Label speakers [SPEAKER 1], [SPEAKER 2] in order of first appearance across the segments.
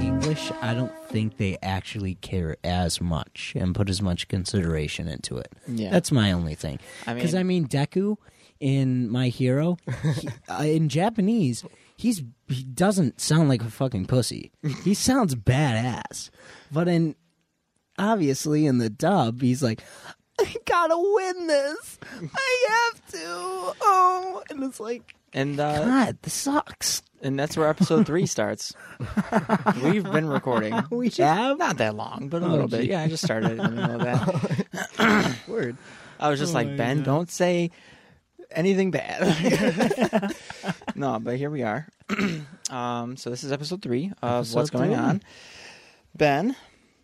[SPEAKER 1] English, I don't think they actually care as much and put as much consideration into it.
[SPEAKER 2] Yeah.
[SPEAKER 1] That's my only thing.
[SPEAKER 2] I
[SPEAKER 1] Because
[SPEAKER 2] mean-
[SPEAKER 1] I mean, Deku in My Hero, he, uh, in Japanese, he's he doesn't sound like a fucking pussy. He sounds badass, but in obviously in the dub, he's like. I gotta win this. I have to. Oh, and it's like,
[SPEAKER 2] And uh,
[SPEAKER 1] God, this sucks.
[SPEAKER 2] and that's where episode three starts. We've been recording.
[SPEAKER 1] We have
[SPEAKER 2] Not that long, but a
[SPEAKER 1] Oh,
[SPEAKER 2] little bit.
[SPEAKER 1] gee.
[SPEAKER 2] Yeah, I just started in the middle of that.
[SPEAKER 1] word.
[SPEAKER 2] I
[SPEAKER 1] Oh,
[SPEAKER 2] was just like, Ben, don't say anything bad. no, but here we are. um, so this is episode three of
[SPEAKER 1] Episode
[SPEAKER 2] what's going
[SPEAKER 1] three.
[SPEAKER 2] on. Ben,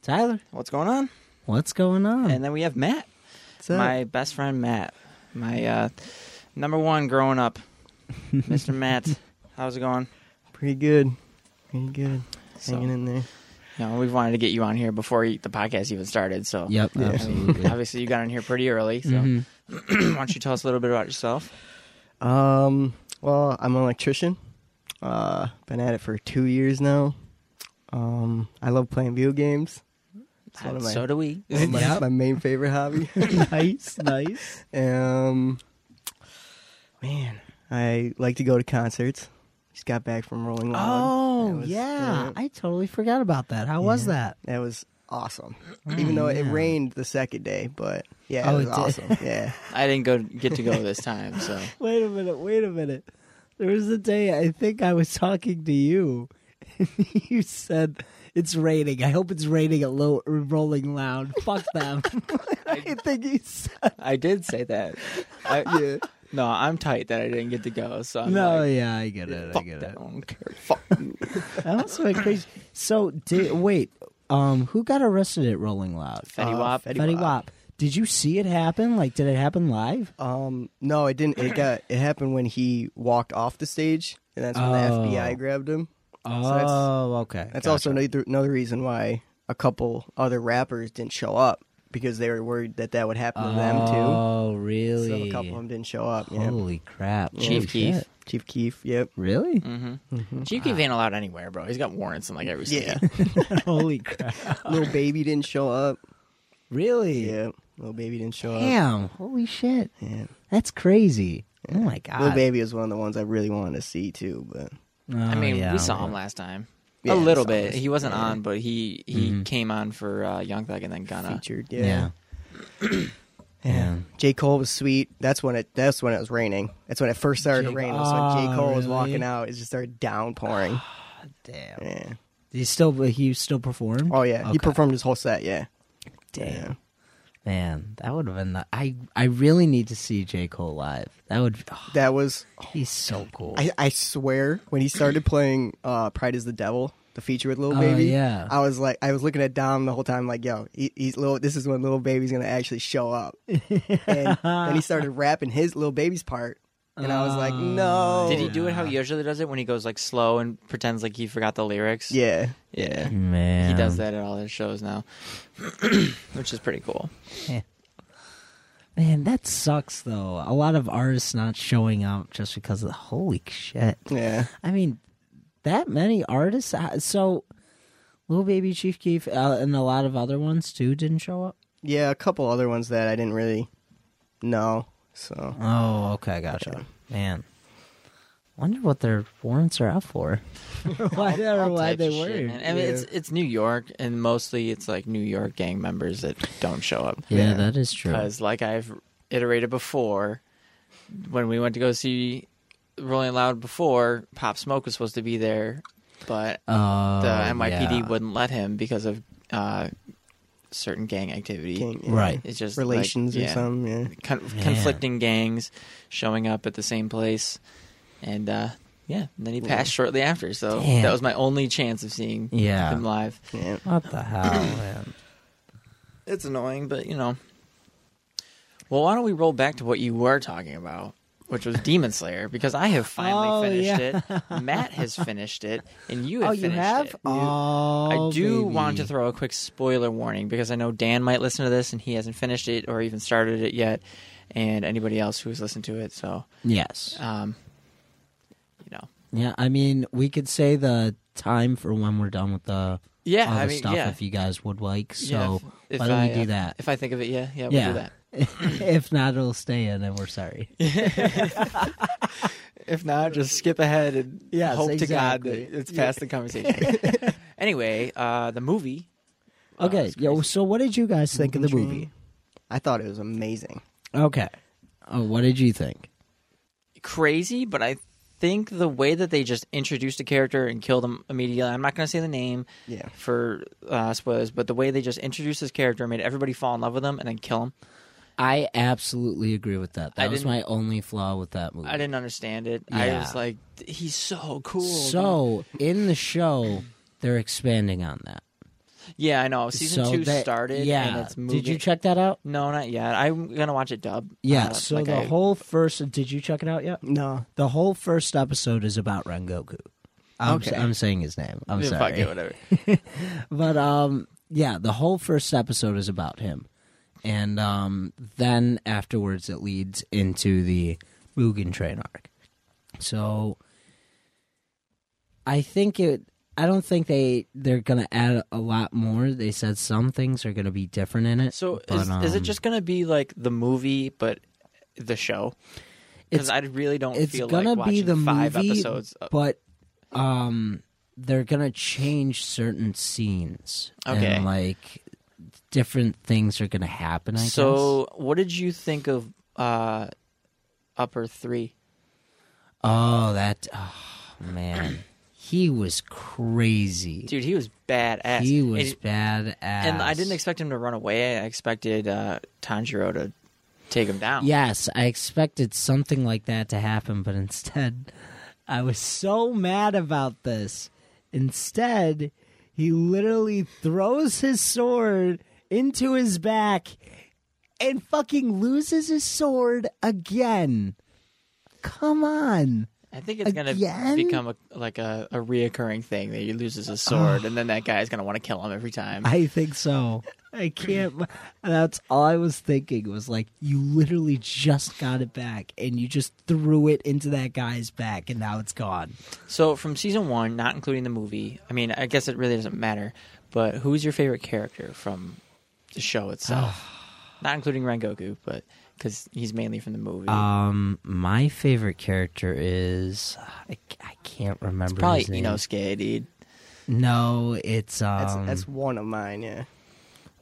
[SPEAKER 1] Tyler,
[SPEAKER 2] what's going on?
[SPEAKER 1] what's going on?
[SPEAKER 2] And then we have Matt,
[SPEAKER 1] Hmm. What's up?
[SPEAKER 2] my best friend Matt, my uh, number one growing up, Mr. Matt. How's it going?
[SPEAKER 3] Pretty good. Pretty good.
[SPEAKER 2] So-
[SPEAKER 3] Hanging in there.
[SPEAKER 2] You know, we wanted to get you on here before you- the podcast even started. So
[SPEAKER 1] Yep,
[SPEAKER 2] I mean,
[SPEAKER 1] absolutely.
[SPEAKER 2] obviously, you got on here pretty early. So
[SPEAKER 1] Mhm.
[SPEAKER 2] why don't you tell us a little bit about yourself?
[SPEAKER 3] Um, well, I'm an electrician. Uh, been at it for two years now. Um, I love playing video games. It's one of my,
[SPEAKER 2] so do we.
[SPEAKER 3] one of my, my main favorite hobby.
[SPEAKER 1] nice, nice.
[SPEAKER 3] um, man, I like to go to concerts. Just got back from Rolling Loud.
[SPEAKER 1] Oh
[SPEAKER 3] That was-
[SPEAKER 1] yeah, I totally forgot about that. How was that?
[SPEAKER 3] That was awesome. Even though it
[SPEAKER 1] yeah.
[SPEAKER 3] rained the second day, but yeah,
[SPEAKER 1] Oh,
[SPEAKER 3] it was
[SPEAKER 1] it did.
[SPEAKER 3] awesome. Yeah.
[SPEAKER 2] I didn't go get to go this time. So
[SPEAKER 1] Wait a minute. Wait a minute. There was a day I think I was talking to you, and you said it's raining. I hope it's raining at low rolling loud. Fuck them. I think you said
[SPEAKER 2] I did say that. I, No, I'm tight that I didn't get to go. So I'm
[SPEAKER 1] no.
[SPEAKER 2] like,
[SPEAKER 1] yeah, I get it. I
[SPEAKER 2] fuck
[SPEAKER 1] get
[SPEAKER 2] that. I
[SPEAKER 1] it.
[SPEAKER 2] don't care. Fuck you.
[SPEAKER 1] That was so crazy. So did, wait, um, who got arrested at Rolling Loud?
[SPEAKER 2] Fetty
[SPEAKER 3] Uh,
[SPEAKER 2] Wap.
[SPEAKER 3] Fetty
[SPEAKER 1] Fetty
[SPEAKER 3] Wap.
[SPEAKER 1] Wap. Did you see it happen? Like, did it happen live?
[SPEAKER 3] Um, no, it didn't. It got it happened when he walked off the stage, and that's when
[SPEAKER 1] Oh.
[SPEAKER 3] the FBI grabbed him. So that's-
[SPEAKER 1] Oh, okay.
[SPEAKER 3] That's also another, another reason why a couple other rappers didn't show up because they were worried that that would happen to them too.
[SPEAKER 1] Oh, really?
[SPEAKER 3] So a couple of them didn't show up. Yeah. Mm-hmm.
[SPEAKER 1] Holy crap.
[SPEAKER 2] Chief
[SPEAKER 1] Holy
[SPEAKER 2] Keef.
[SPEAKER 1] shit.
[SPEAKER 3] Chief Keef. Yep.
[SPEAKER 1] Really?
[SPEAKER 2] Chief Keef ain't allowed anywhere, bro. He's got warrants in like every state.
[SPEAKER 3] Yeah.
[SPEAKER 1] Holy crap.
[SPEAKER 3] Little baby didn't show up.
[SPEAKER 1] Really?
[SPEAKER 3] Yeah. Little baby didn't show up.
[SPEAKER 1] Damn. Holy shit.
[SPEAKER 3] Yeah.
[SPEAKER 1] That's crazy. Oh, my God.
[SPEAKER 3] Little baby was one of the ones I really wanted to see too, but
[SPEAKER 1] Oh,
[SPEAKER 2] I mean,
[SPEAKER 1] yeah.
[SPEAKER 2] we saw him last time.
[SPEAKER 3] Yeah,
[SPEAKER 2] a
[SPEAKER 3] we
[SPEAKER 2] little
[SPEAKER 3] saw
[SPEAKER 2] bit.
[SPEAKER 3] him.
[SPEAKER 2] He wasn't on, but he he came on for uh, Young Thug and then Gunna.
[SPEAKER 3] featured.
[SPEAKER 1] Yeah.
[SPEAKER 3] yeah.
[SPEAKER 1] Yeah.
[SPEAKER 3] J. Cole was sweet. That's when it. That's when it was raining. That's when it first started
[SPEAKER 1] J.
[SPEAKER 3] to rain. That's when
[SPEAKER 1] Oh,
[SPEAKER 3] J. Cole was
[SPEAKER 1] really?
[SPEAKER 3] walking out. It just started downpouring.
[SPEAKER 1] Damn.
[SPEAKER 3] yeah.
[SPEAKER 1] He still he still performed?
[SPEAKER 3] Oh yeah. He
[SPEAKER 1] Okay.
[SPEAKER 3] performed his whole set. Yeah.
[SPEAKER 1] Damn.
[SPEAKER 3] Yeah.
[SPEAKER 1] Man, that would have been the, I I really need to see J. Cole live. That would oh,
[SPEAKER 3] That was.
[SPEAKER 1] he's so cool.
[SPEAKER 3] I, I swear when he started playing uh, "Pride Is the Devil," the feature with Lil
[SPEAKER 1] Oh,
[SPEAKER 3] Baby.
[SPEAKER 1] yeah.
[SPEAKER 3] I was like, I was looking at Dom the whole time, like, yo, he, he's little. This is when Lil Baby's gonna actually show up. and then he started rapping his Lil Baby's part, and I was
[SPEAKER 1] Oh.
[SPEAKER 3] like, no.
[SPEAKER 2] Did he do it how he usually does it when he goes like slow and pretends like he forgot the lyrics?
[SPEAKER 3] Yeah.
[SPEAKER 2] Yeah.
[SPEAKER 1] Man.
[SPEAKER 2] He does that at all his shows now, which is pretty cool.
[SPEAKER 1] Man, that sucks though. A lot of artists not showing up just because of the holy shit.
[SPEAKER 3] Yeah.
[SPEAKER 1] I mean, that many artists. I- So, Lil Baby, Chief Keef, uh, and a lot of other ones too didn't show up.
[SPEAKER 3] Yeah. A couple other ones that I didn't really know. So.
[SPEAKER 1] Oh, okay, gotcha. Man, wonder what their warrants are out for. why they- or why
[SPEAKER 2] Types
[SPEAKER 1] they
[SPEAKER 2] of shit,
[SPEAKER 1] were?
[SPEAKER 2] man. I mean, it's it's New York, and mostly it's like New York gang members that don't show up.
[SPEAKER 1] yeah, that is true.
[SPEAKER 2] Because, like I've iterated before, when we went to go see Rolling Loud before, Pop Smoke was supposed to be there but
[SPEAKER 1] Uh,
[SPEAKER 2] the NYPD
[SPEAKER 1] yeah.
[SPEAKER 2] wouldn't let him because of uh, certain gang activity.
[SPEAKER 3] Gang- yeah.
[SPEAKER 1] Right.
[SPEAKER 2] It's just like,
[SPEAKER 3] Relations or
[SPEAKER 2] yeah,
[SPEAKER 3] something. Yeah.
[SPEAKER 2] Con-
[SPEAKER 1] Man.
[SPEAKER 2] conflicting gangs showing up at the same place, and uh, yeah, and then he passed shortly after. So
[SPEAKER 1] Damn.
[SPEAKER 2] that was my only chance of seeing
[SPEAKER 1] Yeah.
[SPEAKER 2] him live.
[SPEAKER 3] yeah.
[SPEAKER 1] What the hell, man?
[SPEAKER 2] It's annoying, but you know. Well, why don't we roll back to what you were talking about, which was Demon Slayer, because I have
[SPEAKER 1] Oh,
[SPEAKER 2] finally finished
[SPEAKER 1] yeah.
[SPEAKER 2] it. Matt has finished it, and you have
[SPEAKER 1] Oh, you
[SPEAKER 2] finished
[SPEAKER 1] have?
[SPEAKER 2] it.
[SPEAKER 1] Oh,
[SPEAKER 2] I do want to
[SPEAKER 1] baby.
[SPEAKER 2] throw a quick spoiler warning because I know Dan might listen to this and he hasn't finished it or even started it yet, and anybody else who's listened to it. So,
[SPEAKER 1] Yes.
[SPEAKER 2] um, you know,
[SPEAKER 1] Yeah, I mean, we could say the time for when we're done with the
[SPEAKER 2] yeah,
[SPEAKER 1] all the
[SPEAKER 2] I mean,
[SPEAKER 1] stuff
[SPEAKER 2] yeah,
[SPEAKER 1] if you guys would like. So
[SPEAKER 2] yeah, if-
[SPEAKER 1] why don't
[SPEAKER 2] if I,
[SPEAKER 1] we do
[SPEAKER 2] uh,
[SPEAKER 1] that?
[SPEAKER 2] If I think of it, yeah, yeah, we'll do
[SPEAKER 1] yeah.
[SPEAKER 2] that.
[SPEAKER 1] if not, it'll stay in, and we're sorry.
[SPEAKER 2] If not, just skip ahead and
[SPEAKER 1] Yes,
[SPEAKER 2] hope to
[SPEAKER 1] exactly.
[SPEAKER 2] God that it's past the conversation. anyway, uh, the movie. uh,
[SPEAKER 1] Okay,
[SPEAKER 2] it's
[SPEAKER 1] yo.
[SPEAKER 2] crazy.
[SPEAKER 1] So, what did you guys think of the movie?
[SPEAKER 3] I thought it was amazing.
[SPEAKER 1] Okay. Oh, what did you think?
[SPEAKER 2] crazy, but I think the way that they just introduced a character and killed him immediately. I'm not going to say the name
[SPEAKER 3] Yeah.
[SPEAKER 2] for uh, spoilers, but the way they just introduced this character and made everybody fall in love with him and then kill him.
[SPEAKER 1] I absolutely agree with that. That
[SPEAKER 2] I
[SPEAKER 1] was
[SPEAKER 2] didn't-
[SPEAKER 1] my only flaw with that movie.
[SPEAKER 2] I didn't understand it. I
[SPEAKER 1] Yeah.
[SPEAKER 2] was like, he's so cool.
[SPEAKER 1] So in the show, they're expanding on that.
[SPEAKER 2] dude." yeah, I know. Season
[SPEAKER 1] So
[SPEAKER 2] two
[SPEAKER 1] that-
[SPEAKER 2] started.
[SPEAKER 1] Yeah.
[SPEAKER 2] and it's moving.
[SPEAKER 1] Did you check that out?
[SPEAKER 2] No, not yet. I'm gonna watch it dub.
[SPEAKER 1] Yeah.
[SPEAKER 2] Uh,
[SPEAKER 1] so
[SPEAKER 2] like
[SPEAKER 1] the
[SPEAKER 2] I-
[SPEAKER 1] whole first. Did you check it out yet?
[SPEAKER 3] No.
[SPEAKER 1] The whole first episode is about Rengoku. I'm,
[SPEAKER 3] Okay.
[SPEAKER 1] I'm saying his name. I'm
[SPEAKER 2] Yeah,
[SPEAKER 1] sorry.
[SPEAKER 2] Fuck it, whatever.
[SPEAKER 1] But um, yeah, the whole first episode is about him, and um, then afterwards it leads into the Mugen Train arc. So I think it. I don't think they they're gonna add a lot more. They said some things are gonna be different in it.
[SPEAKER 2] So
[SPEAKER 1] but,
[SPEAKER 2] is, is it
[SPEAKER 1] um,
[SPEAKER 2] just gonna be like the movie, but the show?
[SPEAKER 1] It's-
[SPEAKER 2] Because I really don't
[SPEAKER 1] it's
[SPEAKER 2] feel
[SPEAKER 1] gonna
[SPEAKER 2] like
[SPEAKER 1] be
[SPEAKER 2] watching
[SPEAKER 1] the
[SPEAKER 2] five
[SPEAKER 1] movie,
[SPEAKER 2] episodes. of-
[SPEAKER 1] but um, they're gonna change certain scenes.
[SPEAKER 2] Okay.
[SPEAKER 1] and, like different things are gonna happen. I guess.
[SPEAKER 2] so what did you think of uh, Upper Three?
[SPEAKER 1] Oh, that oh, man, he was crazy.
[SPEAKER 2] Dude, he was badass.
[SPEAKER 1] he was
[SPEAKER 2] and,
[SPEAKER 1] badass.
[SPEAKER 2] and I didn't expect him to run away. I expected uh, Tanjiro to take him down.
[SPEAKER 1] Yes, I expected something like that to happen, but instead, I was so mad about this. Instead, he literally throws his sword into his back and fucking loses his sword again. Come on.
[SPEAKER 2] I think it's gonna
[SPEAKER 1] Again?
[SPEAKER 2] become a, like a, a reoccurring thing that he loses his sword, and then that guy's gonna want to kill him every time.
[SPEAKER 1] I think so. I can't. That's all I was thinking was like, you literally just got it back and you just threw it into that guy's back and now it's gone.
[SPEAKER 2] So from season one, not including the movie, I mean, I guess it really doesn't matter. But who's your favorite character from the show itself? not including Rengoku, but because he's mainly from the movie.
[SPEAKER 1] Um, my favorite character is I, I can't remember.
[SPEAKER 2] Probably
[SPEAKER 1] his name.
[SPEAKER 2] Inosuke, dude.
[SPEAKER 1] No, it's um.
[SPEAKER 3] That's that's one of mine. Yeah.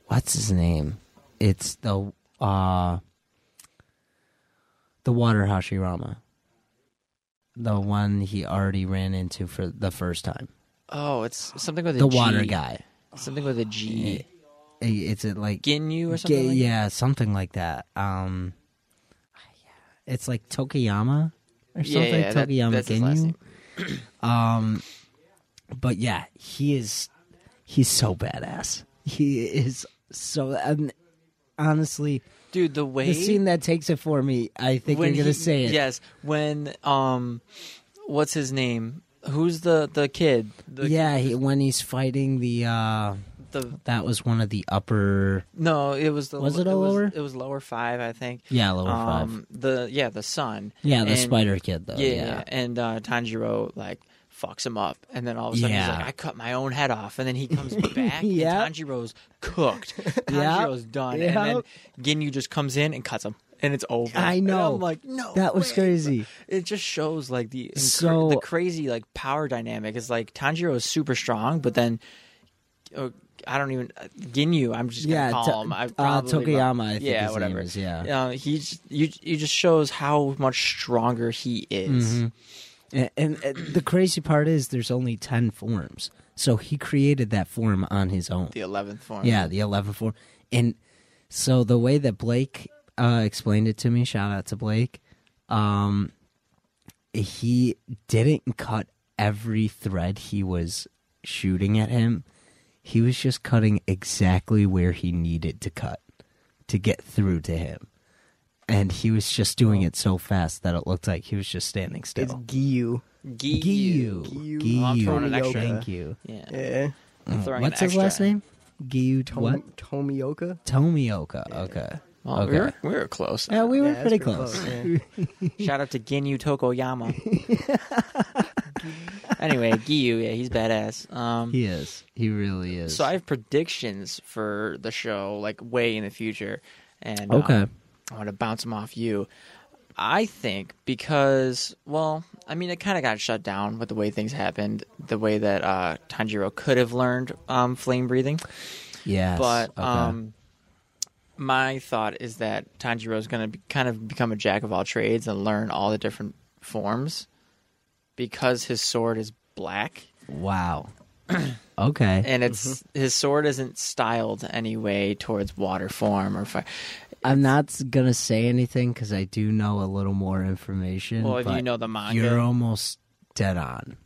[SPEAKER 1] what's his name? It's the uh the water Hashirama. The one he already ran into for the first time.
[SPEAKER 2] Oh, it's something with a
[SPEAKER 1] The
[SPEAKER 2] G.
[SPEAKER 1] water guy.
[SPEAKER 2] Something with a G.
[SPEAKER 1] I- It's it like
[SPEAKER 2] Ginyu or something.
[SPEAKER 1] Ga-
[SPEAKER 2] like that?
[SPEAKER 1] yeah, something like that. Um, yeah, it's like Tokiyama or something.
[SPEAKER 2] yeah, yeah, that-
[SPEAKER 1] Tokiyama
[SPEAKER 2] that's his last
[SPEAKER 1] Ginyu.
[SPEAKER 2] name.
[SPEAKER 1] Um, but yeah, he is he's so badass. He is so and honestly,
[SPEAKER 2] Dude, the way
[SPEAKER 1] the scene that takes it for me, I think
[SPEAKER 2] when
[SPEAKER 1] you're gonna
[SPEAKER 2] he-
[SPEAKER 1] say it.
[SPEAKER 2] Yes, when um, what's his name? Who's the the kid? The,
[SPEAKER 1] yeah, he, when he's fighting the uh
[SPEAKER 2] the
[SPEAKER 1] that was one of the upper
[SPEAKER 2] No, it was the
[SPEAKER 1] Was it a
[SPEAKER 2] was-
[SPEAKER 1] lower?
[SPEAKER 2] It was lower five, I think.
[SPEAKER 1] yeah lower five.
[SPEAKER 2] Um, the yeah, the sun.
[SPEAKER 1] Yeah, the
[SPEAKER 2] And-
[SPEAKER 1] spider kid though.
[SPEAKER 2] Yeah,
[SPEAKER 1] Yeah,
[SPEAKER 2] and uh, Tanjiro like fucks him up, and then all of a sudden
[SPEAKER 1] Yeah.
[SPEAKER 2] he's like, "I cut my own head off," and then he comes back,
[SPEAKER 1] Yeah.
[SPEAKER 2] and Tanjiro's cooked. Tanjiro's done, and then Ginyu just comes in and cuts him, and it's over.
[SPEAKER 1] I
[SPEAKER 2] And
[SPEAKER 1] know.
[SPEAKER 2] I'm like, no,
[SPEAKER 1] that was
[SPEAKER 2] way."
[SPEAKER 1] crazy.
[SPEAKER 2] It just shows like the incre-
[SPEAKER 1] So-
[SPEAKER 2] the crazy like power dynamic is like Tanjiro is super strong, but then. uh, I don't even uh, Ginyu. I'm just gonna
[SPEAKER 1] Yeah,
[SPEAKER 2] call
[SPEAKER 1] Ta-
[SPEAKER 2] him. I
[SPEAKER 1] uh,
[SPEAKER 2] probably
[SPEAKER 1] Tokuyama, I think
[SPEAKER 2] yeah,
[SPEAKER 1] his name
[SPEAKER 2] whatever.
[SPEAKER 1] is, yeah. Mm-hmm.
[SPEAKER 2] uh, he's you. You just shows how much stronger he is.
[SPEAKER 1] And, and uh, the crazy part is there's only 10 forms. So he created that form on his own.
[SPEAKER 2] The eleventh form.
[SPEAKER 1] Yeah, the 11 form. And so the way that Blake uh, explained it to me, shout out to Blake, um, he didn't cut every thread he was shooting at him. He was just cutting exactly where he needed to cut to get through to him. And he was just doing it so fast that it looked like he was just standing
[SPEAKER 3] It's
[SPEAKER 1] still.
[SPEAKER 3] Gyu.
[SPEAKER 2] Gyu.
[SPEAKER 3] Gyu.
[SPEAKER 2] Oh, I'm throwing an
[SPEAKER 1] Gyu.
[SPEAKER 2] extra.
[SPEAKER 1] Thank you.
[SPEAKER 2] Yeah.
[SPEAKER 3] Yeah.
[SPEAKER 2] I'm throwing
[SPEAKER 1] Uh, What's
[SPEAKER 2] an
[SPEAKER 1] his
[SPEAKER 2] extra.
[SPEAKER 1] last name? Gyu
[SPEAKER 3] Tom-
[SPEAKER 1] what?
[SPEAKER 3] Tomioka.
[SPEAKER 1] Tomioka. Okay. okay.
[SPEAKER 2] Well, Oh, we, were, we were close.
[SPEAKER 1] yeah, we were
[SPEAKER 3] Yeah, that's
[SPEAKER 1] pretty, close.
[SPEAKER 3] yeah.
[SPEAKER 2] Shout out to Ginyu Tokoyama. anyway, Gyu, yeah, he's badass. Um,
[SPEAKER 1] He is. He really is.
[SPEAKER 2] so I have predictions for the show, like way in the future, and um,
[SPEAKER 1] Okay.
[SPEAKER 2] I want to bounce them off you. I think because, well, I mean, it kind of got shut down with the way things happened, the way that uh, Tanjiro could have learned um, flame breathing.
[SPEAKER 1] yes.
[SPEAKER 2] But
[SPEAKER 1] okay.
[SPEAKER 2] um, my thought is that Tanjiro is going to be, kind of become a jack of all trades and learn all the different forms because his sword is black
[SPEAKER 1] wow. okay.
[SPEAKER 2] and it's
[SPEAKER 1] Mm-hmm.
[SPEAKER 2] his sword isn't styled any way towards water form or fire.
[SPEAKER 1] I'm not going to say anything because I do know a little more information.
[SPEAKER 2] Well, if you
[SPEAKER 1] but
[SPEAKER 2] know the manga.
[SPEAKER 1] you're almost dead on.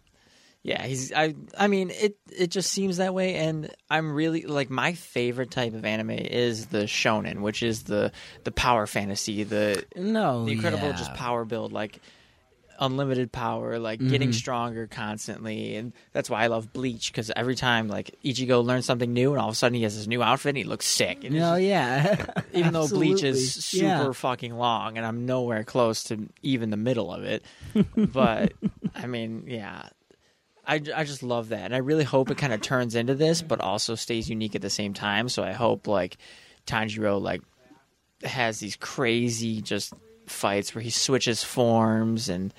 [SPEAKER 2] Yeah, he's I I mean it it just seems that way and I'm really like my favorite type of anime is the shonen, which is the the power fantasy, the
[SPEAKER 1] No,
[SPEAKER 2] the incredible
[SPEAKER 1] Oh, yeah.
[SPEAKER 2] just power build like unlimited power like
[SPEAKER 1] Mm-hmm.
[SPEAKER 2] getting stronger constantly and that's why i love bleach because every time like ichigo learns something new and all of a sudden he has his new outfit and he looks sick and it's
[SPEAKER 1] No, yeah.
[SPEAKER 2] even though bleach is
[SPEAKER 1] Absolutely.
[SPEAKER 2] super
[SPEAKER 1] Yeah.
[SPEAKER 2] fucking long and i'm nowhere close to even the middle of it but i mean yeah I, I just love that and i really hope it kind of turns into this but also stays unique at the same time so i hope like tanjiro like has these crazy just fights where he switches forms and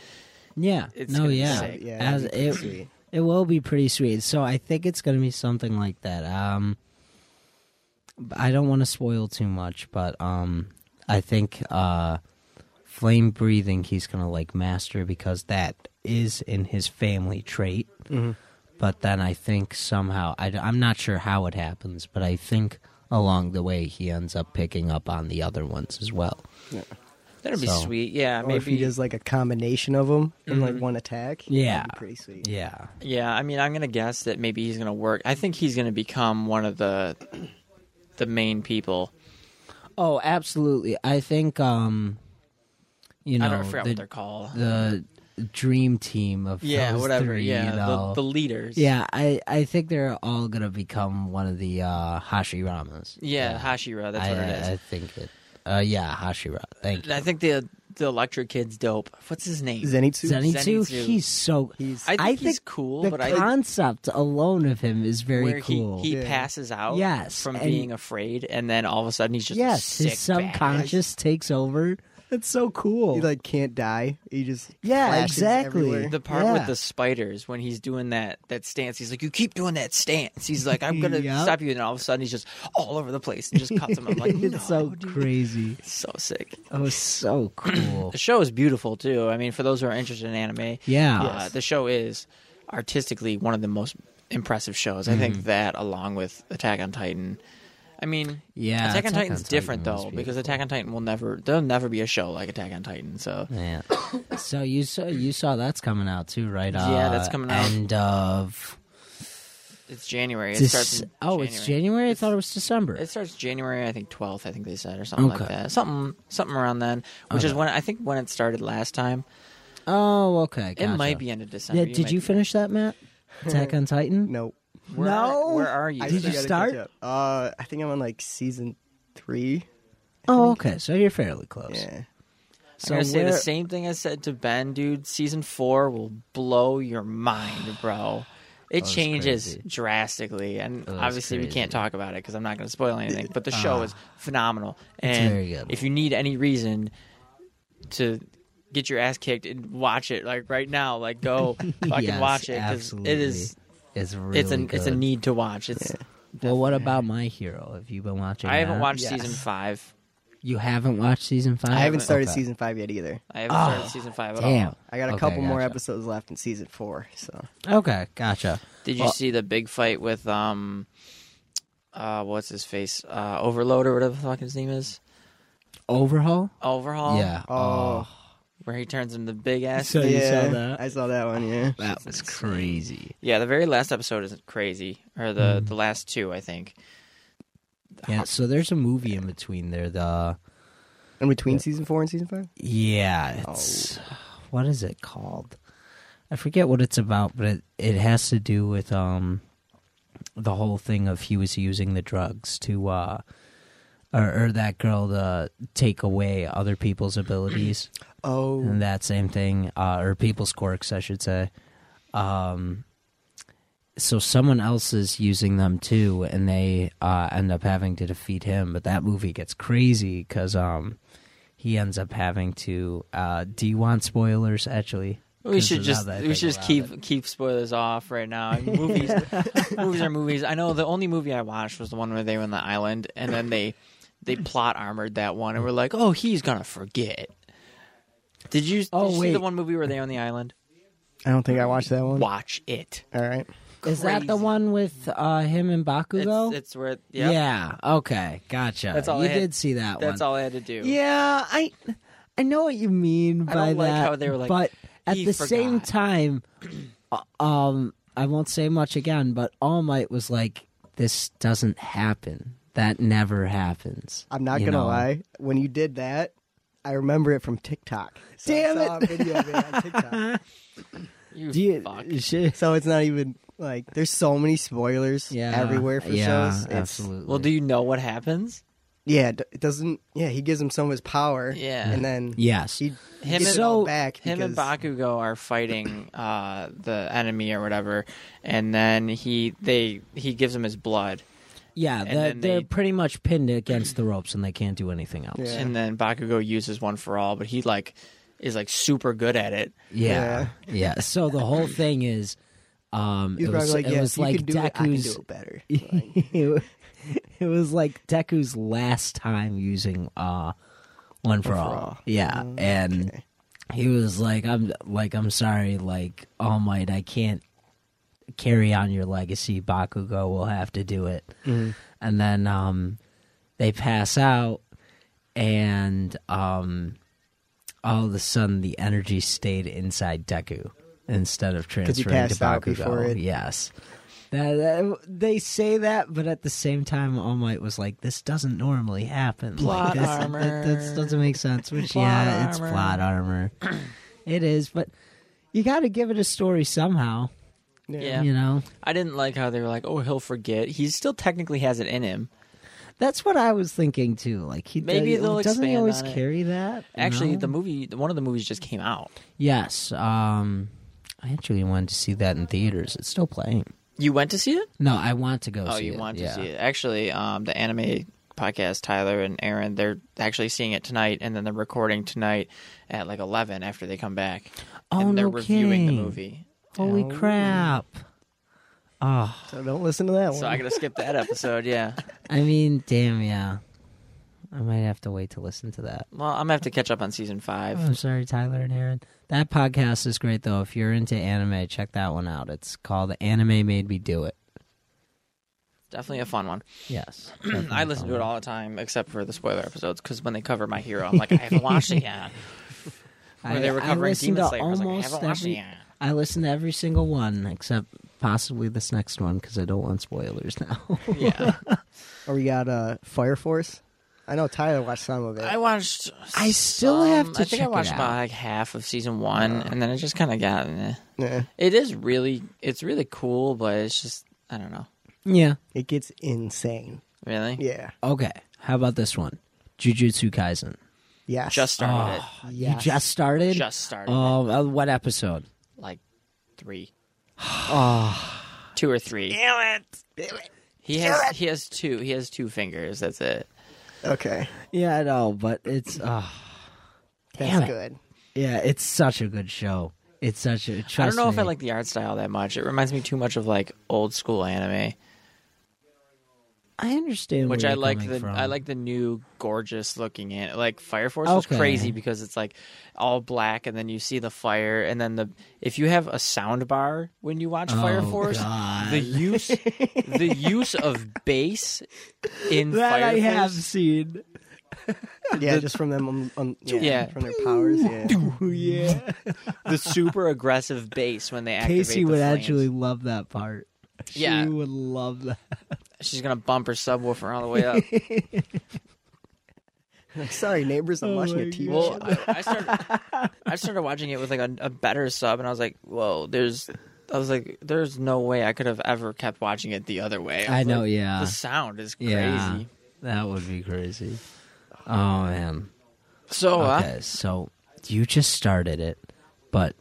[SPEAKER 1] Yeah.
[SPEAKER 2] It's
[SPEAKER 1] no,
[SPEAKER 2] gonna be
[SPEAKER 1] yeah.
[SPEAKER 2] sick.
[SPEAKER 3] Yeah,
[SPEAKER 1] As
[SPEAKER 3] that'd be pretty
[SPEAKER 1] it,
[SPEAKER 3] sweet.
[SPEAKER 1] it will be pretty sweet. So I think it's going to be something like that. Um, I don't want to spoil too much, but um, I think uh, flame breathing he's going to like master because that is in his family trait.
[SPEAKER 2] Mm-hmm.
[SPEAKER 1] But then I think somehow I, am not sure how it happens, but I think along the way he ends up picking up on the other ones as well.
[SPEAKER 2] that'd be
[SPEAKER 1] So-
[SPEAKER 2] sweet yeah
[SPEAKER 3] Or if
[SPEAKER 2] maybe
[SPEAKER 3] he
[SPEAKER 2] Mm-hmm.
[SPEAKER 3] does like a combination of them in like one attack. that'd be
[SPEAKER 1] Yeah.
[SPEAKER 3] pretty sweet.
[SPEAKER 1] Yeah.
[SPEAKER 2] Yeah, I mean, I'm gonna guess that maybe he's gonna work. I think he's gonna become one of the the main people.
[SPEAKER 1] Oh, absolutely. I think um you know
[SPEAKER 2] I don't I forgot
[SPEAKER 1] the,
[SPEAKER 2] what they're called.
[SPEAKER 1] the dream team of
[SPEAKER 2] yeah,
[SPEAKER 1] those
[SPEAKER 2] whatever.
[SPEAKER 1] three,
[SPEAKER 2] yeah,
[SPEAKER 1] you know.
[SPEAKER 2] the, the leaders.
[SPEAKER 1] yeah, I, I think they're all gonna become one of the uh, Hashiramas.
[SPEAKER 2] yeah, Hashira. That's
[SPEAKER 1] I,
[SPEAKER 2] what it
[SPEAKER 1] I,
[SPEAKER 2] is.
[SPEAKER 1] I think it. Uh, yeah, Hashira. Thank
[SPEAKER 2] And
[SPEAKER 1] you.
[SPEAKER 2] I think the the electric kid's dope. What's his name?
[SPEAKER 3] Zenitsu.
[SPEAKER 1] Zenitsu,
[SPEAKER 2] Zenitsu.
[SPEAKER 1] he's so.
[SPEAKER 3] He's-
[SPEAKER 2] I think
[SPEAKER 1] I
[SPEAKER 2] he's
[SPEAKER 1] think
[SPEAKER 2] cool,
[SPEAKER 1] the
[SPEAKER 2] but I
[SPEAKER 1] concept alone of him is very
[SPEAKER 2] where
[SPEAKER 1] cool.
[SPEAKER 2] he, he
[SPEAKER 3] Yeah.
[SPEAKER 2] passes out
[SPEAKER 1] Yes,
[SPEAKER 2] from
[SPEAKER 1] and-
[SPEAKER 2] being afraid, and then all of a sudden he's just a
[SPEAKER 1] yes,
[SPEAKER 2] sick
[SPEAKER 1] his subconscious takes over. That's so cool.
[SPEAKER 3] He like can't die. He just
[SPEAKER 1] Yeah,
[SPEAKER 3] flashes
[SPEAKER 1] exactly.
[SPEAKER 3] everywhere.
[SPEAKER 2] badass. The part
[SPEAKER 1] Yeah.
[SPEAKER 2] with the spiders when he's doing that that stance, he's like, "You keep doing that stance." He's like, "I'm gonna
[SPEAKER 1] Yep.
[SPEAKER 2] stop you," and all of a sudden he's just all over the place and just cuts him. I'm like,
[SPEAKER 1] it's
[SPEAKER 2] no,
[SPEAKER 1] so
[SPEAKER 2] dude."
[SPEAKER 1] crazy.
[SPEAKER 2] So sick.
[SPEAKER 1] Oh, it's so cool.
[SPEAKER 2] The show is beautiful too. I mean, for those who are interested in anime,
[SPEAKER 1] Yeah.
[SPEAKER 2] uh, the show is artistically one of the most impressive shows. I
[SPEAKER 1] Mm-hmm.
[SPEAKER 2] think that, along with Attack on Titan, I mean,
[SPEAKER 1] Yeah,
[SPEAKER 2] Attack on
[SPEAKER 1] Attack
[SPEAKER 2] Titan's
[SPEAKER 1] on Titan
[SPEAKER 2] different
[SPEAKER 1] was
[SPEAKER 2] though because
[SPEAKER 1] beautiful.
[SPEAKER 2] Attack on Titan will never there'll never be a show like Attack on Titan. So
[SPEAKER 1] Yeah. so you saw you saw that's coming out too, right?
[SPEAKER 2] Yeah,
[SPEAKER 1] Uh,
[SPEAKER 2] that's coming out.
[SPEAKER 1] End of.
[SPEAKER 2] it's January. It
[SPEAKER 1] Dec-
[SPEAKER 2] starts. in
[SPEAKER 1] oh, it's January. I thought it was December.
[SPEAKER 2] It starts January, I think twelfth. I think they said or something like
[SPEAKER 1] Okay.
[SPEAKER 2] that. Something, something around then, which is when I think when it started last time.
[SPEAKER 1] oh, okay. Gotcha.
[SPEAKER 2] It might be end of December.
[SPEAKER 1] Yeah, did
[SPEAKER 2] might
[SPEAKER 1] you
[SPEAKER 2] be-
[SPEAKER 1] finish that, Matt? Attack on Titan.
[SPEAKER 3] Nope.
[SPEAKER 2] Where
[SPEAKER 1] No.
[SPEAKER 2] Are, where are you?
[SPEAKER 3] I
[SPEAKER 1] Did
[SPEAKER 3] still
[SPEAKER 1] you
[SPEAKER 3] gotta
[SPEAKER 1] start?
[SPEAKER 3] catch up. Uh, I think I'm on like season three.
[SPEAKER 1] Oh, okay. So you're fairly close.
[SPEAKER 3] Yeah.
[SPEAKER 1] So
[SPEAKER 2] I'm gonna say the
[SPEAKER 1] where-
[SPEAKER 2] same thing I said to Ben, dude. Season four will blow your mind, bro. It
[SPEAKER 1] was
[SPEAKER 2] changes
[SPEAKER 1] crazy.
[SPEAKER 2] drastically, and
[SPEAKER 1] was
[SPEAKER 2] obviously we can't
[SPEAKER 1] crazy. Uh-huh.
[SPEAKER 2] talk about it because I'm not going to spoil anything. But the show is phenomenal, and
[SPEAKER 1] very good.
[SPEAKER 2] if you need any reason to get your ass kicked, and watch it like right now. Like go fucking
[SPEAKER 1] Yes,
[SPEAKER 2] watch it because it is
[SPEAKER 1] absolutely. It's really
[SPEAKER 2] it's a
[SPEAKER 1] good.
[SPEAKER 2] it's a need to watch. It's
[SPEAKER 1] Well, what about My Hero? Have you been watching?
[SPEAKER 2] I haven't
[SPEAKER 1] that?
[SPEAKER 2] watched
[SPEAKER 3] Yes.
[SPEAKER 2] season five.
[SPEAKER 1] You haven't watched season five?
[SPEAKER 3] I haven't started
[SPEAKER 1] Okay.
[SPEAKER 3] season five yet either.
[SPEAKER 2] I haven't started season five at
[SPEAKER 1] Ah, Damn.
[SPEAKER 2] all.
[SPEAKER 3] I got a
[SPEAKER 1] Okay,
[SPEAKER 3] couple more
[SPEAKER 1] gotcha.
[SPEAKER 3] episodes left in season four. So
[SPEAKER 1] Okay, gotcha.
[SPEAKER 2] Did you
[SPEAKER 1] Well-
[SPEAKER 2] see the big fight with um, uh, what's his face? Uh, Overload or whatever the fuck his name is.
[SPEAKER 1] Overhaul?
[SPEAKER 2] Overhaul.
[SPEAKER 1] Yeah.
[SPEAKER 3] oh,
[SPEAKER 2] Where he turns into the big ass.
[SPEAKER 1] So- Oh, you saw
[SPEAKER 3] yeah,
[SPEAKER 1] that?
[SPEAKER 3] I saw that one. Yeah,
[SPEAKER 1] That was crazy.
[SPEAKER 2] yeah, the very last episode is crazy, or the
[SPEAKER 1] Mm.
[SPEAKER 2] the last two, I think.
[SPEAKER 1] Yeah, so there's a movie in between there. The
[SPEAKER 3] in between season four and season five.
[SPEAKER 1] yeah, it's what is it called? I forget what it's about, but it, it has to do with um the whole thing of he was using the drugs to uh or, or that girl to take away other people's abilities.
[SPEAKER 3] Oh,
[SPEAKER 1] and that same thing, uh, or people's quirks, I should say. Um, so someone else is using them too, and they uh, end up having to defeat him. But that movie gets crazy because um, he ends up having to. Uh, do you want spoilers? Actually,
[SPEAKER 2] We
[SPEAKER 1] 'Cause
[SPEAKER 2] should
[SPEAKER 1] now
[SPEAKER 2] just
[SPEAKER 1] that I
[SPEAKER 2] we
[SPEAKER 1] think
[SPEAKER 2] should just
[SPEAKER 1] about
[SPEAKER 2] keep
[SPEAKER 1] it.
[SPEAKER 2] keep spoilers off right now. I mean, movies, movies are movies. I know the only movie I watched was the one where they were on the island, and then they they plot armored that one, and we're like, oh, he's gonna forget. Did you, did
[SPEAKER 1] Oh,
[SPEAKER 2] you see
[SPEAKER 1] wait.
[SPEAKER 2] the one movie where they on the island?
[SPEAKER 3] I don't think I watched that one.
[SPEAKER 2] Watch it.
[SPEAKER 3] All right,
[SPEAKER 1] Is that the
[SPEAKER 2] Crazy.
[SPEAKER 1] one with uh, him and Bakugo?
[SPEAKER 2] It's, it's worth. Yep, yeah,
[SPEAKER 1] Yeah. Okay. Gotcha.
[SPEAKER 2] That's all
[SPEAKER 1] you
[SPEAKER 2] I had-
[SPEAKER 1] did see that one.
[SPEAKER 2] that's all I had to do.
[SPEAKER 1] Yeah, I I know what you mean by
[SPEAKER 2] I don't like
[SPEAKER 1] that.
[SPEAKER 2] how they were like,
[SPEAKER 1] but at
[SPEAKER 2] "He
[SPEAKER 1] the same
[SPEAKER 2] forgot."
[SPEAKER 1] time, uh, um, I won't say much again. But All Might was like, "This doesn't happen. That never happens."
[SPEAKER 3] I'm not
[SPEAKER 1] you
[SPEAKER 3] gonna
[SPEAKER 1] know?
[SPEAKER 3] lie. When you did that, I remember it from TikTok. So
[SPEAKER 1] Damn
[SPEAKER 3] I saw A video of it on TikTok.
[SPEAKER 2] You
[SPEAKER 1] Do you,
[SPEAKER 2] fuck.
[SPEAKER 1] shit.
[SPEAKER 3] so it's not even like there's so many spoilers
[SPEAKER 1] Yeah,
[SPEAKER 3] everywhere for
[SPEAKER 1] yeah,
[SPEAKER 3] shows. It's,
[SPEAKER 1] absolutely.
[SPEAKER 2] Well, do you know what happens?
[SPEAKER 3] Yeah, d- it doesn't. Yeah, he gives him some of his power.
[SPEAKER 2] Yeah.
[SPEAKER 3] and then
[SPEAKER 1] Yes.
[SPEAKER 3] he, he
[SPEAKER 2] Him
[SPEAKER 3] gets
[SPEAKER 2] and-
[SPEAKER 3] it all
[SPEAKER 1] So-
[SPEAKER 3] back.
[SPEAKER 2] Him and
[SPEAKER 3] because-
[SPEAKER 2] Bakugo are fighting uh, the enemy or whatever, and then he they he gives him his blood,
[SPEAKER 1] yeah,
[SPEAKER 2] and
[SPEAKER 1] they're,
[SPEAKER 2] then
[SPEAKER 1] they're
[SPEAKER 2] they-
[SPEAKER 1] pretty much pinned against the ropes, and they can't do anything else.
[SPEAKER 3] Yeah.
[SPEAKER 2] and then Bakugo uses one for all, but he like is like super good at it.
[SPEAKER 1] Yeah. Yeah. So the whole thing is, um,
[SPEAKER 3] He's
[SPEAKER 1] it
[SPEAKER 3] probably
[SPEAKER 1] was,
[SPEAKER 3] like,
[SPEAKER 1] it
[SPEAKER 3] yeah,
[SPEAKER 1] was
[SPEAKER 3] you
[SPEAKER 1] like
[SPEAKER 3] can do it. I can
[SPEAKER 1] Deku's
[SPEAKER 3] do it better.
[SPEAKER 1] it was like Deku's last time using uh one for, all.
[SPEAKER 3] all. Mm,
[SPEAKER 1] Yeah, and he was like, "I'm like, I'm sorry, like All Might, I can't carry on your legacy. Bakugo will have to do it."
[SPEAKER 3] Mm-hmm.
[SPEAKER 1] And then um, they pass out, and um, all of a sudden the energy stayed inside Deku instead of
[SPEAKER 3] he
[SPEAKER 1] transferring to
[SPEAKER 3] passed out
[SPEAKER 1] Bakugo.
[SPEAKER 3] before it-
[SPEAKER 1] Yes. That, that- they say that, but at the same time, All Might was like, "This doesn't normally happen.
[SPEAKER 2] Plot
[SPEAKER 1] like, this, that-
[SPEAKER 2] armor.
[SPEAKER 1] that doesn't make sense." Which
[SPEAKER 2] Plot
[SPEAKER 1] yeah, it's
[SPEAKER 2] armor.
[SPEAKER 1] plot armor. it is, but you got to give it a story somehow.
[SPEAKER 2] Yeah.
[SPEAKER 1] You know,
[SPEAKER 2] I didn't like how they were like, oh, he'll forget. He still technically has it in him.
[SPEAKER 1] that's what I was thinking too. Like he
[SPEAKER 2] Maybe
[SPEAKER 1] does,
[SPEAKER 2] they'll
[SPEAKER 1] doesn't he
[SPEAKER 2] expand
[SPEAKER 1] always
[SPEAKER 2] on it.
[SPEAKER 1] carry that? you
[SPEAKER 2] Actually,
[SPEAKER 1] know?
[SPEAKER 2] the movie, one of the movies just came out.
[SPEAKER 1] yes. Um, I actually wanted to see that in theaters. It's still playing.
[SPEAKER 2] You went to see it?
[SPEAKER 1] No, I want to go.
[SPEAKER 2] Oh,
[SPEAKER 1] see
[SPEAKER 2] you
[SPEAKER 1] it.
[SPEAKER 2] want to
[SPEAKER 1] yeah.
[SPEAKER 2] see it? Actually, um, the anime podcast, Tyler and Aaron, they're actually seeing it tonight, and then they're recording tonight at like eleven after they come back,
[SPEAKER 1] Oh,
[SPEAKER 2] and they're
[SPEAKER 1] no
[SPEAKER 2] reviewing the
[SPEAKER 1] kidding.
[SPEAKER 2] movie.
[SPEAKER 1] Holy crap! Oh,
[SPEAKER 3] So Uh, don't listen to that one.
[SPEAKER 2] So I gotta skip that episode. Yeah.
[SPEAKER 1] I mean, damn, yeah. I might have to wait to listen to that.
[SPEAKER 2] Well, I'm gonna have to catch up on season five.
[SPEAKER 1] I'm sorry, Tyler and Aaron. That podcast is great, though. If you're into anime, check that one out. It's called Anime Made Me Do It.
[SPEAKER 2] Definitely a fun one.
[SPEAKER 1] Yes.
[SPEAKER 2] I listen to it all the time, except for the spoiler episodes, because when they cover my hero, I'm like, I haven't watched it yet. When they were covering
[SPEAKER 1] listen
[SPEAKER 2] Demon
[SPEAKER 1] to
[SPEAKER 2] Slayer, I was like, I
[SPEAKER 1] almost
[SPEAKER 2] haven't watched it
[SPEAKER 1] every-
[SPEAKER 2] yet.
[SPEAKER 1] I listen to every single one, except possibly this next one, because I don't want spoilers now.
[SPEAKER 2] Yeah,
[SPEAKER 3] or we got uh, Fire Force. I know Tyler watched some of it.
[SPEAKER 2] I watched.
[SPEAKER 1] I still
[SPEAKER 2] some-
[SPEAKER 1] have to
[SPEAKER 2] I think I
[SPEAKER 1] check it
[SPEAKER 2] watched
[SPEAKER 1] out.
[SPEAKER 2] about like half of season one, and then it just kind of got. eh.
[SPEAKER 3] Yeah.
[SPEAKER 2] It is really, it's really cool, but it's just, I don't know,
[SPEAKER 1] yeah.
[SPEAKER 3] It gets insane.
[SPEAKER 2] really.
[SPEAKER 3] Yeah.
[SPEAKER 1] Okay. How about this one? Jujutsu Kaisen.
[SPEAKER 3] Yes.
[SPEAKER 2] Just started
[SPEAKER 3] Yes.
[SPEAKER 1] You just started?
[SPEAKER 2] it. Just started it.
[SPEAKER 1] Oh, uh, what episode?
[SPEAKER 2] like three. two or three. Damn it! He has he has two he has two fingers. That's it.
[SPEAKER 3] okay.
[SPEAKER 1] Yeah, I know, but it's uh,
[SPEAKER 3] That's
[SPEAKER 1] Damn it.
[SPEAKER 3] good.
[SPEAKER 1] yeah, it's such a good show. It's such a. Trust
[SPEAKER 2] I don't know if I
[SPEAKER 1] me.
[SPEAKER 2] like the art style that much. It reminds me too much of like old school anime.
[SPEAKER 1] I understand.
[SPEAKER 2] which
[SPEAKER 1] where
[SPEAKER 2] I
[SPEAKER 1] you're
[SPEAKER 2] like
[SPEAKER 1] coming
[SPEAKER 2] the
[SPEAKER 1] from.
[SPEAKER 2] I like the new gorgeous looking it. Like Fire Force was
[SPEAKER 1] Okay.
[SPEAKER 2] crazy because it's like all black and then you see the fire and then the if you have a sound bar when you watch Fire
[SPEAKER 1] Oh,
[SPEAKER 2] Force,
[SPEAKER 1] God.
[SPEAKER 2] the use the use of bass in
[SPEAKER 1] that
[SPEAKER 2] Fire
[SPEAKER 1] I
[SPEAKER 2] Force.
[SPEAKER 1] have seen.
[SPEAKER 3] Yeah, just from them. Um, um, yeah,
[SPEAKER 2] Yeah.
[SPEAKER 3] from their powers. Yeah.
[SPEAKER 1] yeah,
[SPEAKER 2] the super aggressive bass when they activate
[SPEAKER 1] Casey
[SPEAKER 2] the
[SPEAKER 1] would
[SPEAKER 2] flames.
[SPEAKER 1] actually love that part.
[SPEAKER 2] Yeah.
[SPEAKER 1] she would love that.
[SPEAKER 2] she's gonna bump her subwoofer all the way up.
[SPEAKER 3] Sorry, neighbors. I'm
[SPEAKER 1] Oh
[SPEAKER 3] watching a
[SPEAKER 1] my
[SPEAKER 3] TV
[SPEAKER 2] Well,
[SPEAKER 3] show.
[SPEAKER 2] I, I started. I started watching it with like a, a better sub, and I was like, "Whoa, there's." I was like, "There's no way I could have ever kept watching it the other way."
[SPEAKER 1] I
[SPEAKER 2] was
[SPEAKER 1] know,
[SPEAKER 2] like,
[SPEAKER 1] yeah.
[SPEAKER 2] The sound is crazy.
[SPEAKER 1] Yeah. That would be crazy. Oh man.
[SPEAKER 2] So, uh,
[SPEAKER 1] Okay, so you just started it, but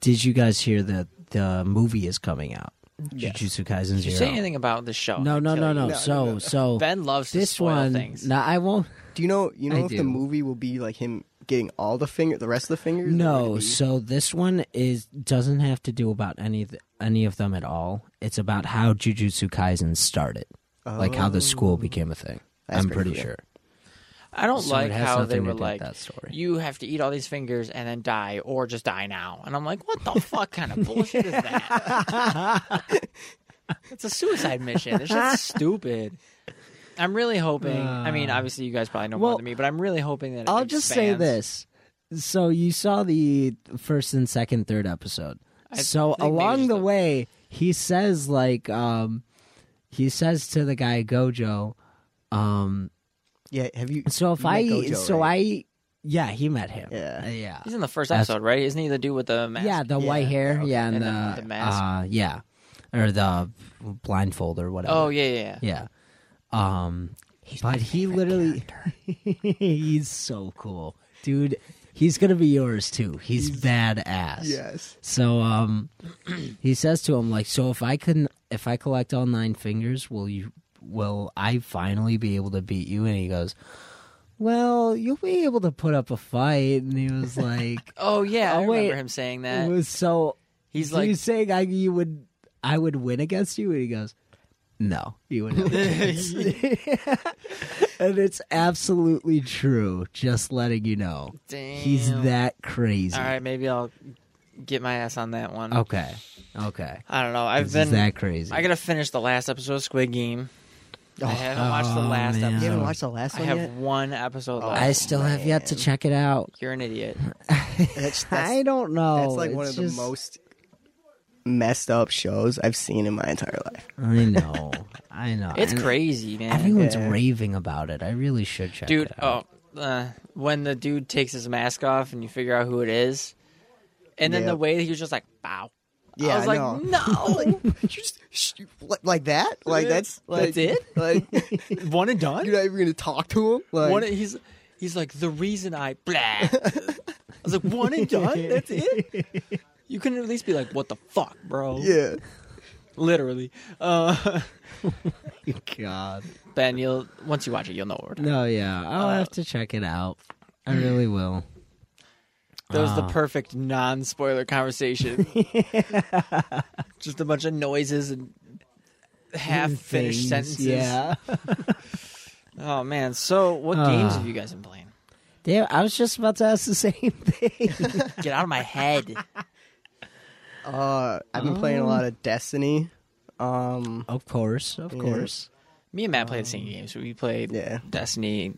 [SPEAKER 1] did you guys hear that the movie is coming out? Jujutsu Kaisen
[SPEAKER 2] did you say anything about the show?
[SPEAKER 1] No,
[SPEAKER 2] I'm
[SPEAKER 1] no, no,
[SPEAKER 2] killing
[SPEAKER 1] no.
[SPEAKER 2] you.
[SPEAKER 3] No,
[SPEAKER 1] So,
[SPEAKER 3] no, no.
[SPEAKER 1] so
[SPEAKER 2] Ben loves to
[SPEAKER 1] this
[SPEAKER 2] spoil
[SPEAKER 1] one.
[SPEAKER 2] things.
[SPEAKER 1] No, I won't.
[SPEAKER 3] do you know? You know
[SPEAKER 1] I
[SPEAKER 3] if
[SPEAKER 1] do.
[SPEAKER 3] the movie will be like him getting all the finger, the rest of the fingers? Or will
[SPEAKER 1] No,
[SPEAKER 3] it be-
[SPEAKER 1] so this one is doesn't have to do about any of the, any of them at all. It's about how Jujutsu Kaisen started, like how the school became a thing.
[SPEAKER 3] That's
[SPEAKER 1] I'm
[SPEAKER 3] pretty
[SPEAKER 1] Oh. pretty
[SPEAKER 3] cool.
[SPEAKER 1] sure.
[SPEAKER 2] I don't
[SPEAKER 1] So it
[SPEAKER 2] like
[SPEAKER 1] has
[SPEAKER 2] how
[SPEAKER 1] nothing
[SPEAKER 2] they
[SPEAKER 1] to
[SPEAKER 2] were
[SPEAKER 1] do with
[SPEAKER 2] like,
[SPEAKER 1] that story.
[SPEAKER 2] "You have to eat all these fingers and then die, or just die now." And I'm like, "What the fuck kind of bullshit is that?" it's a suicide mission. It's just stupid. I'm really hoping. I mean, obviously, you guys probably know
[SPEAKER 1] Uh. well,
[SPEAKER 2] more than me, but I'm really hoping that it
[SPEAKER 1] I'll just say
[SPEAKER 2] expands.
[SPEAKER 1] this. So you saw the first and second, third episode. so
[SPEAKER 2] think maybe
[SPEAKER 1] along
[SPEAKER 2] just
[SPEAKER 1] the
[SPEAKER 2] the-
[SPEAKER 1] way, he says like um he says to the guy Gojo, um
[SPEAKER 3] Yeah. Have you?
[SPEAKER 1] so if
[SPEAKER 3] you met
[SPEAKER 1] I
[SPEAKER 3] Gojo,
[SPEAKER 1] so I
[SPEAKER 3] right?
[SPEAKER 1] yeah, he met him.
[SPEAKER 3] Yeah.
[SPEAKER 1] Uh, yeah.
[SPEAKER 2] He's in the first
[SPEAKER 1] That's-
[SPEAKER 2] episode, right? Isn't he the dude with the mask?
[SPEAKER 1] Yeah, the
[SPEAKER 3] Yeah,
[SPEAKER 1] white hair,
[SPEAKER 3] okay.
[SPEAKER 1] yeah, and,
[SPEAKER 2] And the-
[SPEAKER 1] the,
[SPEAKER 2] the mask.
[SPEAKER 1] uh yeah. Or the blindfold or whatever.
[SPEAKER 2] Oh yeah, yeah. yeah.
[SPEAKER 1] Yeah. Um but he literally he's so cool. Dude, he's going to be yours too. He's, badass.
[SPEAKER 3] Yes.
[SPEAKER 1] So um he says to him like so if I can if I collect all nine fingers, will you will I finally be able to beat you? And he goes, "Well, you'll be able to put up a fight." And he was like
[SPEAKER 2] Oh yeah, I
[SPEAKER 1] Oh, wait.
[SPEAKER 2] remember him saying
[SPEAKER 1] it
[SPEAKER 2] that.
[SPEAKER 1] was so
[SPEAKER 2] He's
[SPEAKER 1] so
[SPEAKER 2] like-
[SPEAKER 1] you saying I you would I would win against you? And he goes, No, you wouldn't. have a chance." and it's absolutely true. Just letting you know, he's
[SPEAKER 2] Damn.
[SPEAKER 1] that crazy.
[SPEAKER 2] All right, maybe I'll get my ass on that one.
[SPEAKER 1] Okay, okay,
[SPEAKER 2] I don't know. I've
[SPEAKER 1] he's
[SPEAKER 2] been
[SPEAKER 1] Oh. that crazy.
[SPEAKER 2] I gotta finish the last episode of Squid Game. I haven't watched the
[SPEAKER 1] Oh,
[SPEAKER 2] last
[SPEAKER 1] man.
[SPEAKER 3] You haven't
[SPEAKER 1] No.
[SPEAKER 3] watched the last
[SPEAKER 2] episode. I
[SPEAKER 3] one
[SPEAKER 2] have
[SPEAKER 3] yet. Oh.
[SPEAKER 2] one episode left.
[SPEAKER 1] I still have yet to check it out.
[SPEAKER 2] You're an idiot.
[SPEAKER 3] That's,
[SPEAKER 1] I
[SPEAKER 3] that's,
[SPEAKER 1] don't know.
[SPEAKER 3] that's like one of
[SPEAKER 1] It's
[SPEAKER 3] the
[SPEAKER 1] just-
[SPEAKER 3] most messed up shows I've seen in my entire life.
[SPEAKER 1] I know. I know.
[SPEAKER 2] It's
[SPEAKER 1] And
[SPEAKER 2] crazy, man.
[SPEAKER 1] Everyone's
[SPEAKER 3] Yeah.
[SPEAKER 1] raving about it. I really should check
[SPEAKER 2] dude,
[SPEAKER 1] it out.
[SPEAKER 2] oh, uh, when the dude takes his mask off and you figure out who it is, and then the
[SPEAKER 3] Yep.
[SPEAKER 2] way that he was just like, "Bow."
[SPEAKER 3] Yeah,
[SPEAKER 2] I was
[SPEAKER 3] I
[SPEAKER 2] like, "No,
[SPEAKER 3] You just sh- li- like that? Like that's like,
[SPEAKER 2] That's it?
[SPEAKER 3] Like
[SPEAKER 2] one and done."
[SPEAKER 3] you're not even gonna talk to him? Like
[SPEAKER 2] one, he's he's like the reason I blah. I was like one and done. That's it. You couldn't at least be like, "What the fuck, bro?"
[SPEAKER 3] yeah.
[SPEAKER 2] literally. Uh,
[SPEAKER 1] God.
[SPEAKER 2] ben, you'll once you watch it, you'll know. What we're talking
[SPEAKER 1] No, yeah, I'll
[SPEAKER 2] Uh,
[SPEAKER 1] have to check it out. I really will.
[SPEAKER 2] That was the
[SPEAKER 1] Ah.
[SPEAKER 2] perfect non spoiler conversation. Just a bunch of noises and half
[SPEAKER 1] Things,
[SPEAKER 2] finished sentences.
[SPEAKER 1] Yeah,
[SPEAKER 2] Oh man. So what games
[SPEAKER 1] Ah.
[SPEAKER 2] have you guys been playing?
[SPEAKER 1] damn. I was just about to ask the same thing.
[SPEAKER 2] Get out of my head.
[SPEAKER 3] Uh I've been playing a lot of Destiny. Um
[SPEAKER 1] of course, of course.
[SPEAKER 2] Me and Matt played the same
[SPEAKER 1] Um,
[SPEAKER 2] games. We played
[SPEAKER 3] Yeah.
[SPEAKER 2] Destiny.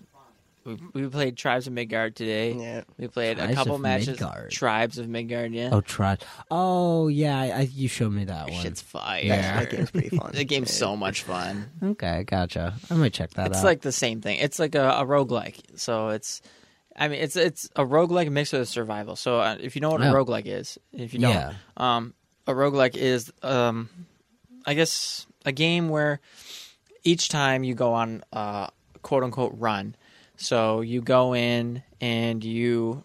[SPEAKER 2] We, we played Tribes of Midgard today.
[SPEAKER 3] Yeah.
[SPEAKER 2] We played
[SPEAKER 1] Tribes
[SPEAKER 2] a couple
[SPEAKER 1] of
[SPEAKER 2] matches.
[SPEAKER 1] Midgard.
[SPEAKER 2] Tribes of Midgard. Yeah.
[SPEAKER 1] Oh, try. Oh, yeah. I, I, you showed me that one.
[SPEAKER 2] Shit's fire.
[SPEAKER 3] that game's pretty fun.
[SPEAKER 2] That game's so much fun.
[SPEAKER 1] Okay, gotcha. I might check that out.
[SPEAKER 2] It's like the same thing. It's like a, a roguelike. So it's I mean it's it's a roguelike mixed with a survival. So uh, if you know what a
[SPEAKER 1] Yeah.
[SPEAKER 2] roguelike is, if you don't
[SPEAKER 1] Yeah.
[SPEAKER 2] um a roguelike is um I guess a game where each time you go on a quote unquote run. So you go in and you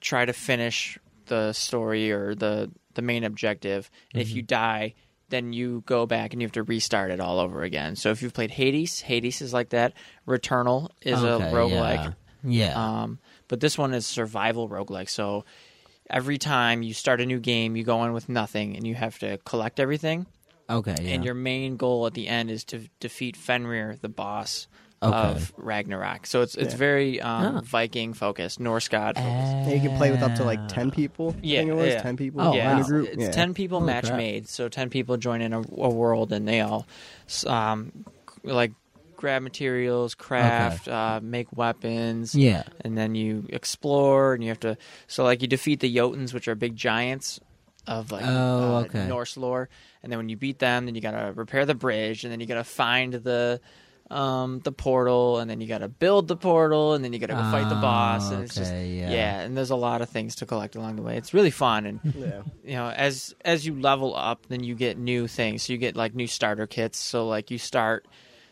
[SPEAKER 2] try to finish the story or the the main objective.
[SPEAKER 1] Mm-hmm.
[SPEAKER 2] And if you die, then you go back and you have to restart it all over again. So if you've played Hades, Hades is like that. Returnal is
[SPEAKER 1] Okay,
[SPEAKER 2] a roguelike.
[SPEAKER 1] Yeah. yeah.
[SPEAKER 2] Um, but this one is survival roguelike. So every time you start a new game, you go in with nothing and you have to collect everything
[SPEAKER 1] Okay. Yeah.
[SPEAKER 2] Um, and your main goal at the end is to defeat Fenrir, the boss
[SPEAKER 1] Okay.
[SPEAKER 2] of Ragnarok. So it's it's
[SPEAKER 3] Yeah.
[SPEAKER 2] very um,
[SPEAKER 1] Ah.
[SPEAKER 2] Viking focused, Norse god
[SPEAKER 1] Eh.
[SPEAKER 2] focused.
[SPEAKER 3] And you can play with up to like ten people.
[SPEAKER 2] Yeah,
[SPEAKER 3] I think it was
[SPEAKER 2] yeah.
[SPEAKER 3] ten people
[SPEAKER 1] Oh,
[SPEAKER 2] yeah,
[SPEAKER 3] in
[SPEAKER 1] wow.
[SPEAKER 3] a
[SPEAKER 2] it's,
[SPEAKER 3] group.
[SPEAKER 2] it's
[SPEAKER 3] yeah.
[SPEAKER 2] ten people match
[SPEAKER 1] crap.
[SPEAKER 2] made, so ten people join in a, a world, and they all, s- um, c- like grab materials, craft, uh, make weapons,
[SPEAKER 1] Yeah.
[SPEAKER 2] and then you explore, and you have to. So like you defeat the Jotuns, which are big giants of like
[SPEAKER 1] Oh,
[SPEAKER 2] uh,
[SPEAKER 1] okay.
[SPEAKER 2] Norse lore, and then when you beat them, then you gotta repair the bridge, and then you gotta find the. Um, the portal, and then you got to build the portal, and then you got to go fight the
[SPEAKER 1] Ah,
[SPEAKER 2] boss, and it's just
[SPEAKER 1] okay, yeah.
[SPEAKER 2] yeah, and there's a lot of things to collect along the way. It's really fun, and
[SPEAKER 3] Yeah.
[SPEAKER 2] you know as as you level up then you get new things so you get like new starter kits so like you start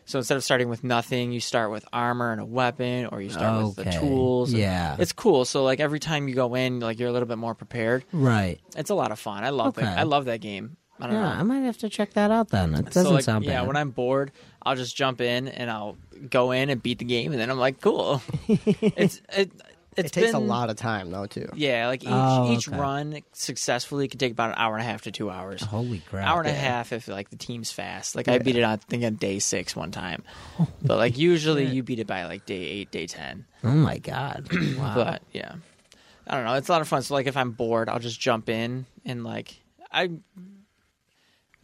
[SPEAKER 2] so instead of starting with nothing you start with armor and a weapon or you start with the
[SPEAKER 1] Okay.
[SPEAKER 2] tools and
[SPEAKER 1] Yeah.
[SPEAKER 2] it's cool so like every time you go in like you're a little bit more prepared
[SPEAKER 1] right.
[SPEAKER 2] it's a lot of fun i love
[SPEAKER 1] Okay.
[SPEAKER 2] that i love that game i don't
[SPEAKER 1] Yeah,
[SPEAKER 2] know
[SPEAKER 1] I might have to check that out then. It doesn't
[SPEAKER 2] so like,
[SPEAKER 1] sound bad.
[SPEAKER 2] yeah when i'm bored i'll just jump in and i'll go in and beat the game and then i'm like cool it's it
[SPEAKER 3] It takes a
[SPEAKER 2] been-
[SPEAKER 3] lot of time though too.
[SPEAKER 2] yeah, like each
[SPEAKER 1] Oh,
[SPEAKER 2] each
[SPEAKER 1] okay.
[SPEAKER 2] run successfully could take about an hour and a half to two hours.
[SPEAKER 1] Holy crap!
[SPEAKER 2] hour and a
[SPEAKER 1] yeah.
[SPEAKER 2] half if like the team's fast. Like I beat it on I think on day six one time, but like usually you beat it by like day eight, day ten.
[SPEAKER 1] Oh my god! Wow.
[SPEAKER 2] But yeah, I don't know. It's a lot of fun. So like if I'm bored, I'll just jump in and like I.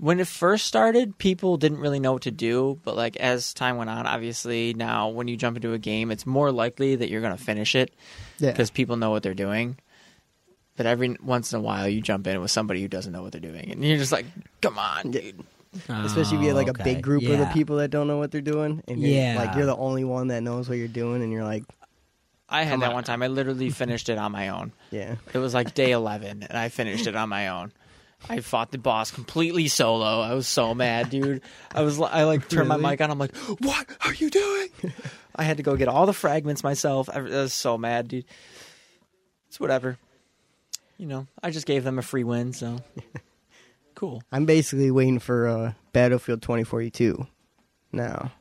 [SPEAKER 2] When it first started, people didn't really know what to do, but like as time went on, obviously now when you jump into a game, it's more likely that you're going to finish it
[SPEAKER 3] Yeah.
[SPEAKER 2] because people know what they're doing. But every once in a while, you jump in with somebody who doesn't know what they're doing, and you're just like, "Come on, dude!"
[SPEAKER 3] Especially if you get like
[SPEAKER 1] Oh,
[SPEAKER 3] a
[SPEAKER 1] okay.
[SPEAKER 3] big group of the
[SPEAKER 1] Yeah.
[SPEAKER 3] people that don't know what they're doing, and you're,
[SPEAKER 1] Yeah.
[SPEAKER 3] like you're the only one that knows what you're doing, and you're like,
[SPEAKER 2] I had
[SPEAKER 3] Come
[SPEAKER 2] that
[SPEAKER 3] on.
[SPEAKER 2] one time. I literally finished it on my own.
[SPEAKER 3] yeah,
[SPEAKER 2] It was like day eleven, and I finished it on my own. I fought the boss completely solo. I was so mad, dude. I was li- I like turned my
[SPEAKER 3] Really?
[SPEAKER 2] mic on. I'm like, "What are you doing?" I had to go get all the fragments myself. I I was so mad, dude. It's whatever. You know, I just gave them a free win, so cool.
[SPEAKER 3] I'm basically waiting for uh, Battlefield 2042. Now,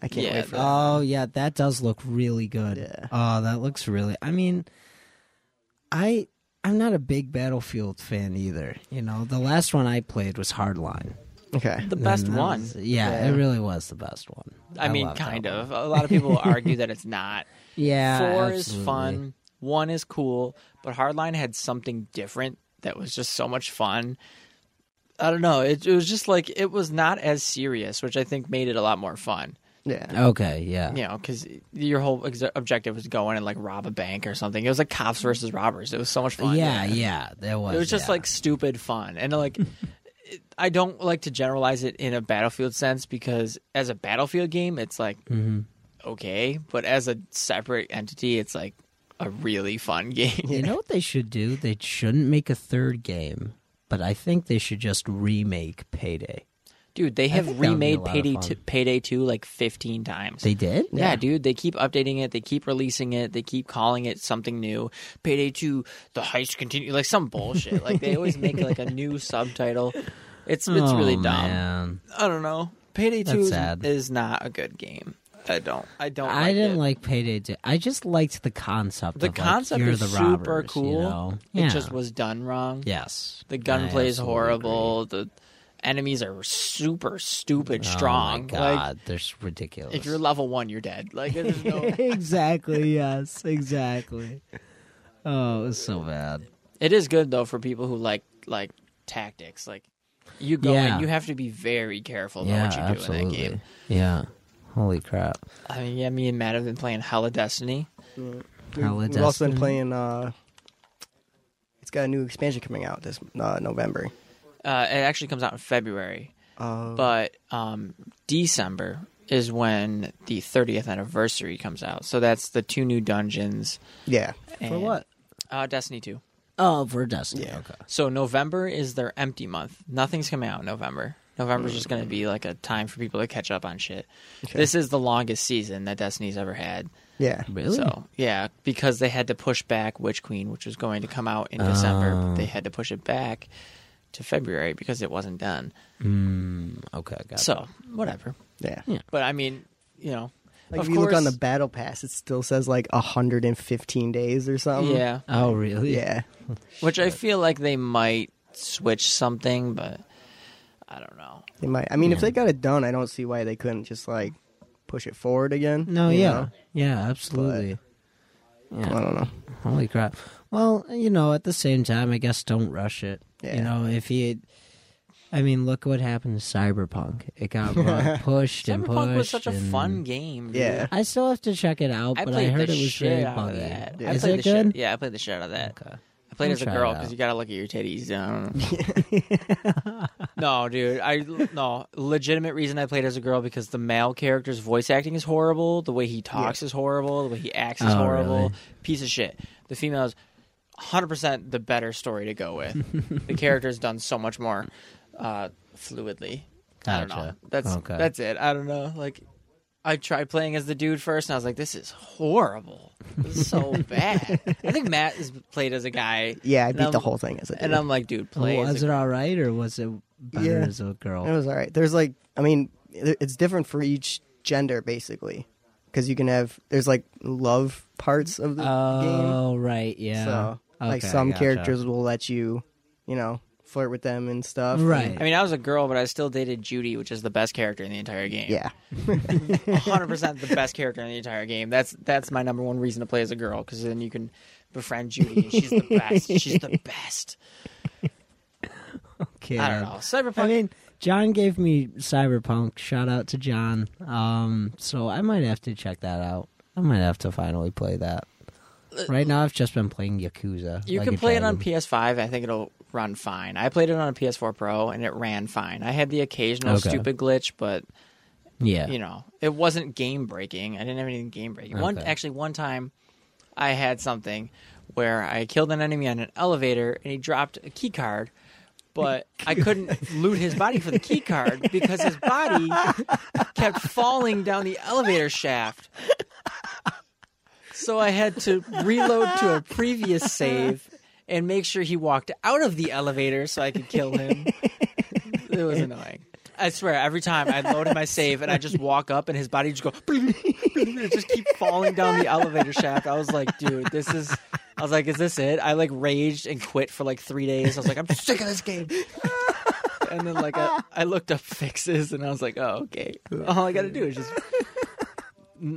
[SPEAKER 3] I can't
[SPEAKER 2] Yeah,
[SPEAKER 3] wait for that.
[SPEAKER 1] Oh yeah, that does look really good.
[SPEAKER 3] Yeah.
[SPEAKER 1] Oh, that looks really. I mean, I I'm not a big Battlefield fan either. You know, the last one I played was Hardline.
[SPEAKER 3] Okay,
[SPEAKER 2] The best
[SPEAKER 1] And that
[SPEAKER 2] one.
[SPEAKER 1] was- yeah,
[SPEAKER 3] Yeah.
[SPEAKER 1] it really was the best one.
[SPEAKER 2] I, mean,
[SPEAKER 1] love that
[SPEAKER 2] kind
[SPEAKER 1] one.
[SPEAKER 2] of. A lot of people argue that it's not.
[SPEAKER 1] Yeah,
[SPEAKER 2] Four is
[SPEAKER 1] absolutely.
[SPEAKER 2] fun. One is cool, but Hardline had something different that was just so much fun. I don't know. It, it was just like it was not as serious, which I think made it a lot more fun.
[SPEAKER 3] yeah,
[SPEAKER 1] Okay, yeah.
[SPEAKER 2] You know, because your whole ex- objective was going and like rob a bank or something. It was like cops versus robbers. It was so much fun.
[SPEAKER 1] yeah, yeah, There was.
[SPEAKER 2] It was just
[SPEAKER 1] yeah.
[SPEAKER 2] like stupid fun. And like, it- I don't like to generalize it in a battlefield sense because as a battlefield game, it's like
[SPEAKER 1] Mm-hmm.
[SPEAKER 2] okay, but as a separate entity, it's like a really fun game.
[SPEAKER 1] You know what they should do? They shouldn't make a third game, but I think they should just remake Payday.
[SPEAKER 2] Dude, they
[SPEAKER 1] think
[SPEAKER 2] have
[SPEAKER 1] that would be a
[SPEAKER 2] remade
[SPEAKER 1] lot of
[SPEAKER 2] Payday
[SPEAKER 1] fun.
[SPEAKER 2] 2, Payday 2 like 15 times.
[SPEAKER 1] They did?
[SPEAKER 2] yeah, dude, they keep updating it. They keep releasing it. They keep calling it something new. Payday 2, the heist continue like some bullshit. like they always make like a new subtitle. It's it's
[SPEAKER 1] Oh,
[SPEAKER 2] really dumb.
[SPEAKER 1] man.
[SPEAKER 2] I don't know. Payday
[SPEAKER 1] That's
[SPEAKER 2] Two is,
[SPEAKER 1] sad.
[SPEAKER 2] is not a good game. I don't. I don't.
[SPEAKER 1] I
[SPEAKER 2] like
[SPEAKER 1] didn't
[SPEAKER 2] it.
[SPEAKER 1] like Payday 2. I just liked the concept.
[SPEAKER 2] the
[SPEAKER 1] of, like,
[SPEAKER 2] concept.
[SPEAKER 1] you're
[SPEAKER 2] is
[SPEAKER 1] the
[SPEAKER 2] super
[SPEAKER 1] robbers,
[SPEAKER 2] cool.
[SPEAKER 1] You know?
[SPEAKER 2] It just was done wrong.
[SPEAKER 1] Yes.
[SPEAKER 2] The
[SPEAKER 1] I
[SPEAKER 2] gunplay is
[SPEAKER 1] absolutely Oh,
[SPEAKER 2] horrible. The enemies are super stupid
[SPEAKER 1] agree.
[SPEAKER 2] strong.
[SPEAKER 1] Oh my God,
[SPEAKER 2] Like
[SPEAKER 1] they're s- ridiculous.
[SPEAKER 2] if you're level one, you're dead. Like there's no.
[SPEAKER 1] exactly. Yes. Exactly. Oh, it was so bad.
[SPEAKER 2] it is good though for people who like like tactics. Like you go
[SPEAKER 1] Yeah.
[SPEAKER 2] in, you have to be very careful about
[SPEAKER 1] yeah,
[SPEAKER 2] what you do in that
[SPEAKER 1] absolutely.
[SPEAKER 2] game.
[SPEAKER 1] Yeah. Holy crap.
[SPEAKER 2] I mean, yeah, me and Matt have been playing Hella Destiny.
[SPEAKER 3] We've,
[SPEAKER 1] Hella
[SPEAKER 3] we've also been
[SPEAKER 1] Oh, Destiny.
[SPEAKER 3] playing. uh It's got a new expansion coming out this uh, November.
[SPEAKER 2] Uh, it actually comes out in February.
[SPEAKER 3] Uh,
[SPEAKER 2] but um, December is when the 30th anniversary comes out. So that's the two new dungeons.
[SPEAKER 3] yeah,
[SPEAKER 2] and- Uh, Destiny 2.
[SPEAKER 1] Oh, for Destiny.
[SPEAKER 3] Yeah.
[SPEAKER 1] Okay.
[SPEAKER 2] So November is their empty month. Nothing's coming out in November. November's just going to be like a time for people to catch up on shit. This is the longest season that Destiny's ever had.
[SPEAKER 3] yeah,
[SPEAKER 1] Really?
[SPEAKER 2] So, yeah, because they had to push back Witch Queen, which was going to come out in December, but they had to push it back to February because it wasn't done.
[SPEAKER 1] Mm, okay, got it.
[SPEAKER 2] So, whatever.
[SPEAKER 3] yeah.
[SPEAKER 1] Yeah.
[SPEAKER 2] But I mean, you know,
[SPEAKER 3] Like
[SPEAKER 2] of
[SPEAKER 3] if you look on the
[SPEAKER 2] course-
[SPEAKER 3] battle pass, it still says like 115 days or something.
[SPEAKER 2] yeah,
[SPEAKER 1] Oh, really?
[SPEAKER 3] yeah.
[SPEAKER 2] which I feel like they might switch something, but I don't know.
[SPEAKER 3] They might. I mean, if they got it done, I don't see why they couldn't just like push it forward again.
[SPEAKER 1] No,
[SPEAKER 3] you
[SPEAKER 1] yeah,
[SPEAKER 3] know?
[SPEAKER 1] yeah, absolutely.
[SPEAKER 3] I don't know.
[SPEAKER 1] Holy crap! Well, you know, at the same time, I guess don't rush it. You
[SPEAKER 3] Yeah.
[SPEAKER 1] know, if you, I mean, look what happened to Cyberpunk. It got ru- pushed and pushed.
[SPEAKER 2] Cyberpunk was such a
[SPEAKER 1] and-
[SPEAKER 2] fun game. dude.
[SPEAKER 3] Yeah.
[SPEAKER 1] I still have to check it out,
[SPEAKER 2] I
[SPEAKER 1] but I
[SPEAKER 2] played
[SPEAKER 1] heard it
[SPEAKER 2] the
[SPEAKER 1] was
[SPEAKER 2] shit
[SPEAKER 1] really
[SPEAKER 2] out of
[SPEAKER 1] buggy.
[SPEAKER 2] that. I
[SPEAKER 1] Is
[SPEAKER 2] played
[SPEAKER 1] it
[SPEAKER 2] the
[SPEAKER 1] good?
[SPEAKER 2] Shit. Yeah, I played the shit out of that. I played
[SPEAKER 1] I'll
[SPEAKER 2] as a
[SPEAKER 1] try
[SPEAKER 2] girl
[SPEAKER 1] it out.
[SPEAKER 2] because you gotta look at your titties. um. no, dude. I no legitimate reason I played as a girl because the male character's voice acting is horrible. The way he talks is horrible. The way he acts is
[SPEAKER 1] Oh,
[SPEAKER 2] horrible.
[SPEAKER 1] really?
[SPEAKER 2] Piece of shit. The female's hundred percent the better story to go with. the character's done so much more uh, fluidly. I don't know.
[SPEAKER 1] Gotcha.
[SPEAKER 2] That's
[SPEAKER 1] Okay.
[SPEAKER 2] that's it. I don't know. Like I tried playing as the dude first, and I was like, "This is horrible. This is so bad." I think Matt is played as a guy.
[SPEAKER 3] Yeah, I
[SPEAKER 2] And
[SPEAKER 3] beat the
[SPEAKER 2] I'm-
[SPEAKER 3] whole thing as a dude.
[SPEAKER 2] and I'm like, "Dude, play."
[SPEAKER 1] Well,
[SPEAKER 2] as
[SPEAKER 1] was
[SPEAKER 2] a
[SPEAKER 1] it all right, or was it better
[SPEAKER 3] Yeah.
[SPEAKER 1] as a girl?
[SPEAKER 3] It was all right. There's like, I mean, it- it's different for each gender basically, because you can have there's like love parts of the game.
[SPEAKER 1] oh right, yeah.
[SPEAKER 3] So like
[SPEAKER 1] Okay,
[SPEAKER 3] some
[SPEAKER 1] gotcha.
[SPEAKER 3] characters will let you, you know, flirt with them and stuff.
[SPEAKER 1] Right.
[SPEAKER 2] I mean, I was a girl, but I still dated Judy, which is the best character in the entire game.
[SPEAKER 3] Yeah.
[SPEAKER 2] 100 percent the best character in the entire game. That's that's my number one reason to play as a girl because then you can befriend Judy. And she's the best. She's the best.
[SPEAKER 1] Okay.
[SPEAKER 2] I don't know. Cyberpunk.
[SPEAKER 1] I mean, John gave me Cyberpunk. Shout out to John. Um, so I might have to check that out. I might have to finally play that. Right now, I've just been playing Yakuza.
[SPEAKER 2] You
[SPEAKER 1] like
[SPEAKER 2] can
[SPEAKER 1] a
[SPEAKER 2] play it on
[SPEAKER 1] dragon.
[SPEAKER 2] PS5. I think it'll run fine. I played it on a PS4 Pro and it ran fine. I had the occasional
[SPEAKER 1] Okay.
[SPEAKER 2] stupid glitch, but
[SPEAKER 1] yeah.
[SPEAKER 2] you know, it wasn't game breaking. I didn't have anything game breaking. One
[SPEAKER 1] Okay.
[SPEAKER 2] actually one time I had something where I killed an enemy on an elevator and he dropped a key card. But I couldn't loot his body for the key card because his body kept falling down the elevator shaft. So I had to reload to a previous save and make sure he walked out of the elevator so I could kill him. It was annoying. I swear, every time I load in my save and I just walk up and his body just go, it just keep falling down the elevator shaft. I was like, dude, this is. I was like, is this it? I like raged and quit for like three days. I was like, I'm sick of this game. And then like I, I looked up fixes and I was like, oh okay. All I got to do is just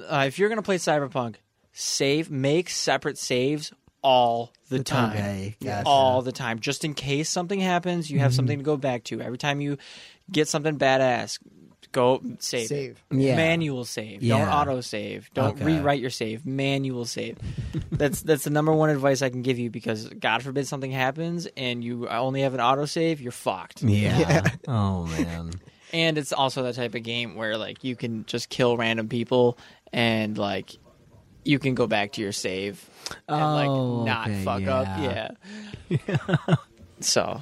[SPEAKER 2] uh, if you're gonna play Cyberpunk, save, make separate saves all the time,
[SPEAKER 1] Okay, gotcha.
[SPEAKER 2] all the time, just in case something happens.
[SPEAKER 1] Mm-hmm.
[SPEAKER 2] You have something to go back to. Every time you get something badass, go save. it.
[SPEAKER 3] Save.
[SPEAKER 1] Yeah.
[SPEAKER 2] Manual save. Don't
[SPEAKER 1] Yeah.
[SPEAKER 2] auto save. Don't
[SPEAKER 1] Okay.
[SPEAKER 2] rewrite your save. Manual save. that's that's the number one advice I can give you because God forbid something happens and you only have an auto save, you're fucked.
[SPEAKER 1] Yeah. Oh man.
[SPEAKER 2] And it's also that type of game where like you can just kill random people and like you can go back to your save and
[SPEAKER 1] Oh,
[SPEAKER 2] like not
[SPEAKER 1] okay,
[SPEAKER 2] fuck up.
[SPEAKER 1] yeah.
[SPEAKER 2] Yeah. so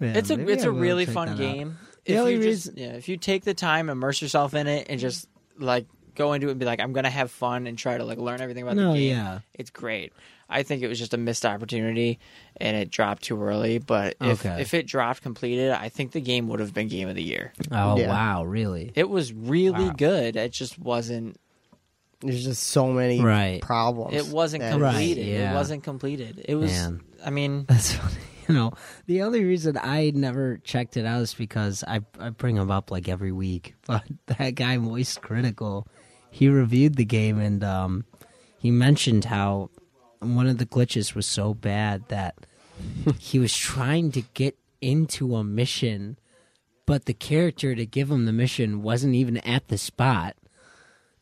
[SPEAKER 1] Man,
[SPEAKER 2] it's a
[SPEAKER 1] maybe
[SPEAKER 2] it's
[SPEAKER 1] I
[SPEAKER 2] a
[SPEAKER 1] will
[SPEAKER 2] really
[SPEAKER 1] check
[SPEAKER 2] fun
[SPEAKER 1] that out.
[SPEAKER 2] game.
[SPEAKER 1] The
[SPEAKER 2] if
[SPEAKER 1] only
[SPEAKER 2] you just-
[SPEAKER 1] reason-
[SPEAKER 2] yeah, if you take the time, immerse yourself in it, and just like go into it and be like, I'm gonna have fun and try to like learn everything about
[SPEAKER 1] No,
[SPEAKER 2] the game.
[SPEAKER 1] yeah.
[SPEAKER 2] It's great. I think it was just a missed opportunity and it dropped too early. But if
[SPEAKER 1] Okay.
[SPEAKER 2] if it dropped completed, I think the game would have been game of the year.
[SPEAKER 1] Oh
[SPEAKER 3] Yeah.
[SPEAKER 1] wow, really?
[SPEAKER 2] It was really
[SPEAKER 1] Wow.
[SPEAKER 2] good. It just wasn't.
[SPEAKER 3] There's just so many
[SPEAKER 1] Right.
[SPEAKER 3] problems.
[SPEAKER 2] It wasn't
[SPEAKER 3] that-
[SPEAKER 1] Right,
[SPEAKER 2] completed.
[SPEAKER 1] yeah.
[SPEAKER 2] It wasn't completed. It was.
[SPEAKER 1] Man.
[SPEAKER 2] I mean,
[SPEAKER 1] That's funny. You know, the only reason I never checked it out is because I, I bring him up like every week. But that guy, Moist Critical, he reviewed the game and um, he mentioned how one of the glitches was so bad that he was trying to get into a mission, but the character to give him the mission wasn't even at the spot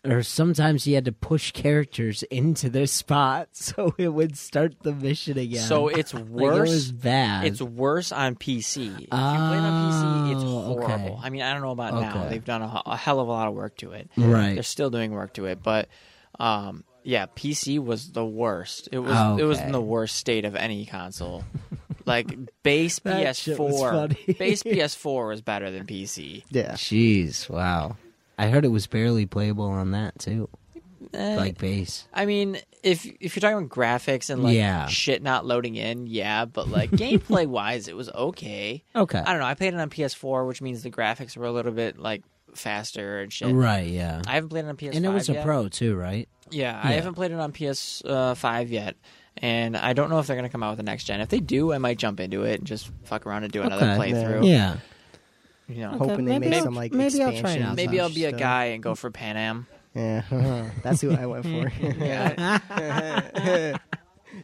[SPEAKER 1] or sometimes he had to push characters into their spot so it would start the mission again.
[SPEAKER 2] So it's
[SPEAKER 1] Like, it was
[SPEAKER 2] worse-
[SPEAKER 1] bad.
[SPEAKER 2] it's worse on PC. If you play it on PC, it's
[SPEAKER 1] Oh, okay.
[SPEAKER 2] horrible. I mean, I don't know about now.
[SPEAKER 1] Okay.
[SPEAKER 2] They've done a, a hell of a lot of work to it.
[SPEAKER 1] Right.
[SPEAKER 2] They're still doing work to it, but um, yeah, PC was the worst. It was. It was in
[SPEAKER 1] Okay.
[SPEAKER 2] the worst state of any console. like base
[SPEAKER 1] That shit was funny.
[SPEAKER 2] PS4. base PS4 was better than PC.
[SPEAKER 3] Yeah.
[SPEAKER 1] Jeez, wow. I heard it was barely playable on that too.
[SPEAKER 2] Eh,
[SPEAKER 1] Like base.
[SPEAKER 2] I mean, if if you're talking about graphics and like
[SPEAKER 1] Yeah.
[SPEAKER 2] shit not loading in, yeah, but like gameplay wise, it was okay.
[SPEAKER 1] Okay.
[SPEAKER 2] I don't know. I played it on PS4, which means the graphics were a little bit like faster and shit.
[SPEAKER 1] Right, yeah.
[SPEAKER 2] I haven't played it on PS5
[SPEAKER 1] and it was a
[SPEAKER 2] yet.
[SPEAKER 1] pro too, right?
[SPEAKER 2] Yeah, I
[SPEAKER 1] Yeah.
[SPEAKER 2] haven't played it on PS5 yet, and I don't know if they're gonna come out with the next gen. If they do, I might jump into it and just fuck around and do another
[SPEAKER 1] Okay.
[SPEAKER 2] playthrough.
[SPEAKER 1] Yeah.
[SPEAKER 2] You know,
[SPEAKER 1] Okay,
[SPEAKER 3] hoping they
[SPEAKER 1] maybe
[SPEAKER 3] make
[SPEAKER 1] I'll-
[SPEAKER 3] some like
[SPEAKER 1] maybe I'll try it
[SPEAKER 3] expansions
[SPEAKER 1] out.
[SPEAKER 2] maybe I'll be a
[SPEAKER 3] stuff.
[SPEAKER 1] uh,
[SPEAKER 2] guy and go for Pan Am.
[SPEAKER 3] Yeah, that's who I went for.
[SPEAKER 2] Yeah.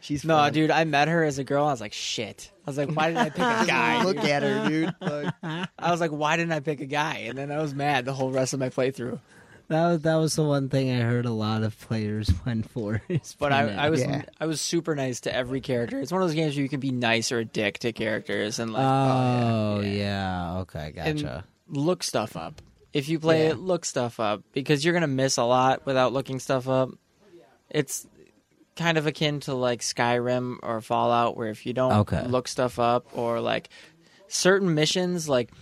[SPEAKER 3] She's
[SPEAKER 2] no,
[SPEAKER 3] fun.
[SPEAKER 2] dude, I met her as a girl. I was like, shit. I was like, why did I pick a guy?
[SPEAKER 3] Look at her, dude. Like,
[SPEAKER 2] I was like, why didn't I pick a guy? And then I was mad the whole rest of my playthrough.
[SPEAKER 1] That was, that was the one thing I heard a lot of players went for. is
[SPEAKER 2] But I,
[SPEAKER 1] Pinhead.
[SPEAKER 2] I was
[SPEAKER 3] Yeah.
[SPEAKER 2] I was super nice to every character. It's one of those games where you can be nice or a dick to characters and like
[SPEAKER 1] Oh, yeah, Okay,
[SPEAKER 2] and
[SPEAKER 1] gotcha.
[SPEAKER 2] look stuff up. If you play it, look stuff up because you're gonna miss a lot without looking stuff up. It's kind of akin to like Skyrim or Fallout, where if you don't
[SPEAKER 1] Okay.
[SPEAKER 2] look stuff up or like certain missions, like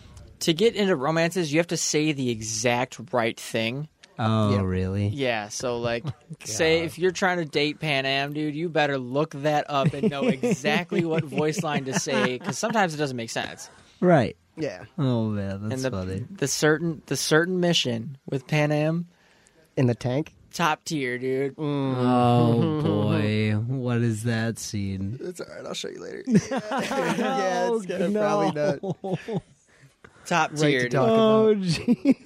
[SPEAKER 2] to get into romances, you have to say the exact right thing.
[SPEAKER 1] oh,
[SPEAKER 3] yeah.
[SPEAKER 1] really?
[SPEAKER 2] Yeah, so like, say if you're trying to date Pan Am, dude, you better look that up and know exactly what voice line to say because sometimes it doesn't make sense.
[SPEAKER 1] Right.
[SPEAKER 3] yeah,
[SPEAKER 1] Oh man, that's
[SPEAKER 2] and the
[SPEAKER 1] funny.
[SPEAKER 2] the certain the certain mission with Pan Am,
[SPEAKER 3] in the tank.
[SPEAKER 2] top tier, dude.
[SPEAKER 1] Oh boy, what is that scene?
[SPEAKER 3] That's all right. I'll show you later. Yeah, yeah
[SPEAKER 1] Oh,
[SPEAKER 3] it's gonna probably not.
[SPEAKER 2] Top
[SPEAKER 3] to
[SPEAKER 2] tier. dude.
[SPEAKER 3] talk.
[SPEAKER 1] Oh gee.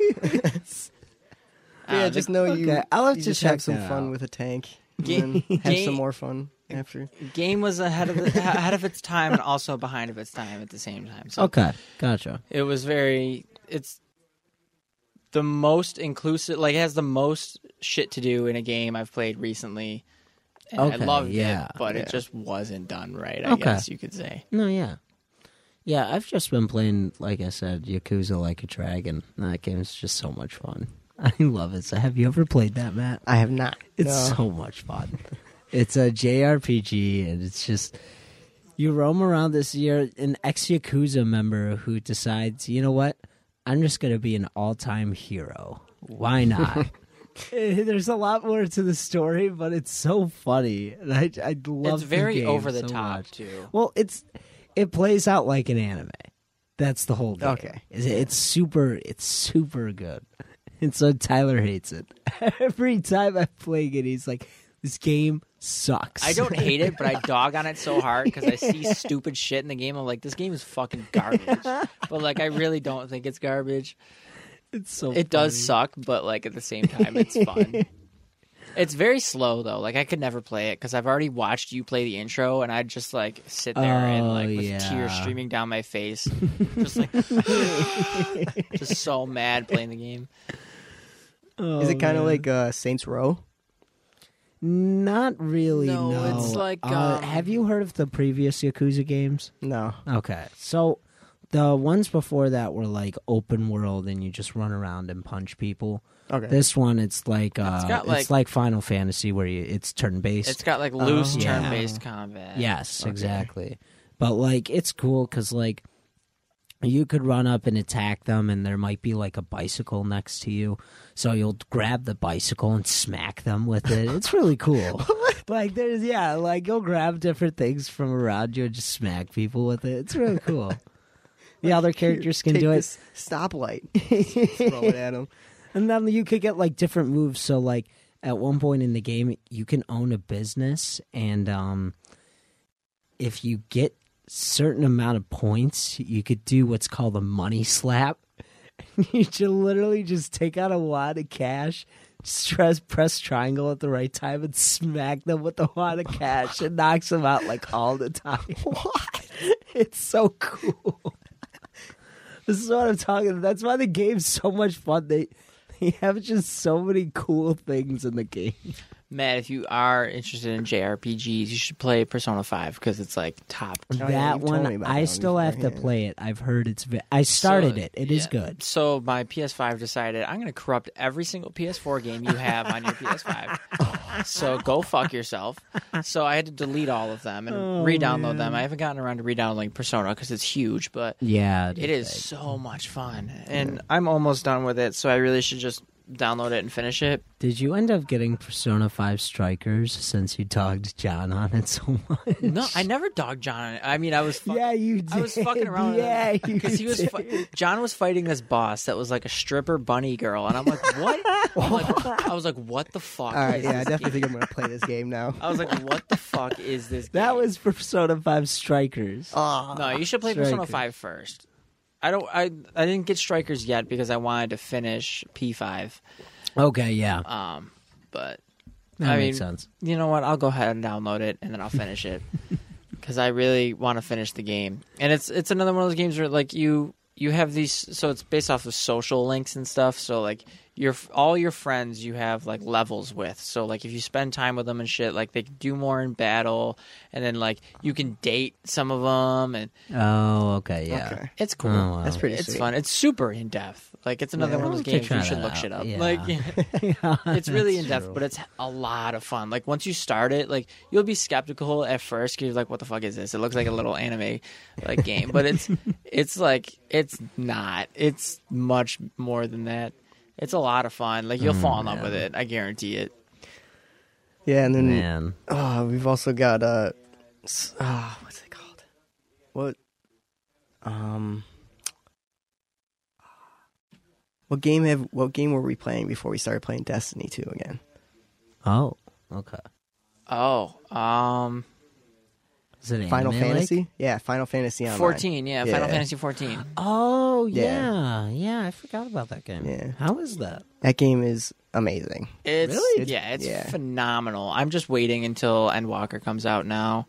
[SPEAKER 2] Uh,
[SPEAKER 3] yeah,
[SPEAKER 2] the
[SPEAKER 3] just know you.
[SPEAKER 1] Okay, I'll have
[SPEAKER 3] you
[SPEAKER 1] to
[SPEAKER 3] just
[SPEAKER 1] check
[SPEAKER 3] have some
[SPEAKER 1] that
[SPEAKER 3] fun
[SPEAKER 1] out.
[SPEAKER 3] with a tank. and
[SPEAKER 2] Ga-
[SPEAKER 3] then have
[SPEAKER 2] ga-
[SPEAKER 3] some more fun after.
[SPEAKER 2] game was ahead of the, ahead of its time and also behind of its time at the same time. So
[SPEAKER 1] Okay, gotcha.
[SPEAKER 2] it was very it's the most inclusive like it has the most shit to do in a game I've played recently. And I
[SPEAKER 1] Okay,
[SPEAKER 2] loved
[SPEAKER 1] yeah,
[SPEAKER 2] it, but it
[SPEAKER 3] yeah.
[SPEAKER 2] just wasn't done right, I
[SPEAKER 1] Okay.
[SPEAKER 2] guess you could say.
[SPEAKER 1] No, yeah, yeah. I've just been playing, like I said, Yakuza like a dragon. That game is just so much fun. I love it. So, have you ever played that, Matt?
[SPEAKER 3] I have not.
[SPEAKER 1] It's
[SPEAKER 3] no.
[SPEAKER 1] so much fun. It's a JRPG, and it's just you roam around this. You're an ex Yakuza member who decides, you know what? I'm just going to be an all time hero. Why not? Eh, There's a lot more to the story, but it's so funny. And I, I love
[SPEAKER 2] it's
[SPEAKER 1] the
[SPEAKER 2] very
[SPEAKER 1] game
[SPEAKER 2] over the
[SPEAKER 1] so
[SPEAKER 2] top
[SPEAKER 1] much.
[SPEAKER 2] too.
[SPEAKER 1] Well, it's it plays out like an anime. That's the whole game.
[SPEAKER 3] Okay.
[SPEAKER 1] Is it- It's super it's super good. And so Tyler hates it. Every time I play it, he's like, This game sucks.
[SPEAKER 2] I don't hate it, but I dog on it so hard because I see stupid shit in the game. I'm like, this game is fucking garbage. but like, I really don't think it's garbage.
[SPEAKER 1] it's so
[SPEAKER 2] It does
[SPEAKER 1] funny.
[SPEAKER 2] suck, but like at the same time, it's fun. it's very slow though. Like I could never play it because I've already watched you play the intro, and I just like sit there and
[SPEAKER 1] Oh,
[SPEAKER 2] like with tears
[SPEAKER 1] yeah.
[SPEAKER 2] streaming down my face, just like just so mad playing the game.
[SPEAKER 3] Is it kind of like uh, Saints Row?
[SPEAKER 1] Not really. No,
[SPEAKER 2] No, it's like,
[SPEAKER 1] Uh,
[SPEAKER 2] um,
[SPEAKER 1] have you heard of the previous Yakuza games?
[SPEAKER 3] No.
[SPEAKER 1] Okay. So the ones before that were like open world and you just run around and punch people.
[SPEAKER 3] Okay.
[SPEAKER 1] This one it's like uh it's,
[SPEAKER 2] got, like-
[SPEAKER 1] like Final Fantasy where you it's turn based.
[SPEAKER 2] It's got like loose
[SPEAKER 1] Oh. Yeah.
[SPEAKER 2] turn-based combat.
[SPEAKER 1] Yes, exactly. But like it's cool cuz like you could run up and attack them and there might be like a bicycle next to you. So you'll grab the bicycle and smack them with it. It's really cool. like there's yeah, like you'll grab different things from around you and just smack people with it. It's really cool. The other characters can
[SPEAKER 3] Take
[SPEAKER 1] do it.
[SPEAKER 3] this stoplight. Throw it at him.
[SPEAKER 1] And then you could get like different moves. So like at one point in the game, you can own a business, and um, if you get certain amount of points, you could do what's called a money slap. you should literally just take out a wad of cash, just press, press triangle at the right time, and smack them with the wad of cash. It knocks them out like all the time. What? It's so cool. This is what I'm talking. About. That's why the game's so much fun. They they have just so many cool things in the game.
[SPEAKER 2] Matt, if you are interested in JRPGs, you should play Persona 5 because it's like top.
[SPEAKER 3] Oh, yeah,
[SPEAKER 1] that
[SPEAKER 3] you've told me
[SPEAKER 1] one,
[SPEAKER 3] about that
[SPEAKER 1] I
[SPEAKER 3] one
[SPEAKER 1] still have to
[SPEAKER 3] before, yeah.
[SPEAKER 1] play it. I've heard it's. ve- I started
[SPEAKER 2] So,
[SPEAKER 1] it. It is
[SPEAKER 2] yeah.
[SPEAKER 1] good.
[SPEAKER 2] So my PS5 decided I'm going to corrupt every single PS4 game you have on your PS5. so go fuck yourself. So I had to delete all of them and re-download them. I haven't gotten around to re-downloading Persona because it's huge, but
[SPEAKER 1] Yeah,
[SPEAKER 2] it is so much fun. And I'm almost done with it, so I really should just download it and finish it.
[SPEAKER 1] Did you end up getting Persona Five Strikers since you dogged John on it so much?
[SPEAKER 2] No, I never dogged John. on it. I mean, I was fucking,
[SPEAKER 1] yeah, you. Did.
[SPEAKER 2] I was fucking around.
[SPEAKER 1] Yeah, you
[SPEAKER 2] because he was.
[SPEAKER 1] did.
[SPEAKER 2] Fi- John was fighting this boss that was like a stripper bunny girl, and I'm like, what? I'm like- I was like, what the fuck?
[SPEAKER 3] All right.
[SPEAKER 2] is
[SPEAKER 3] Yeah, I
[SPEAKER 2] this
[SPEAKER 3] definitely
[SPEAKER 2] game?
[SPEAKER 3] think I'm gonna play this game now.
[SPEAKER 2] I was like, what the fuck is this?
[SPEAKER 1] that
[SPEAKER 2] game?
[SPEAKER 1] was Persona Five Strikers.
[SPEAKER 3] Ah.
[SPEAKER 2] no. You should play
[SPEAKER 1] Strikers.
[SPEAKER 2] Persona Five first. I don't. I I didn't get strikers yet because I wanted to finish P five.
[SPEAKER 1] Okay, yeah,
[SPEAKER 2] Um, but
[SPEAKER 1] that
[SPEAKER 2] I
[SPEAKER 1] makes
[SPEAKER 2] mean,
[SPEAKER 1] sense.
[SPEAKER 2] you know what? I'll go ahead and download it, and then I'll finish it because I really want to finish the game. And it's it's another one of those games where like you you have these, so it's based off of social links and stuff. So like your all your friends you have like levels with. So like if you spend time with them and shit, like they do more in battle, and then like you can date some of them, and
[SPEAKER 1] Oh, okay, yeah.
[SPEAKER 3] Okay.
[SPEAKER 2] it's cool.
[SPEAKER 1] Oh, wow.
[SPEAKER 3] That's pretty
[SPEAKER 2] It's
[SPEAKER 3] sweet.
[SPEAKER 2] fun. It's super in depth. Like it's another
[SPEAKER 3] Yeah.
[SPEAKER 2] one of those
[SPEAKER 1] Okay,
[SPEAKER 2] games
[SPEAKER 1] try
[SPEAKER 2] you should
[SPEAKER 1] that
[SPEAKER 2] look
[SPEAKER 1] out.
[SPEAKER 2] shit up.
[SPEAKER 1] Yeah.
[SPEAKER 2] Like
[SPEAKER 1] Yeah,
[SPEAKER 2] it's really
[SPEAKER 1] that's
[SPEAKER 2] in depth,
[SPEAKER 1] true.
[SPEAKER 2] but it's a lot of fun. Like once you start it, like you'll be skeptical at first because you're like, "What the fuck is this?" It looks like a little anime like game, but it's it's like it's not. It's much more than that. It's a lot of fun. Like
[SPEAKER 1] Mm,
[SPEAKER 2] you'll fall in love with it. I guarantee it.
[SPEAKER 3] Yeah, and then
[SPEAKER 1] man.
[SPEAKER 3] oh, we've also got uh, s- ah, what's it called? What? Um, what game have? What game were we playing before we started playing Destiny Two again?
[SPEAKER 1] Oh, okay.
[SPEAKER 2] Oh, um,
[SPEAKER 1] Is it
[SPEAKER 3] Final
[SPEAKER 1] anime-like?
[SPEAKER 3] Fantasy? Yeah, Final Fantasy Online.
[SPEAKER 2] fourteen. Yeah, Final
[SPEAKER 3] Yeah.
[SPEAKER 2] Fantasy fourteen.
[SPEAKER 1] Oh yeah. yeah,
[SPEAKER 3] Yeah.
[SPEAKER 1] I forgot about that game.
[SPEAKER 3] Yeah.
[SPEAKER 1] How is that?
[SPEAKER 3] That game is amazing.
[SPEAKER 2] It's
[SPEAKER 1] Really?
[SPEAKER 2] yeah, it's
[SPEAKER 3] Yeah.
[SPEAKER 2] phenomenal. I'm just waiting until Endwalker comes out now,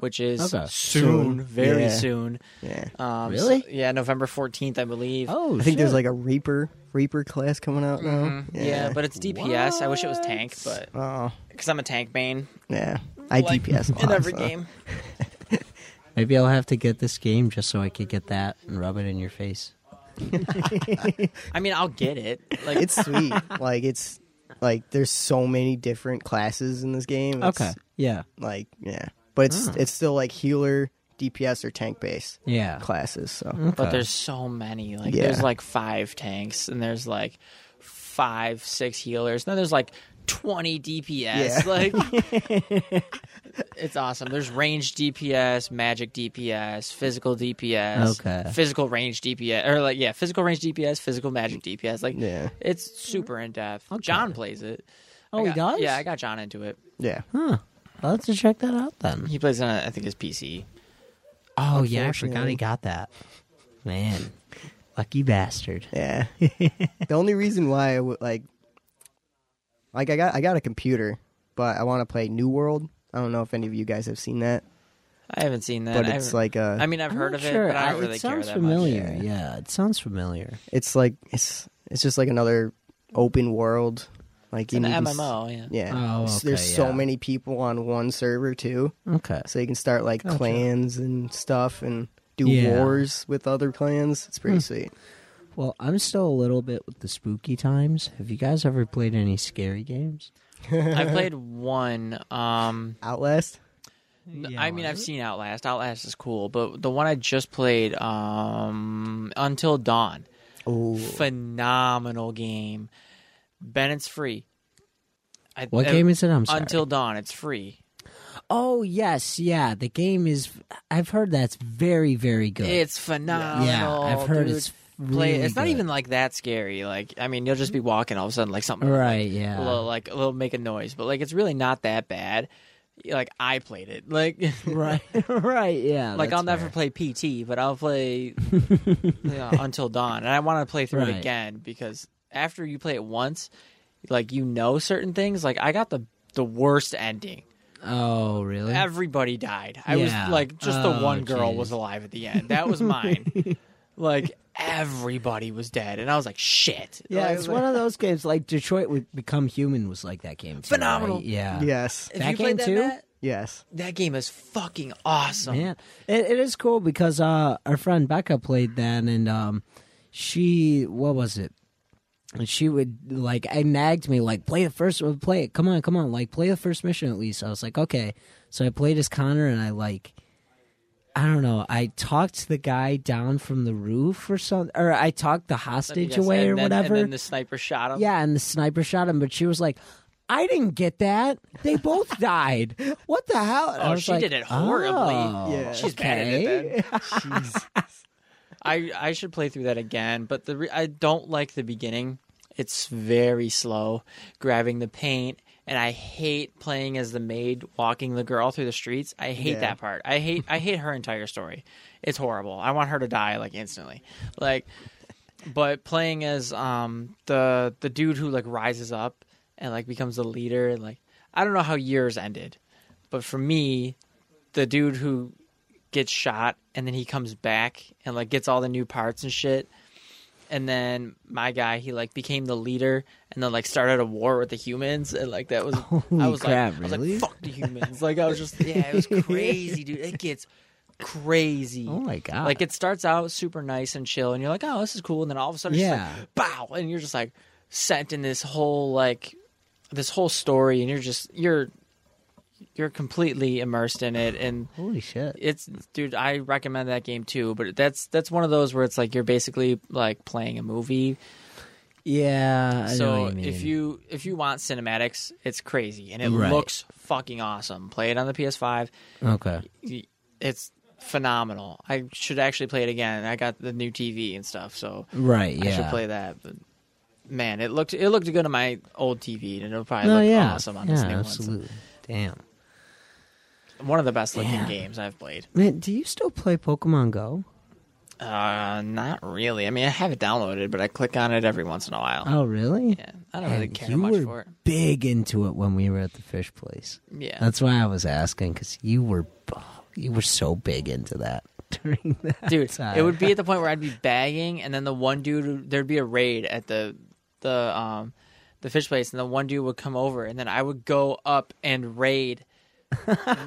[SPEAKER 2] which is
[SPEAKER 1] Okay.
[SPEAKER 2] soon,
[SPEAKER 3] Soon.
[SPEAKER 2] very
[SPEAKER 3] Yeah.
[SPEAKER 2] soon.
[SPEAKER 3] Yeah,
[SPEAKER 2] Um,
[SPEAKER 1] Really?
[SPEAKER 2] so- yeah, November 14th, I believe.
[SPEAKER 1] Oh,
[SPEAKER 3] I think there's like a Reaper Reaper class coming out now.
[SPEAKER 2] Mhm. yeah. but it's DPS. I wish it was tank, but
[SPEAKER 3] oh
[SPEAKER 2] because I'm a tank main
[SPEAKER 3] yeah, I
[SPEAKER 2] like,
[SPEAKER 3] DPS a lot,
[SPEAKER 2] in every
[SPEAKER 3] so-
[SPEAKER 2] game.
[SPEAKER 1] maybe I'll have to get this game just so I could get that and rub it in your face.
[SPEAKER 2] I mean, I'll get it. Like
[SPEAKER 3] It's sweet. like it's like there's so many different classes in this game. It's-
[SPEAKER 1] okay. Yeah.
[SPEAKER 3] like yeah but it's
[SPEAKER 2] Hmm.
[SPEAKER 3] it's still like healer dps or tank based
[SPEAKER 1] Yeah.
[SPEAKER 3] classes so
[SPEAKER 2] but there's so many. Like
[SPEAKER 3] Yeah.
[SPEAKER 2] there's like five tanks, and there's like five, six healers. And then there's like 20 DPS.
[SPEAKER 3] Yeah.
[SPEAKER 2] Like it's awesome. There's range DPS, magic DPS, physical DPS,
[SPEAKER 1] Okay.
[SPEAKER 2] physical range DPS, or like yeah, physical range DPS, physical magic DPS. Like
[SPEAKER 3] Yeah.
[SPEAKER 2] it's super in depth. John plays it. I
[SPEAKER 1] Oh, he
[SPEAKER 2] got-
[SPEAKER 1] does?
[SPEAKER 2] Yeah, I got John into it.
[SPEAKER 3] yeah
[SPEAKER 2] Hmm.
[SPEAKER 1] Huh. I'll have to check that out then.
[SPEAKER 2] He plays it on I think his PC.
[SPEAKER 1] Oh yeah, I forgot
[SPEAKER 3] Unfortunately.
[SPEAKER 1] he got that. Man, lucky bastard.
[SPEAKER 3] yeah the only reason why i would like like i got i got a computer but i want to play new world i don't know if any of you guys have seen that
[SPEAKER 2] I haven't seen that.
[SPEAKER 3] but
[SPEAKER 2] I
[SPEAKER 3] it's
[SPEAKER 2] haven't-
[SPEAKER 3] like uh
[SPEAKER 2] I mean, I've
[SPEAKER 1] I'm
[SPEAKER 2] heard
[SPEAKER 1] not
[SPEAKER 2] of it,
[SPEAKER 1] sure.
[SPEAKER 2] but I don't
[SPEAKER 1] I-
[SPEAKER 2] really
[SPEAKER 1] it
[SPEAKER 2] care
[SPEAKER 1] sounds
[SPEAKER 2] that much.
[SPEAKER 1] familiar. Yeah, it sounds familiar.
[SPEAKER 3] it's like it's it's just like another open world like you
[SPEAKER 2] An
[SPEAKER 3] know, you can s-
[SPEAKER 2] MMO, yeah.
[SPEAKER 3] yeah
[SPEAKER 1] Oh,
[SPEAKER 3] S-
[SPEAKER 1] okay,
[SPEAKER 3] there's so
[SPEAKER 1] yeah.
[SPEAKER 3] many people on one server too
[SPEAKER 1] Okay.
[SPEAKER 3] so you can start like clans and stuff and do
[SPEAKER 1] Yeah.
[SPEAKER 3] wars with other clans it's
[SPEAKER 2] Hmm.
[SPEAKER 3] pretty sweet
[SPEAKER 1] Well, I'm still a little bit with the spooky times. Have you guys ever played any scary games?
[SPEAKER 2] I played one. Um,
[SPEAKER 3] outlast
[SPEAKER 2] n- I mean, I've seen Outlast. Outlast is cool, but the one I just played, um, Until Dawn,
[SPEAKER 3] Oh,
[SPEAKER 2] phenomenal game. Ben, it's free. I,
[SPEAKER 1] What game is it? I'm sorry.
[SPEAKER 2] uh, Until Dawn. It's free.
[SPEAKER 1] Oh yes, yeah. The game is. I've heard that's very, very good.
[SPEAKER 2] It's phenomenal.
[SPEAKER 1] I've heard
[SPEAKER 2] dude.
[SPEAKER 1] it's
[SPEAKER 2] play.
[SPEAKER 1] really
[SPEAKER 2] It's not
[SPEAKER 1] good.
[SPEAKER 2] even like that scary. Like I mean, you'll just be walking all of a sudden, like something,
[SPEAKER 1] right. Yeah.
[SPEAKER 2] Like, a little, like a little make a noise, but like it's really not that bad. Like I played it. Like
[SPEAKER 1] right. right. Yeah.
[SPEAKER 2] like
[SPEAKER 1] Oh, that's
[SPEAKER 2] I'll never
[SPEAKER 1] fair.
[SPEAKER 2] play PT, but I'll play you know, until dawn, and I want to play through
[SPEAKER 1] Right.
[SPEAKER 2] it again because after you play it once, like you know certain things. Like I got the the worst ending.
[SPEAKER 1] Oh really?
[SPEAKER 2] Everybody died. I
[SPEAKER 1] Yeah.
[SPEAKER 2] was like, just
[SPEAKER 1] Oh,
[SPEAKER 2] the one girl
[SPEAKER 1] jeez.
[SPEAKER 2] was alive at the end. That was mine. like everybody was dead, and I was like, shit.
[SPEAKER 1] yeah,
[SPEAKER 2] Like,
[SPEAKER 1] it's one of those games. Like Detroit would Become Human was like that game. Too,
[SPEAKER 2] Phenomenal.
[SPEAKER 1] right? Yeah.
[SPEAKER 3] yes,
[SPEAKER 2] if
[SPEAKER 1] that
[SPEAKER 2] you played
[SPEAKER 1] game too?
[SPEAKER 2] That, Matt,
[SPEAKER 3] yes.
[SPEAKER 2] that game is fucking awesome.
[SPEAKER 1] Man, it, it is cool because uh, our friend Becca played that, and um, she what was it? And she would like I nagged me like play the first play it come on come on like play the first mission at least. I was like okay, so I played as Connor and I like I don't know I talked the guy down from the roof or something or I talked the hostage
[SPEAKER 2] Yes,
[SPEAKER 1] away
[SPEAKER 2] and
[SPEAKER 1] or
[SPEAKER 2] then-
[SPEAKER 1] whatever.
[SPEAKER 2] And then the sniper shot him.
[SPEAKER 1] Yeah, and the sniper shot him, but she was like, I didn't get that. They both died. What the hell? And I
[SPEAKER 2] Oh,
[SPEAKER 1] was
[SPEAKER 2] she
[SPEAKER 1] like,
[SPEAKER 2] did it horribly.
[SPEAKER 1] "Oh,
[SPEAKER 3] Yeah.
[SPEAKER 2] She's bad at
[SPEAKER 1] okay.
[SPEAKER 2] it. Then. I I should play through that again, but the re- I don't like the beginning. It's very slow, grabbing the paint and I hate playing as the maid walking the girl through the streets. I hate
[SPEAKER 3] Yeah.
[SPEAKER 2] that part. I hate I hate her entire story. It's horrible. I want her to die like instantly. Like but playing as um the the dude who like rises up and like becomes the leader and like I don't know how years ended, but for me, the dude who gets shot and then he comes back and like gets all the new parts and shit. And then my guy, he like became the leader and then like started a war with the humans and like that was I was
[SPEAKER 1] crap,
[SPEAKER 2] like I was
[SPEAKER 1] really?
[SPEAKER 2] like fuck the humans. Like I was just yeah, it was crazy, dude. It gets crazy.
[SPEAKER 1] Oh my God.
[SPEAKER 2] Like it starts out super nice and chill and you're like, "Oh, this is cool." And then all of a sudden it's just
[SPEAKER 1] Yeah.
[SPEAKER 2] like bow and you're just like sent in this whole like this whole story and you're just you're you're completely immersed in it and
[SPEAKER 1] Holy shit.
[SPEAKER 2] it's dude i recommend that game too but that's that's one of those where it's like you're basically like playing a movie
[SPEAKER 1] Yeah. I know
[SPEAKER 2] so
[SPEAKER 1] what you
[SPEAKER 2] if
[SPEAKER 1] mean.
[SPEAKER 2] you if you want cinematics it's crazy and it
[SPEAKER 1] Right.
[SPEAKER 2] looks fucking awesome play it on the ps5
[SPEAKER 1] Okay.
[SPEAKER 2] Y- it's phenomenal i should actually play it again i got the new tv and stuff so
[SPEAKER 1] Right,
[SPEAKER 2] i should
[SPEAKER 1] yeah.
[SPEAKER 2] play that but man it looked it looked good on my old tv and it'll probably
[SPEAKER 1] no,
[SPEAKER 2] look
[SPEAKER 1] yeah.
[SPEAKER 2] awesome on
[SPEAKER 1] yeah,
[SPEAKER 2] this new
[SPEAKER 1] absolutely. Damn.
[SPEAKER 2] one one of the best looking
[SPEAKER 1] Damn.
[SPEAKER 2] games i've played
[SPEAKER 1] Man, do you still play Pokemon Go?
[SPEAKER 2] Uh, not really. I mean, I have it downloaded, but I click on it every once in a while.
[SPEAKER 1] Oh, really?
[SPEAKER 2] Yeah, I don't really
[SPEAKER 1] Man,
[SPEAKER 2] care
[SPEAKER 1] you
[SPEAKER 2] much
[SPEAKER 1] were
[SPEAKER 2] for it.
[SPEAKER 1] big into it when we were at the fish place.
[SPEAKER 2] Yeah,
[SPEAKER 1] That's why I was asking because you were oh, you were so big into that during that
[SPEAKER 2] dude,
[SPEAKER 1] time.
[SPEAKER 2] it would be at the point where I'd be bagging, and then the one dude, there'd be a raid at the the um the fish place, and the one dude would come over, and then I would go up and raid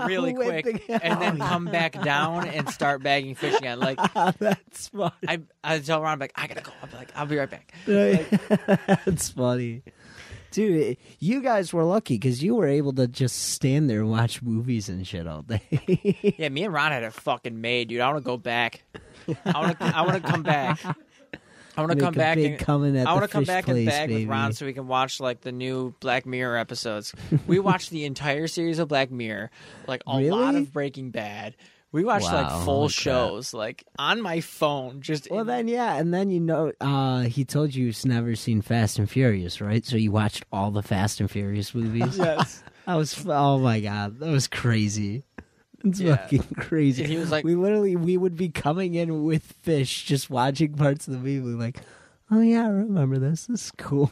[SPEAKER 2] really
[SPEAKER 1] With
[SPEAKER 2] quick,
[SPEAKER 1] the-
[SPEAKER 2] and then come back down and start bagging fish again. Like
[SPEAKER 1] that's funny.
[SPEAKER 2] I, I tell Ron, I'm like I gotta go. I'm like I'll be right back.
[SPEAKER 1] that's funny. Dude, it- you guys were lucky because you were able to just stand there and watch movies and shit all day.
[SPEAKER 2] Yeah, me and Ron had it fucking made, dude. I want to go back. I want to. I want to come back. I want
[SPEAKER 1] Make
[SPEAKER 2] to come
[SPEAKER 1] a
[SPEAKER 2] back.
[SPEAKER 1] big
[SPEAKER 2] and,
[SPEAKER 1] coming at
[SPEAKER 2] I
[SPEAKER 1] the
[SPEAKER 2] want to come
[SPEAKER 1] fish
[SPEAKER 2] back
[SPEAKER 1] place,
[SPEAKER 2] and bag
[SPEAKER 1] baby.
[SPEAKER 2] with Ron so we can watch like the new Black Mirror episodes. We watched the entire series of Black Mirror, like a lot
[SPEAKER 1] Really?
[SPEAKER 2] of Breaking Bad. We watched
[SPEAKER 1] Wow,
[SPEAKER 2] like full
[SPEAKER 1] holy crap.
[SPEAKER 2] shows, like on my phone. Just
[SPEAKER 1] well, then, yeah, and then you know, uh, he told you he's never seen Fast and Furious, right? So you watched all the Fast and Furious movies.
[SPEAKER 2] yes.
[SPEAKER 1] I was, oh my god, that was crazy. It's
[SPEAKER 2] Yeah.
[SPEAKER 1] fucking crazy.
[SPEAKER 2] And he was like-
[SPEAKER 1] we literally, we would be coming in with fish, just watching parts of the movie, like, oh yeah, I remember this. This is cool.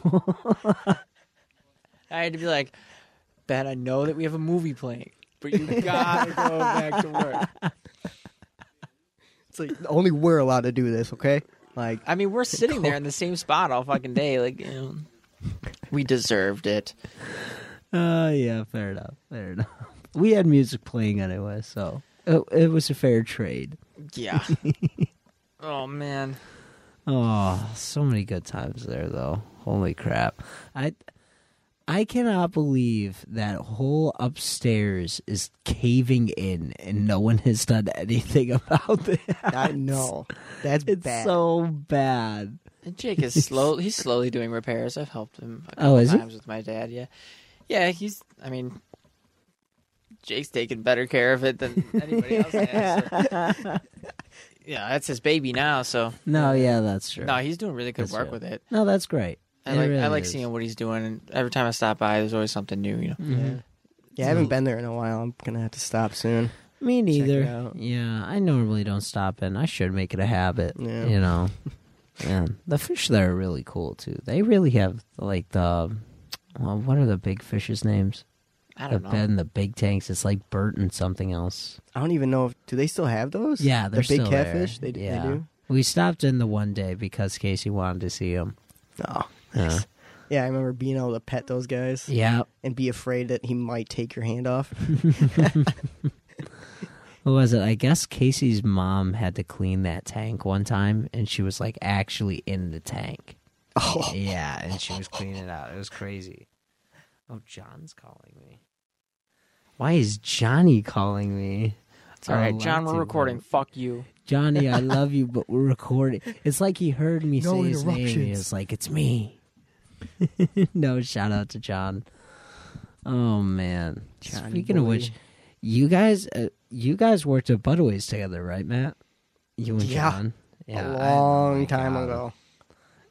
[SPEAKER 2] I had to be like, Ben, I know that we have a movie playing, but you gotta go back to work.
[SPEAKER 3] It's like only we're allowed to do this, okay? Like
[SPEAKER 2] I mean, we're sitting there in the same spot all fucking day. Like, you know, we deserved it.
[SPEAKER 1] Oh yeah, fair enough. Fair enough. We had music playing anyway, so it, it was a fair trade.
[SPEAKER 2] Yeah. oh man.
[SPEAKER 1] Oh, so many good times there though. Holy crap. I I cannot believe that whole upstairs is caving in and no one has done anything about it.
[SPEAKER 3] I know that's
[SPEAKER 1] It's
[SPEAKER 3] bad.
[SPEAKER 1] so bad.
[SPEAKER 2] Jake is slow. He's slowly doing repairs. I've helped him. A
[SPEAKER 1] Oh,
[SPEAKER 2] couple
[SPEAKER 1] is he?
[SPEAKER 2] times with my dad. Yeah. Yeah. He's. I mean, Jake's taking better care of it than anybody else has. so- Yeah, that's his baby now. So
[SPEAKER 1] No, yeah, that's true.
[SPEAKER 2] no, he's doing really good
[SPEAKER 1] That's
[SPEAKER 2] work
[SPEAKER 1] true.
[SPEAKER 2] with it.
[SPEAKER 1] No, that's great.
[SPEAKER 2] I
[SPEAKER 1] It
[SPEAKER 2] like. I
[SPEAKER 1] really
[SPEAKER 2] like
[SPEAKER 1] is.
[SPEAKER 2] seeing what he's doing, and every time I stop by, there's always something new. You know.
[SPEAKER 1] Mhm.
[SPEAKER 3] yeah, I haven't been there in a while. I'm gonna have to stop soon.
[SPEAKER 1] Me
[SPEAKER 3] it
[SPEAKER 1] neither.
[SPEAKER 3] out.
[SPEAKER 1] Yeah, I normally don't stop in. I should make it a habit.
[SPEAKER 3] Yeah.
[SPEAKER 1] You know, man, the fish there are really cool too. They really have like the well, what are the big fishes' names?
[SPEAKER 2] I
[SPEAKER 1] The
[SPEAKER 2] don't know.
[SPEAKER 1] bed and the big tanks. It's like Bert and something else.
[SPEAKER 3] I don't even know if do they still have those?
[SPEAKER 1] Yeah, they're,
[SPEAKER 3] big
[SPEAKER 1] still there.
[SPEAKER 3] catfish. They,
[SPEAKER 1] yeah.
[SPEAKER 3] they do.
[SPEAKER 1] We stopped in the one day because Casey wanted to see them.
[SPEAKER 3] Oh,
[SPEAKER 1] Yeah.
[SPEAKER 3] yeah. I remember being able to pet those guys
[SPEAKER 1] yeah.
[SPEAKER 3] and be afraid that he might take your hand off.
[SPEAKER 1] What was it? I guess Casey's mom had to clean that tank one time, and she was like actually in the tank.
[SPEAKER 3] Oh,
[SPEAKER 1] Yeah, and she was cleaning it out. It was crazy. Oh, John's calling me. Why is Johnny calling me? Oh,
[SPEAKER 2] It's all right, John. We're
[SPEAKER 1] Alrighty,
[SPEAKER 2] recording.
[SPEAKER 1] well.
[SPEAKER 2] Fuck you.
[SPEAKER 1] Johnny, I love you, but we're recording. It's like he heard me
[SPEAKER 3] No
[SPEAKER 1] say his name. and He
[SPEAKER 3] interruptions.
[SPEAKER 1] was like, "It's me." no shout out to John. Oh man!
[SPEAKER 3] Johnny
[SPEAKER 1] Speaking of
[SPEAKER 3] boy.
[SPEAKER 1] which, you guys, uh, you guys worked at Budways together, right, Matt? You and
[SPEAKER 3] Yeah.
[SPEAKER 1] John.
[SPEAKER 3] a
[SPEAKER 1] I- oh
[SPEAKER 3] long
[SPEAKER 1] my
[SPEAKER 3] time
[SPEAKER 1] God.
[SPEAKER 3] ago.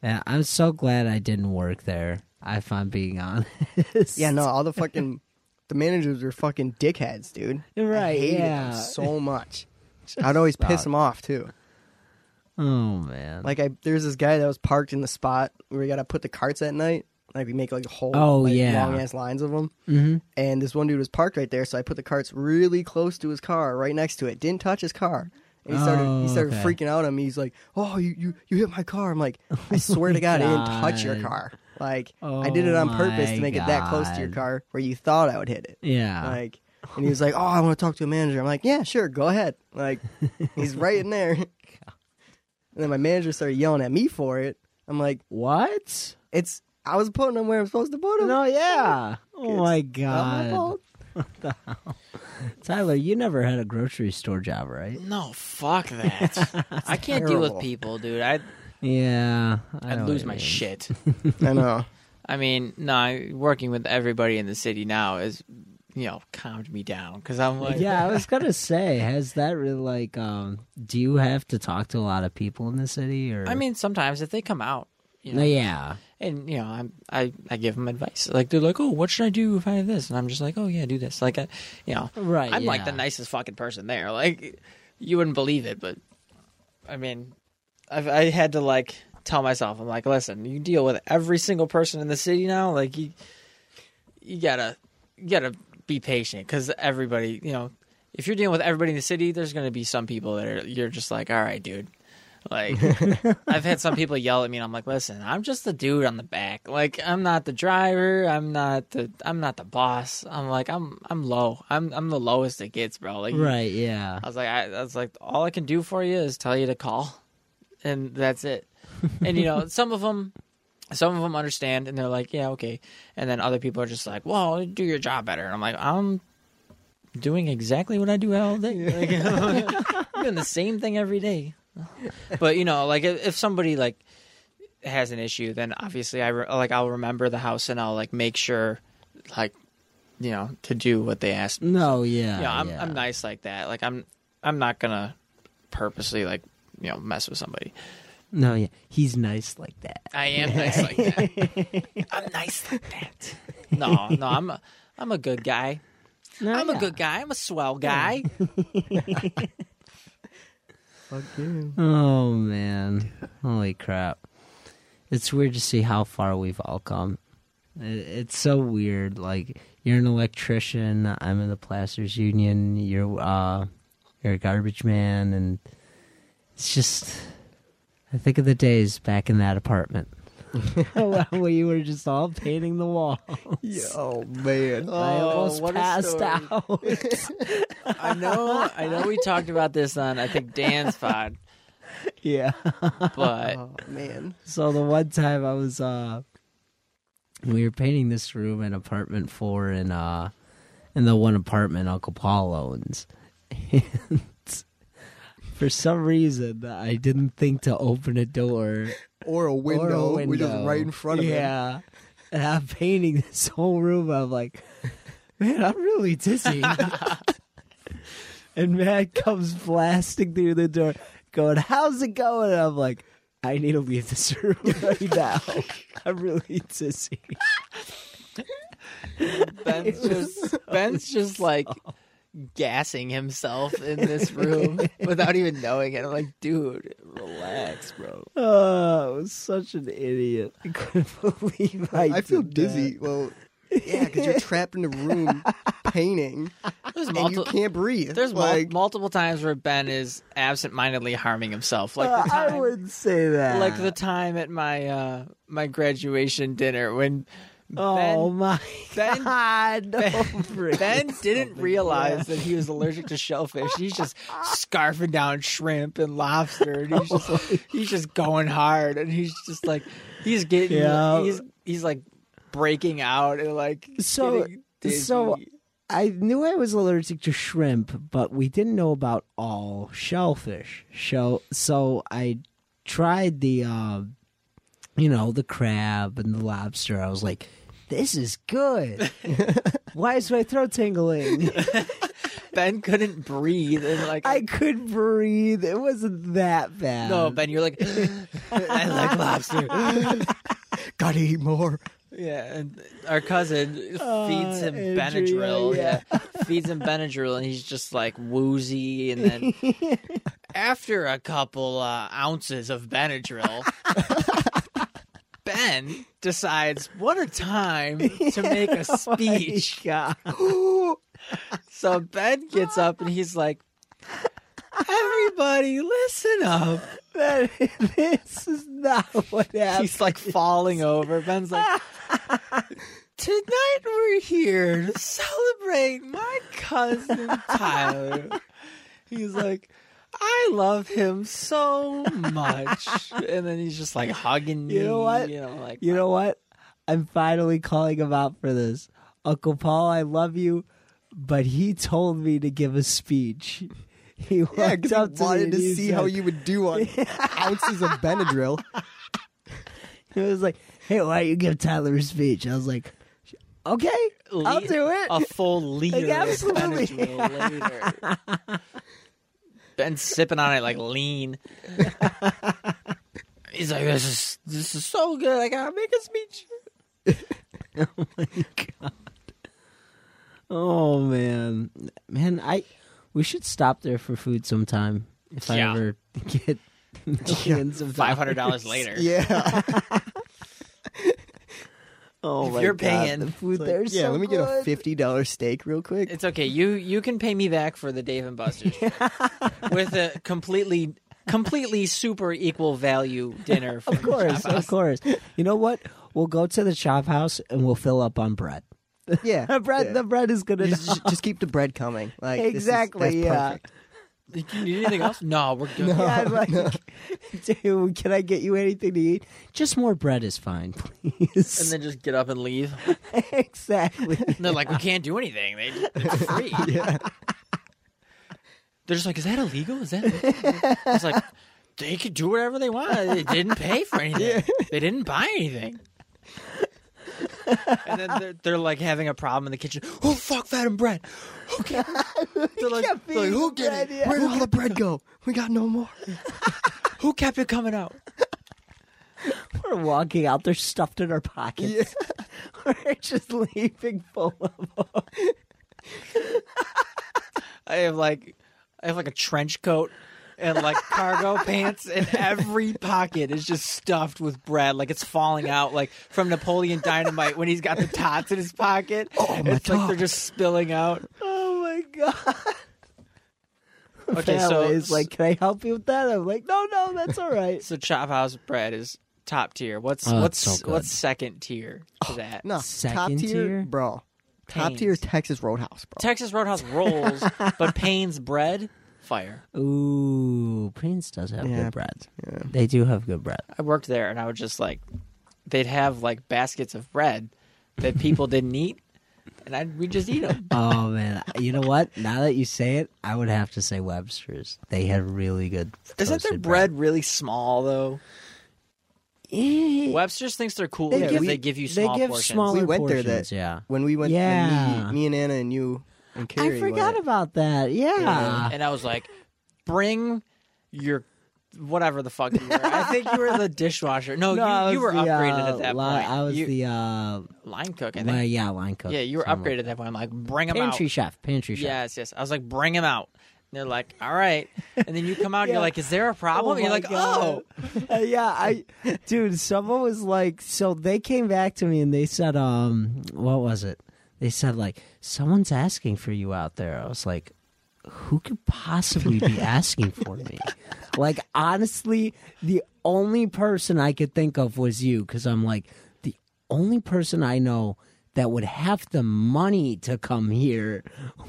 [SPEAKER 1] Yeah, I'm so glad I didn't work there. If I'm being honest.
[SPEAKER 3] Yeah, no, all the fucking the managers were fucking dickheads, dude. I
[SPEAKER 1] Right,
[SPEAKER 3] hated
[SPEAKER 1] yeah.
[SPEAKER 3] them so much. I'd always piss them off too.
[SPEAKER 1] Oh man.
[SPEAKER 3] Like I, there's this guy that was parked in the spot where we gotta put the carts at night. Like we make like a whole
[SPEAKER 1] Oh,
[SPEAKER 3] like,
[SPEAKER 1] yeah.
[SPEAKER 3] long ass lines of them. Mm-hmm. And this one dude was parked right there, so I put the carts really close to his car, right next to it. Didn't touch his car. And he started
[SPEAKER 1] Oh,
[SPEAKER 3] he started
[SPEAKER 1] okay. Oh
[SPEAKER 3] freaking out on me. He's like, "Oh, you you, you hit my car!" I'm like, "I swear to God, I didn't touch your
[SPEAKER 1] God.
[SPEAKER 3] car. Like I did it on
[SPEAKER 1] Oh,
[SPEAKER 3] purpose to
[SPEAKER 1] my
[SPEAKER 3] make it that close to your
[SPEAKER 1] God.
[SPEAKER 3] car where you thought I would hit it."
[SPEAKER 1] yeah.
[SPEAKER 3] Like, and he was like, "Oh, I want to talk to a manager." I'm like, "Yeah, sure, go ahead." Like, he's right in there. And then my manager started yelling at me for it. I'm like,
[SPEAKER 1] what?
[SPEAKER 3] "It's I was putting him where I'm supposed to put him."
[SPEAKER 1] No, yeah. Oh my
[SPEAKER 3] Not my
[SPEAKER 1] god.
[SPEAKER 3] fault.
[SPEAKER 1] Tyler, you never had a grocery store job, right?
[SPEAKER 2] No, fuck that. I can't deal
[SPEAKER 3] terrible.
[SPEAKER 2] with people, dude. I
[SPEAKER 1] Yeah. I
[SPEAKER 2] I'd
[SPEAKER 1] know
[SPEAKER 2] lose
[SPEAKER 1] what
[SPEAKER 2] my
[SPEAKER 1] you mean.
[SPEAKER 2] shit.
[SPEAKER 3] I know.
[SPEAKER 2] I mean, no, I- working with everybody in the city now is, you know, calmed me down because I'm like,
[SPEAKER 1] yeah, I was gonna say, has that really like um do you have to talk to a lot of people in the city or
[SPEAKER 2] I mean, sometimes if they come out, you know,
[SPEAKER 1] No, yeah.
[SPEAKER 2] and you know, I'm, I I give them advice. Like they're like, oh, what should I do if I have this? And I'm just like, oh yeah, do this. Like, I, you know,
[SPEAKER 1] Right,
[SPEAKER 2] I'm like the
[SPEAKER 1] yeah.
[SPEAKER 2] nicest fucking person there. Like, you wouldn't believe it, but I mean, I've I had to like tell myself, I'm like, listen, you deal with every single person in the city now. Like you, you gotta you gotta be patient because everybody, you know, if you're dealing with everybody in the city, there's gonna be some people that are you're just like, all right, dude. Like I've had some people yell at me, and I'm like, listen, I'm just the dude on the back. Like I'm not the driver. I'm not the I'm not the boss. I'm like I'm I'm low. I'm I'm the lowest it gets, bro. Like you-
[SPEAKER 1] Right, yeah.
[SPEAKER 2] I was like, I, I was like, all I can do for you is tell you to call, and that's it. And you know, some of them, some of them understand, and they're like, yeah, okay. And then other people are just like, well, do your job better. And I'm like, I'm doing exactly what I do all day. Like, I'm doing the same thing every day. But you know, like if, if somebody like has an issue, then obviously I re- like I'll remember the house and I'll like make sure, like, you know, to do what they asked me
[SPEAKER 1] No, yeah.
[SPEAKER 2] yeah, I'm
[SPEAKER 1] Uh, yeah.
[SPEAKER 2] I'm nice like that. Like I'm I'm not gonna purposely like you know mess with somebody.
[SPEAKER 1] No, yeah. He's nice like that.
[SPEAKER 2] I am nice like that. I'm nice like that. No, no, I'm a, I'm a good guy.
[SPEAKER 1] No,
[SPEAKER 2] I'm
[SPEAKER 1] Oh, yeah.
[SPEAKER 2] a good guy. I'm a swell guy.
[SPEAKER 3] Fuck you.
[SPEAKER 1] Oh man. Holy crap. It's weird to see how far we've all come. I- It's so weird. Like you're an electrician, I'm in the plasters union, you're uh you're a garbage man and it's just I think of the days back in that apartment. Where you were just all painting the wall.
[SPEAKER 3] Yo, man. Oh,
[SPEAKER 1] I almost
[SPEAKER 2] Oh, what a
[SPEAKER 1] passed
[SPEAKER 2] story.
[SPEAKER 1] out.
[SPEAKER 2] I know. I know. We talked about this on I think Dan's pod,
[SPEAKER 1] yeah.
[SPEAKER 2] but
[SPEAKER 3] Oh man.
[SPEAKER 1] So the one time I was uh we were painting this room in apartment four in uh in the one apartment Uncle Paul owns. And for some reason I didn't think to open a door
[SPEAKER 3] Or a window.
[SPEAKER 1] or a window.
[SPEAKER 3] We're just right in front of
[SPEAKER 1] yeah.
[SPEAKER 3] him.
[SPEAKER 1] Yeah. And I'm painting this whole room. I'm like, man, I'm really dizzy. and Matt comes blasting through the door, going, How's it going? And I'm like, I need to leave this room right now. I'm really dizzy.
[SPEAKER 2] Ben's just Ben's just like gassing himself in this room without even knowing it. I'm like, dude, relax, bro.
[SPEAKER 1] Oh, I was such an idiot. I couldn't believe I
[SPEAKER 3] I feel
[SPEAKER 1] did
[SPEAKER 3] dizzy. Well, yeah, because you're trapped in a room painting
[SPEAKER 2] There's
[SPEAKER 3] and you
[SPEAKER 2] multiple.
[SPEAKER 3] can't breathe.
[SPEAKER 2] There's mul-
[SPEAKER 3] like,
[SPEAKER 2] multiple times where Ben is absentmindedly harming himself, like
[SPEAKER 1] that.
[SPEAKER 2] the
[SPEAKER 1] I
[SPEAKER 2] time,
[SPEAKER 1] wouldn't say that.
[SPEAKER 2] like the time at my uh, my graduation dinner when
[SPEAKER 1] oh
[SPEAKER 2] Ben,
[SPEAKER 1] my
[SPEAKER 2] Ben-
[SPEAKER 1] god! No, Briggs.
[SPEAKER 2] ben didn't realize that he was allergic to shellfish. He's just
[SPEAKER 1] Ah.
[SPEAKER 2] scarfing down shrimp and lobster, and he's just
[SPEAKER 1] Oh.
[SPEAKER 2] he's just going hard, and he's just like he's getting
[SPEAKER 1] Yeah.
[SPEAKER 2] he's he's like breaking out and like
[SPEAKER 1] So-
[SPEAKER 2] getting dizzy.
[SPEAKER 1] so I knew I was allergic to shrimp, but we didn't know about all shellfish. So, so I tried the, uh, you know, the crab and the lobster. I was like, this is good. Why is my throat tingling?
[SPEAKER 2] Ben couldn't breathe, and like
[SPEAKER 1] I could breathe. It wasn't that bad.
[SPEAKER 2] no, Ben, you're like I like lobster.
[SPEAKER 3] gotta eat more.
[SPEAKER 2] Yeah, and our cousin feeds him
[SPEAKER 1] Adrian,
[SPEAKER 2] Benadryl. Yeah. feeds him Benadryl, and he's just like woozy. And then after a couple uh, ounces of Benadryl, Ben decides what a time to make a speech.
[SPEAKER 1] God.
[SPEAKER 2] So Ben gets up and he's like, "Everybody, listen up."
[SPEAKER 1] That, this is not what happened.
[SPEAKER 2] He's like falling over. Ben's like, Tonight we're here to celebrate my cousin Tyler. He's like, I love him so much. And then he's just like hugging me.
[SPEAKER 1] You know what?
[SPEAKER 2] You know, like,
[SPEAKER 1] You know what? I'm finally calling him out for this. Uncle Paul, I love you, but he told me to give a speech. He walked
[SPEAKER 3] Yeah,
[SPEAKER 1] up
[SPEAKER 3] because
[SPEAKER 1] to
[SPEAKER 3] he wanted
[SPEAKER 1] me
[SPEAKER 3] to
[SPEAKER 1] and he
[SPEAKER 3] see how
[SPEAKER 1] said-
[SPEAKER 3] you would do on ounces of Benadryl.
[SPEAKER 1] He was like, "Hey, why don't you give Tyler a speech?" I was like, "Okay, I'll
[SPEAKER 2] le-
[SPEAKER 1] do it."
[SPEAKER 2] A full liter.
[SPEAKER 1] Like,
[SPEAKER 2] of
[SPEAKER 1] absolutely.
[SPEAKER 2] Benadryl later. Ben's sipping on it like lean. He's like, this is this is so good. I
[SPEAKER 1] "Ah,
[SPEAKER 2] gotta make a speech.
[SPEAKER 1] Oh man, man, I we should stop there for food sometime if I
[SPEAKER 2] Yeah.
[SPEAKER 1] ever get millions of
[SPEAKER 2] Five hundred dollars
[SPEAKER 1] dollars.
[SPEAKER 2] later.
[SPEAKER 3] Yeah.
[SPEAKER 1] Oh
[SPEAKER 2] If
[SPEAKER 1] my
[SPEAKER 2] you're
[SPEAKER 1] God,
[SPEAKER 2] paying,
[SPEAKER 1] the food
[SPEAKER 3] It's like,
[SPEAKER 1] there.
[SPEAKER 3] yeah, let me get a fifty dollar steak real quick.
[SPEAKER 2] It's okay. You you can pay me back for the Dave and Buster's trip with a completely completely super equal value dinner. From
[SPEAKER 1] Of course, of course. You know what? We'll go to the chop house and we'll fill up on bread.
[SPEAKER 3] yeah,
[SPEAKER 1] bread,
[SPEAKER 3] yeah.
[SPEAKER 1] the bread is good
[SPEAKER 3] just,
[SPEAKER 1] enough.
[SPEAKER 3] just- just keep the bread coming. Like this is-
[SPEAKER 1] Exactly,
[SPEAKER 3] that's
[SPEAKER 1] yeah.
[SPEAKER 3] perfect.
[SPEAKER 2] You need anything else? No, we're good.
[SPEAKER 1] Yeah, I'm like, dude, can I get you anything to eat? Just more bread is fine,
[SPEAKER 2] And
[SPEAKER 1] please.
[SPEAKER 2] then just get up and leave.
[SPEAKER 1] exactly.
[SPEAKER 2] And they're like, we can't do anything. They, it's free. They're just like, is that illegal? Is that? Illegal? It's like they could do whatever they want. They didn't pay for anything. They didn't buy anything. And then they're, they're like having a problem in the kitchen. Who fuck fed him bread? Who ca- They're like, they're like, who did it?
[SPEAKER 3] Where did all the bread go? We got no more.
[SPEAKER 2] Who kept it coming out?
[SPEAKER 1] We're walking out. They're stuffed in our pockets. We're just leaving full of.
[SPEAKER 2] I have like, I have like a trench coat and like cargo pants, and every pocket is just stuffed with bread, like it's falling out, like from Napoleon Dynamite when he's got the tots in his pocket. Oh
[SPEAKER 3] my
[SPEAKER 2] It's like they're just spilling out.
[SPEAKER 1] Oh my god!
[SPEAKER 2] Okay, so
[SPEAKER 1] Vale's like, "Can I help you with that?" I'm like, "No, no, that's all right."
[SPEAKER 2] so chop house bread is top tier. What's
[SPEAKER 1] Oh,
[SPEAKER 2] what's
[SPEAKER 1] it's so good. Oh,
[SPEAKER 2] what's second tier to that?
[SPEAKER 3] No, top
[SPEAKER 1] Second
[SPEAKER 3] tier,
[SPEAKER 1] tier?
[SPEAKER 3] bro. Top
[SPEAKER 2] Pains.
[SPEAKER 3] tier Texas Roadhouse, bro.
[SPEAKER 2] Texas Roadhouse rolls, but Payne's bread fire.
[SPEAKER 1] Ooh, Prince does have
[SPEAKER 3] Yeah.
[SPEAKER 1] good bread. They do have good bread.
[SPEAKER 2] I worked there and I would just like they'd have like baskets of bread that people didn't eat and I'd we just eat them.
[SPEAKER 1] Oh man, you know what? Now that you say it, I would have to say Webster's. They had really good.
[SPEAKER 2] Isn't their
[SPEAKER 1] toasted
[SPEAKER 2] bread really small though?
[SPEAKER 1] Eh,
[SPEAKER 2] Webster's thinks they're cool
[SPEAKER 1] They
[SPEAKER 2] because
[SPEAKER 1] give-
[SPEAKER 2] they give you
[SPEAKER 1] they
[SPEAKER 2] small
[SPEAKER 1] give
[SPEAKER 2] portions.
[SPEAKER 1] small-
[SPEAKER 3] we went there
[SPEAKER 1] portions,
[SPEAKER 3] that
[SPEAKER 1] yeah.
[SPEAKER 3] when we went.
[SPEAKER 1] Yeah.
[SPEAKER 3] when me, me and Anna and you and Carrie.
[SPEAKER 1] I forgot
[SPEAKER 3] went,
[SPEAKER 1] about that. Yeah.
[SPEAKER 2] and I was like, bring your whatever the fuck you were. I think you were the dishwasher. No,
[SPEAKER 1] No, I
[SPEAKER 2] oh, you, you were
[SPEAKER 1] was the,
[SPEAKER 2] upgraded
[SPEAKER 1] uh,
[SPEAKER 2] at that
[SPEAKER 1] li-
[SPEAKER 2] point.
[SPEAKER 1] I was
[SPEAKER 2] You-
[SPEAKER 1] the uh,
[SPEAKER 2] line cook, I think.
[SPEAKER 1] li- yeah line cook.
[SPEAKER 2] yeah, you were
[SPEAKER 1] something like
[SPEAKER 2] upgraded at that point. I'm like, bring them out.
[SPEAKER 1] Pantry chef, pantry chef.
[SPEAKER 2] Yes, yes. I was like, bring him out. And they're like, all right. And then you come out and
[SPEAKER 1] Yeah.
[SPEAKER 2] you're like, is there a problem?
[SPEAKER 1] Oh
[SPEAKER 2] and you're
[SPEAKER 1] my
[SPEAKER 2] like,
[SPEAKER 1] God.
[SPEAKER 2] oh.
[SPEAKER 1] Uh, yeah, I dude, someone was like so they came back to me and they said um what was it? They said like someone's asking for you out there. I was like who could possibly be asking for me? Like honestly, the only person I could think of was you cuz I'm like the only person I know that would have the money to come here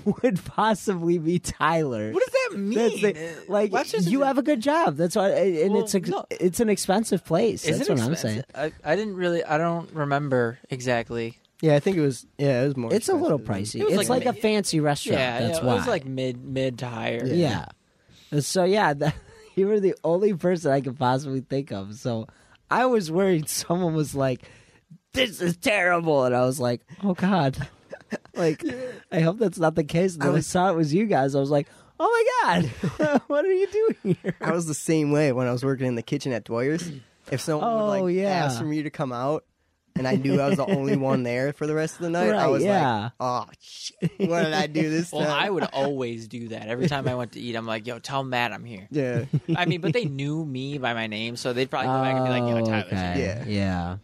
[SPEAKER 1] would possibly be Tyler.
[SPEAKER 2] What does that mean?
[SPEAKER 1] That's the, like
[SPEAKER 2] Webster's
[SPEAKER 1] you
[SPEAKER 2] is-
[SPEAKER 1] have a good job. That's why, and
[SPEAKER 2] Well,
[SPEAKER 1] it's ex-
[SPEAKER 2] no.
[SPEAKER 1] it's an expensive place.
[SPEAKER 2] Is
[SPEAKER 1] That's
[SPEAKER 2] it
[SPEAKER 1] what I'm saying.
[SPEAKER 2] expensive? I, I didn't really, I don't remember exactly.
[SPEAKER 3] Yeah, I think it was. Yeah, it was more.
[SPEAKER 1] It's a little
[SPEAKER 3] expensive.
[SPEAKER 1] pricey.
[SPEAKER 2] It was
[SPEAKER 1] It's
[SPEAKER 2] like
[SPEAKER 1] like,
[SPEAKER 2] ma-
[SPEAKER 1] a fancy restaurant.
[SPEAKER 2] yeah,
[SPEAKER 1] that's
[SPEAKER 2] it
[SPEAKER 1] why.
[SPEAKER 2] was like mid mid to higher.
[SPEAKER 1] yeah. So yeah, that, you were the only person I could possibly think of. So I was worried someone was like, "This is terrible," and I was like, "Oh God." Like, I hope that's not the case. And then I,
[SPEAKER 3] was-
[SPEAKER 1] saw it was you guys. I was like, "Oh my god, what are you doing here?"
[SPEAKER 3] I was the same way when I was working in the kitchen at Dwyer's. If someone would
[SPEAKER 1] Oh,
[SPEAKER 3] like
[SPEAKER 1] yeah.
[SPEAKER 3] ask for me to come out, and I knew I was the only one there for the rest of the night, I
[SPEAKER 1] Right,
[SPEAKER 3] was
[SPEAKER 1] yeah.
[SPEAKER 3] like, oh, shit. What did I do this
[SPEAKER 2] Well,
[SPEAKER 3] time?
[SPEAKER 2] I would always do that. Every time I went to eat, I'm like, yo, tell Matt I'm here.
[SPEAKER 3] yeah.
[SPEAKER 2] I mean, but they knew me by my name, so they'd probably go back and be like, yo,
[SPEAKER 1] Oh,
[SPEAKER 2] Tyler's here.
[SPEAKER 1] okay.
[SPEAKER 3] Yeah.
[SPEAKER 1] yeah,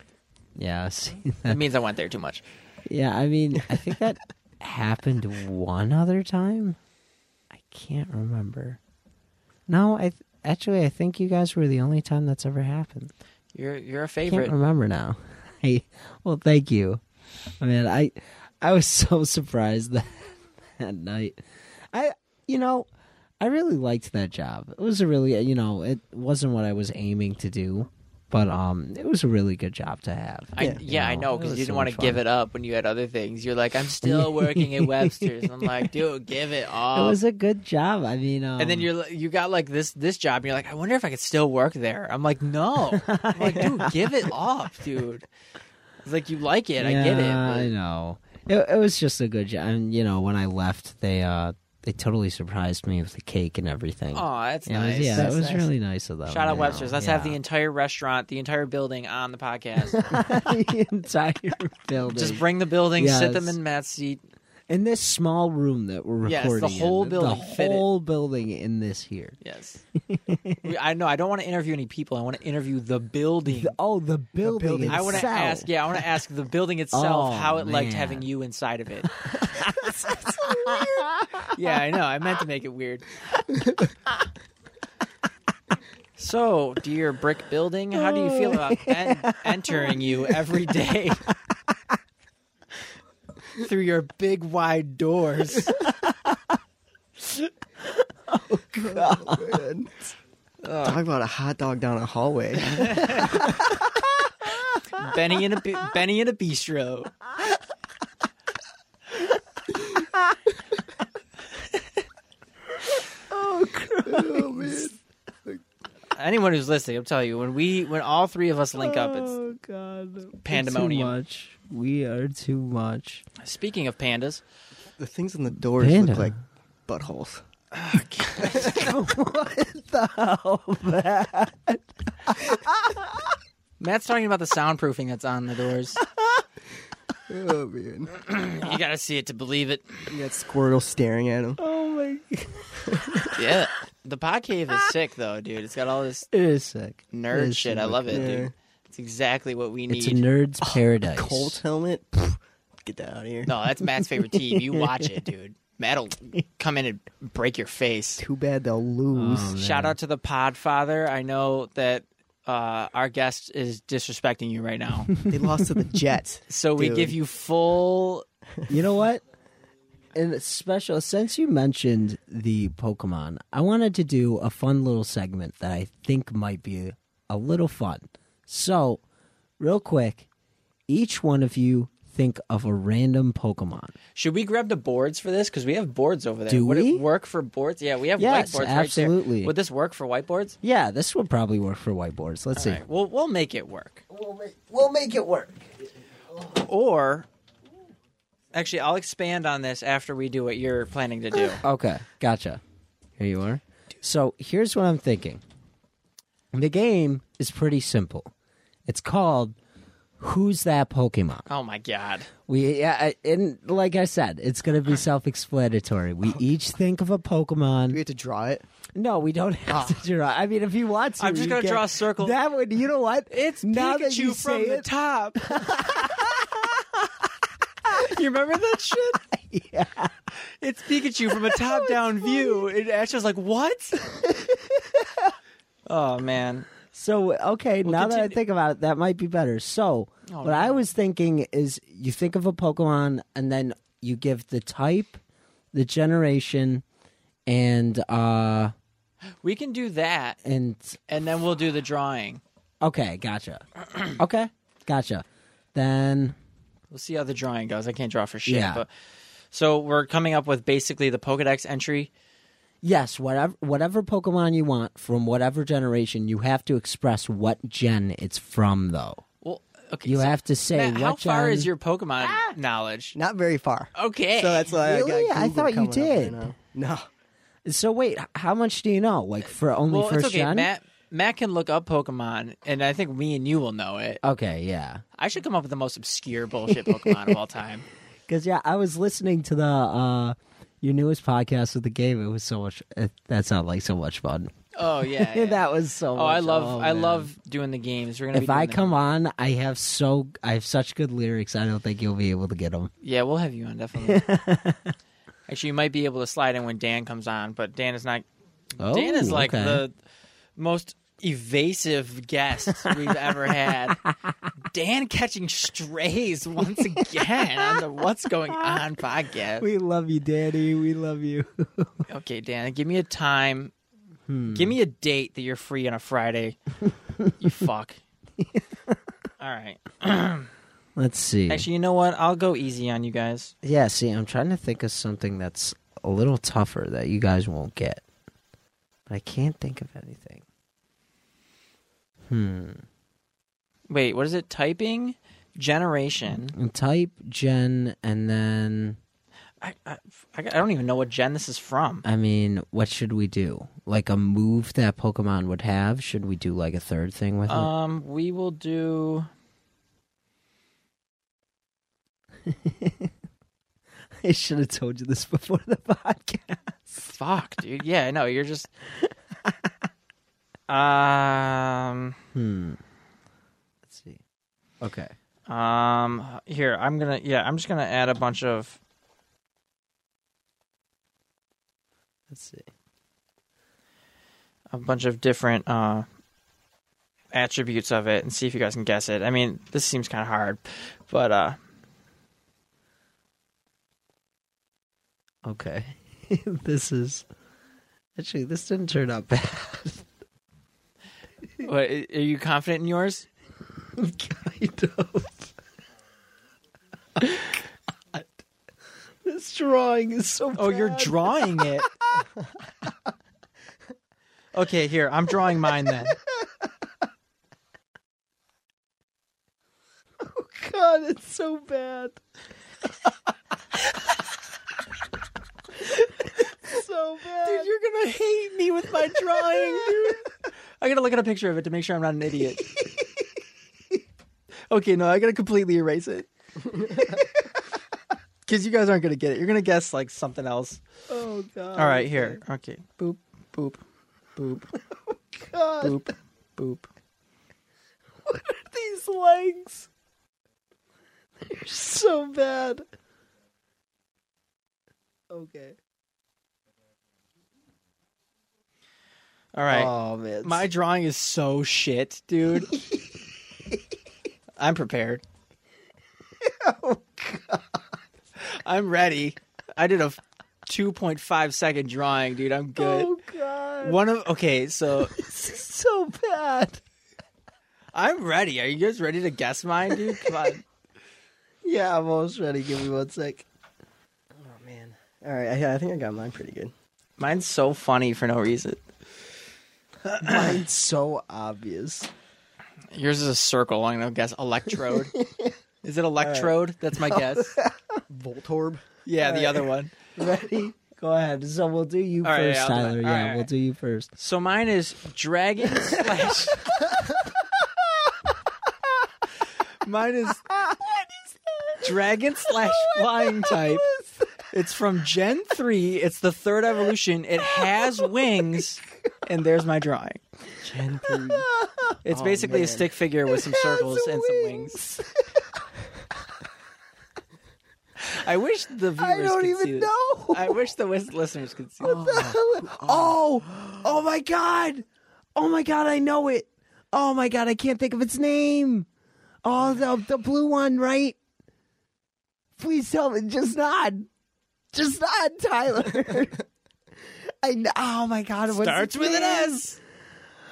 [SPEAKER 1] yeah. I see that.
[SPEAKER 2] It means I went there too much.
[SPEAKER 1] Yeah, I mean, I think that happened one other time. I can't remember. No, I th- actually I think you guys were the only time that's ever happened.
[SPEAKER 2] You're you're a
[SPEAKER 1] I can't
[SPEAKER 2] favorite.
[SPEAKER 1] remember now. Hey, well, thank you. I mean, I I was so surprised that that night. I you know, I really liked that job. It was a really, you know, it wasn't what I was aiming to do, but um it was a really good job to have.
[SPEAKER 2] I, yeah, I know because you didn't want to give
[SPEAKER 1] up.
[SPEAKER 2] it up when you had other things. You're like, I'm still working at Webster's. I'm like, dude, give it
[SPEAKER 1] it
[SPEAKER 2] all.
[SPEAKER 1] was a good job. I mean, um,
[SPEAKER 2] and then you're li- you got like this this job. And you're like, I wonder if I could still work there. I'm like, no. I'm like, dude, give it up, dude. It's like you like it. I get it.
[SPEAKER 1] Yeah, I
[SPEAKER 2] but-
[SPEAKER 1] know. It, it was just a good job. And you know, when I left, they uh they totally surprised me with the cake and everything.
[SPEAKER 2] Aw, that's
[SPEAKER 1] It was-
[SPEAKER 2] nice.
[SPEAKER 1] yeah,
[SPEAKER 3] That's
[SPEAKER 1] it was
[SPEAKER 3] nice.
[SPEAKER 1] really nice of them.
[SPEAKER 2] Shout out
[SPEAKER 1] you
[SPEAKER 2] Webster's.
[SPEAKER 1] know,
[SPEAKER 2] Let's have the
[SPEAKER 1] yeah.
[SPEAKER 2] entire restaurant, the entire building on the podcast.
[SPEAKER 1] the entire building.
[SPEAKER 2] Just bring the building, sit them
[SPEAKER 1] Yes.
[SPEAKER 2] in Matt's seat.
[SPEAKER 1] in this small room that we're
[SPEAKER 2] Yes, the
[SPEAKER 1] recording. in,
[SPEAKER 2] whole building
[SPEAKER 1] The
[SPEAKER 2] fit it.
[SPEAKER 1] whole building in this here.
[SPEAKER 2] Yes. We- I know. I don't want to interview any people. I want to interview the building.
[SPEAKER 1] The- oh, the building.
[SPEAKER 3] building.
[SPEAKER 2] I want to
[SPEAKER 1] itself.
[SPEAKER 2] ask. Yeah, I want to ask the building
[SPEAKER 1] Oh,
[SPEAKER 2] itself how it liked
[SPEAKER 1] man.
[SPEAKER 2] having you inside of it. yeah, I know. I meant to make it weird. So, dear brick building, how do you feel about en- entering you every day through your big wide doors?
[SPEAKER 3] Man. Talk about a hot dog down a hallway.
[SPEAKER 2] Benny in a bi- Benny in a bistro.
[SPEAKER 3] oh, man.
[SPEAKER 2] Anyone who's listening, I'm telling you, when we when all three of us link up, it's
[SPEAKER 1] Oh God! We're
[SPEAKER 2] Pandemonium.
[SPEAKER 1] Too much. We are too much.
[SPEAKER 2] speaking of pandas.
[SPEAKER 3] The things on the doors
[SPEAKER 1] Panda.
[SPEAKER 3] look like buttholes.
[SPEAKER 2] Matt's talking about the soundproofing that's on the doors.
[SPEAKER 3] Oh, man.
[SPEAKER 2] you gotta see it to believe it.
[SPEAKER 3] You got Squirtle staring at him.
[SPEAKER 1] Oh my! God.
[SPEAKER 2] Yeah. The pod cave is sick though, dude. It's got all this
[SPEAKER 1] It is sick. It
[SPEAKER 2] nerd
[SPEAKER 1] is
[SPEAKER 2] shit.
[SPEAKER 1] sick.
[SPEAKER 2] I love Oh, it,
[SPEAKER 3] Yeah.
[SPEAKER 2] dude. It's exactly what we need.
[SPEAKER 1] It's a nerd's paradise.
[SPEAKER 3] Colt helmet? Pff, get that out of here.
[SPEAKER 2] no, that's Matt's favorite team. You watch it, dude. Matt'll come in and break your face.
[SPEAKER 3] Too bad they'll lose.
[SPEAKER 1] Oh,
[SPEAKER 2] Shout out to the Podfather. I know that uh, our guest is disrespecting you right now.
[SPEAKER 3] They lost to the Jets.
[SPEAKER 2] So we
[SPEAKER 3] Dude.
[SPEAKER 2] give you full
[SPEAKER 1] You know what? And it's special, since you mentioned the Pokemon, I wanted to do a fun little segment that I think might be a little fun. So, real quick, each one of you think of a random Pokemon.
[SPEAKER 2] Should we grab the boards for this? Because we have boards over there.
[SPEAKER 1] Do
[SPEAKER 2] Would
[SPEAKER 1] we?
[SPEAKER 2] it work for boards? Yeah, we have
[SPEAKER 1] Yes,
[SPEAKER 2] whiteboards right
[SPEAKER 1] absolutely.
[SPEAKER 2] there. Would this work for whiteboards?
[SPEAKER 1] Yeah, this would probably work for whiteboards. Let's see.
[SPEAKER 2] All right, we'll we'll make it work.
[SPEAKER 1] We'll, make, we'll make it work.
[SPEAKER 2] Or actually, I'll expand on this after we do what you're planning to do.
[SPEAKER 1] Okay, gotcha. Here you are. So here's what I'm thinking. The game is pretty simple. It's called Who's That Pokemon?
[SPEAKER 2] Oh my god!
[SPEAKER 1] We yeah, I- and like I said, it's gonna be self-explanatory.
[SPEAKER 2] Oh.
[SPEAKER 1] We each think of a
[SPEAKER 3] We
[SPEAKER 1] Pokemon.
[SPEAKER 3] have to draw it.
[SPEAKER 1] No, we don't have to draw. I mean, if you want to,
[SPEAKER 2] Ah. I'm just
[SPEAKER 1] you
[SPEAKER 2] gonna
[SPEAKER 1] can.
[SPEAKER 2] draw a circle.
[SPEAKER 1] That would, you know what?
[SPEAKER 2] It's
[SPEAKER 1] now
[SPEAKER 2] Pikachu
[SPEAKER 1] that you
[SPEAKER 2] from
[SPEAKER 1] say
[SPEAKER 2] the
[SPEAKER 1] it,
[SPEAKER 2] top. you remember that shit? yeah. It's Pikachu from a top-down view, and Ash was like, "What?" oh man.
[SPEAKER 1] So okay, now that I
[SPEAKER 2] continue. Oh,
[SPEAKER 1] think about it, that might be better. So what I was thinking is, you think of a Pokemon, and then you give the type, the generation, and uh,
[SPEAKER 2] We can do that,
[SPEAKER 1] and
[SPEAKER 2] and then we'll do the drawing.
[SPEAKER 1] okay, gotcha. okay, gotcha. Then
[SPEAKER 2] We'll see how the drawing goes. I can't draw for shit.
[SPEAKER 1] Yeah.
[SPEAKER 2] But so we're coming up with basically the Pokedex entry.
[SPEAKER 1] yes, whatever whatever Pokemon you want from whatever generation, you have to express what gen it's from, though.
[SPEAKER 2] Well, okay.
[SPEAKER 1] You
[SPEAKER 2] so,
[SPEAKER 1] have to say what
[SPEAKER 2] Matt, how far
[SPEAKER 1] gen-
[SPEAKER 2] is your Pokemon knowledge?
[SPEAKER 3] Not very far.
[SPEAKER 2] Okay.
[SPEAKER 3] So that's why
[SPEAKER 1] Really?
[SPEAKER 3] I got
[SPEAKER 1] I
[SPEAKER 3] Google
[SPEAKER 1] thought you
[SPEAKER 3] coming up
[SPEAKER 1] did.
[SPEAKER 3] Right now. no.
[SPEAKER 1] So wait, h- how much do you know? Like for only
[SPEAKER 2] well,
[SPEAKER 1] first
[SPEAKER 2] it's okay.
[SPEAKER 1] gen?
[SPEAKER 2] Matt Matt can look up Pokemon, and I think me and you will know it.
[SPEAKER 1] Okay, yeah.
[SPEAKER 2] I should come up with the most obscure bullshit Pokemon of all time.
[SPEAKER 1] Because yeah, I was listening to the uh your newest podcast with the game. It was so much. It, that sounded like so much fun.
[SPEAKER 2] Oh yeah, yeah.
[SPEAKER 1] that was so.
[SPEAKER 2] Oh,
[SPEAKER 1] much,
[SPEAKER 2] I love I
[SPEAKER 1] man.
[SPEAKER 2] love doing the games. We're gonna. be
[SPEAKER 1] If
[SPEAKER 2] doing
[SPEAKER 1] I
[SPEAKER 2] them.
[SPEAKER 1] come on, I have so I have such good lyrics. I don't think you'll be able to get them.
[SPEAKER 2] yeah, we'll have you on definitely. Actually, you might be able to slide in when Dan comes on, but Dan is not.
[SPEAKER 1] Oh,
[SPEAKER 2] Dan is like
[SPEAKER 1] okay.
[SPEAKER 2] the most evasive guest we've ever had. Dan catching strays once again on the What's Going On podcast.
[SPEAKER 1] We love you, Danny. We love you.
[SPEAKER 2] Okay, Dan, give me a time. Give me a date that you're free on a Friday. you fuck. All right.
[SPEAKER 1] Let's see.
[SPEAKER 2] Actually, you know what? I'll go easy on you guys.
[SPEAKER 1] yeah. See, I'm trying to think of something that's a little tougher that you guys won't get, but I can't think of anything. Hmm.
[SPEAKER 2] Wait, what is it? Typing, generation.
[SPEAKER 1] And type Gen, and then
[SPEAKER 2] I, I, I don't even know what gen this is from.
[SPEAKER 1] I mean, what should we do? Like a move that Pokemon would have? Should we do like a third thing with it?
[SPEAKER 2] Um, we will do.
[SPEAKER 1] I should have told you this before the podcast.
[SPEAKER 2] Fuck, dude. Yeah, I know. You're just. Um.
[SPEAKER 1] Hmm. Let's see. Okay.
[SPEAKER 2] Um. Here, I'm gonna. Yeah, I'm just gonna add a bunch of.
[SPEAKER 1] Let's see.
[SPEAKER 2] a bunch of different uh, attributes of it and see if you guys can guess it. I mean, this seems kind of hard, but uh,
[SPEAKER 1] Okay. this is actually this didn't turn out bad.
[SPEAKER 2] what, are you confident in yours?
[SPEAKER 1] kind of. God. This drawing is so.
[SPEAKER 2] Oh, you're
[SPEAKER 1] bad.
[SPEAKER 2] drawing it. okay, here I'm drawing mine then.
[SPEAKER 1] Oh God, it's so bad. so bad.
[SPEAKER 2] Dude, you're gonna hate me with my drawing, dude. I gotta look at a picture of it to make sure I'm not an idiot. okay, no, I gotta completely erase it. Because you guys aren't gonna get it. You're gonna guess like something else.
[SPEAKER 1] Oh God.
[SPEAKER 2] All right, here. Okay. Boop, boop, boop,
[SPEAKER 3] Oh,
[SPEAKER 1] God.
[SPEAKER 2] boop, boop.
[SPEAKER 1] What are these legs? They're so bad. Okay.
[SPEAKER 2] All right.
[SPEAKER 1] Oh man.
[SPEAKER 2] My drawing is so shit, dude. I'm prepared. Oh, God. I'm ready. I did a f- 2.5 second drawing, dude. I'm good.
[SPEAKER 1] Oh God.
[SPEAKER 2] One of okay, so
[SPEAKER 1] This is so bad.
[SPEAKER 2] I'm ready. Are you guys ready to guess mine, dude? Come on.
[SPEAKER 1] Yeah, I'm almost ready. Give me one sec.
[SPEAKER 3] Oh man. All right. I, I think I got mine pretty good.
[SPEAKER 2] Mine's so funny for no reason.
[SPEAKER 1] Mine's so obvious.
[SPEAKER 2] Yours is a circle. I'm gonna guess electrode. is it electrode? That's my guess.
[SPEAKER 3] Voltorb.
[SPEAKER 2] Yeah, the other one.
[SPEAKER 1] Ready? Go ahead. So we'll do you
[SPEAKER 2] All right,
[SPEAKER 1] first,
[SPEAKER 2] yeah, I'll
[SPEAKER 1] Tyler.
[SPEAKER 2] do it. All
[SPEAKER 1] Yeah,
[SPEAKER 2] right.
[SPEAKER 1] we'll do you first.
[SPEAKER 2] So mine is dragon slash. mine is. Dragon slash flying type. It's from Gen 3. It's the third evolution. It has wings. And there's my drawing.
[SPEAKER 3] Gen three.
[SPEAKER 2] It's
[SPEAKER 3] Oh,
[SPEAKER 2] basically a
[SPEAKER 3] man.
[SPEAKER 2] stick figure with some circles and some wings. I wish the viewers
[SPEAKER 1] I don't
[SPEAKER 2] could see
[SPEAKER 1] even
[SPEAKER 2] this.
[SPEAKER 1] know.
[SPEAKER 2] I wish the wis- listeners could see. this.
[SPEAKER 1] oh, oh my god! Oh my god, I know it. Oh my god, I can't think of its name. Oh, the the blue one, right? Please tell me, just not, just not, Tyler. I kn- oh my god, what's
[SPEAKER 2] Starts
[SPEAKER 1] its
[SPEAKER 2] with an
[SPEAKER 1] name?
[SPEAKER 2] S.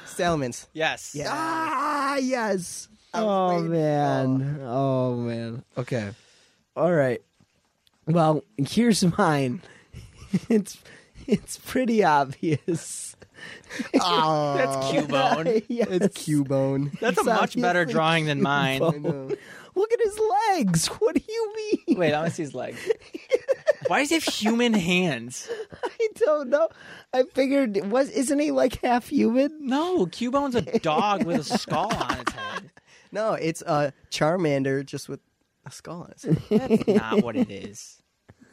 [SPEAKER 3] Salamence.
[SPEAKER 2] Yes.
[SPEAKER 3] Yeah.
[SPEAKER 1] Ah, yes.
[SPEAKER 3] I was
[SPEAKER 1] Oh
[SPEAKER 3] waiting.
[SPEAKER 1] man. Oh man. Okay. All right. Well, here's mine. It's it's pretty obvious.
[SPEAKER 3] Oh,
[SPEAKER 2] That's Cubone.
[SPEAKER 1] Yes.
[SPEAKER 3] It's Cubone.
[SPEAKER 2] Ah. That's a
[SPEAKER 1] It's
[SPEAKER 2] much better
[SPEAKER 1] obviously
[SPEAKER 2] drawing than mine.
[SPEAKER 3] I know.
[SPEAKER 1] Look at his legs. What do you mean?
[SPEAKER 2] Wait, I want to see his legs. Why does he have human hands?
[SPEAKER 1] I don't know. I figured was isn't he like half human?
[SPEAKER 2] No, Cubone's a dog with a skull on its head.
[SPEAKER 3] No, it's a Charmander just with a skull on it.
[SPEAKER 2] That's not what it is.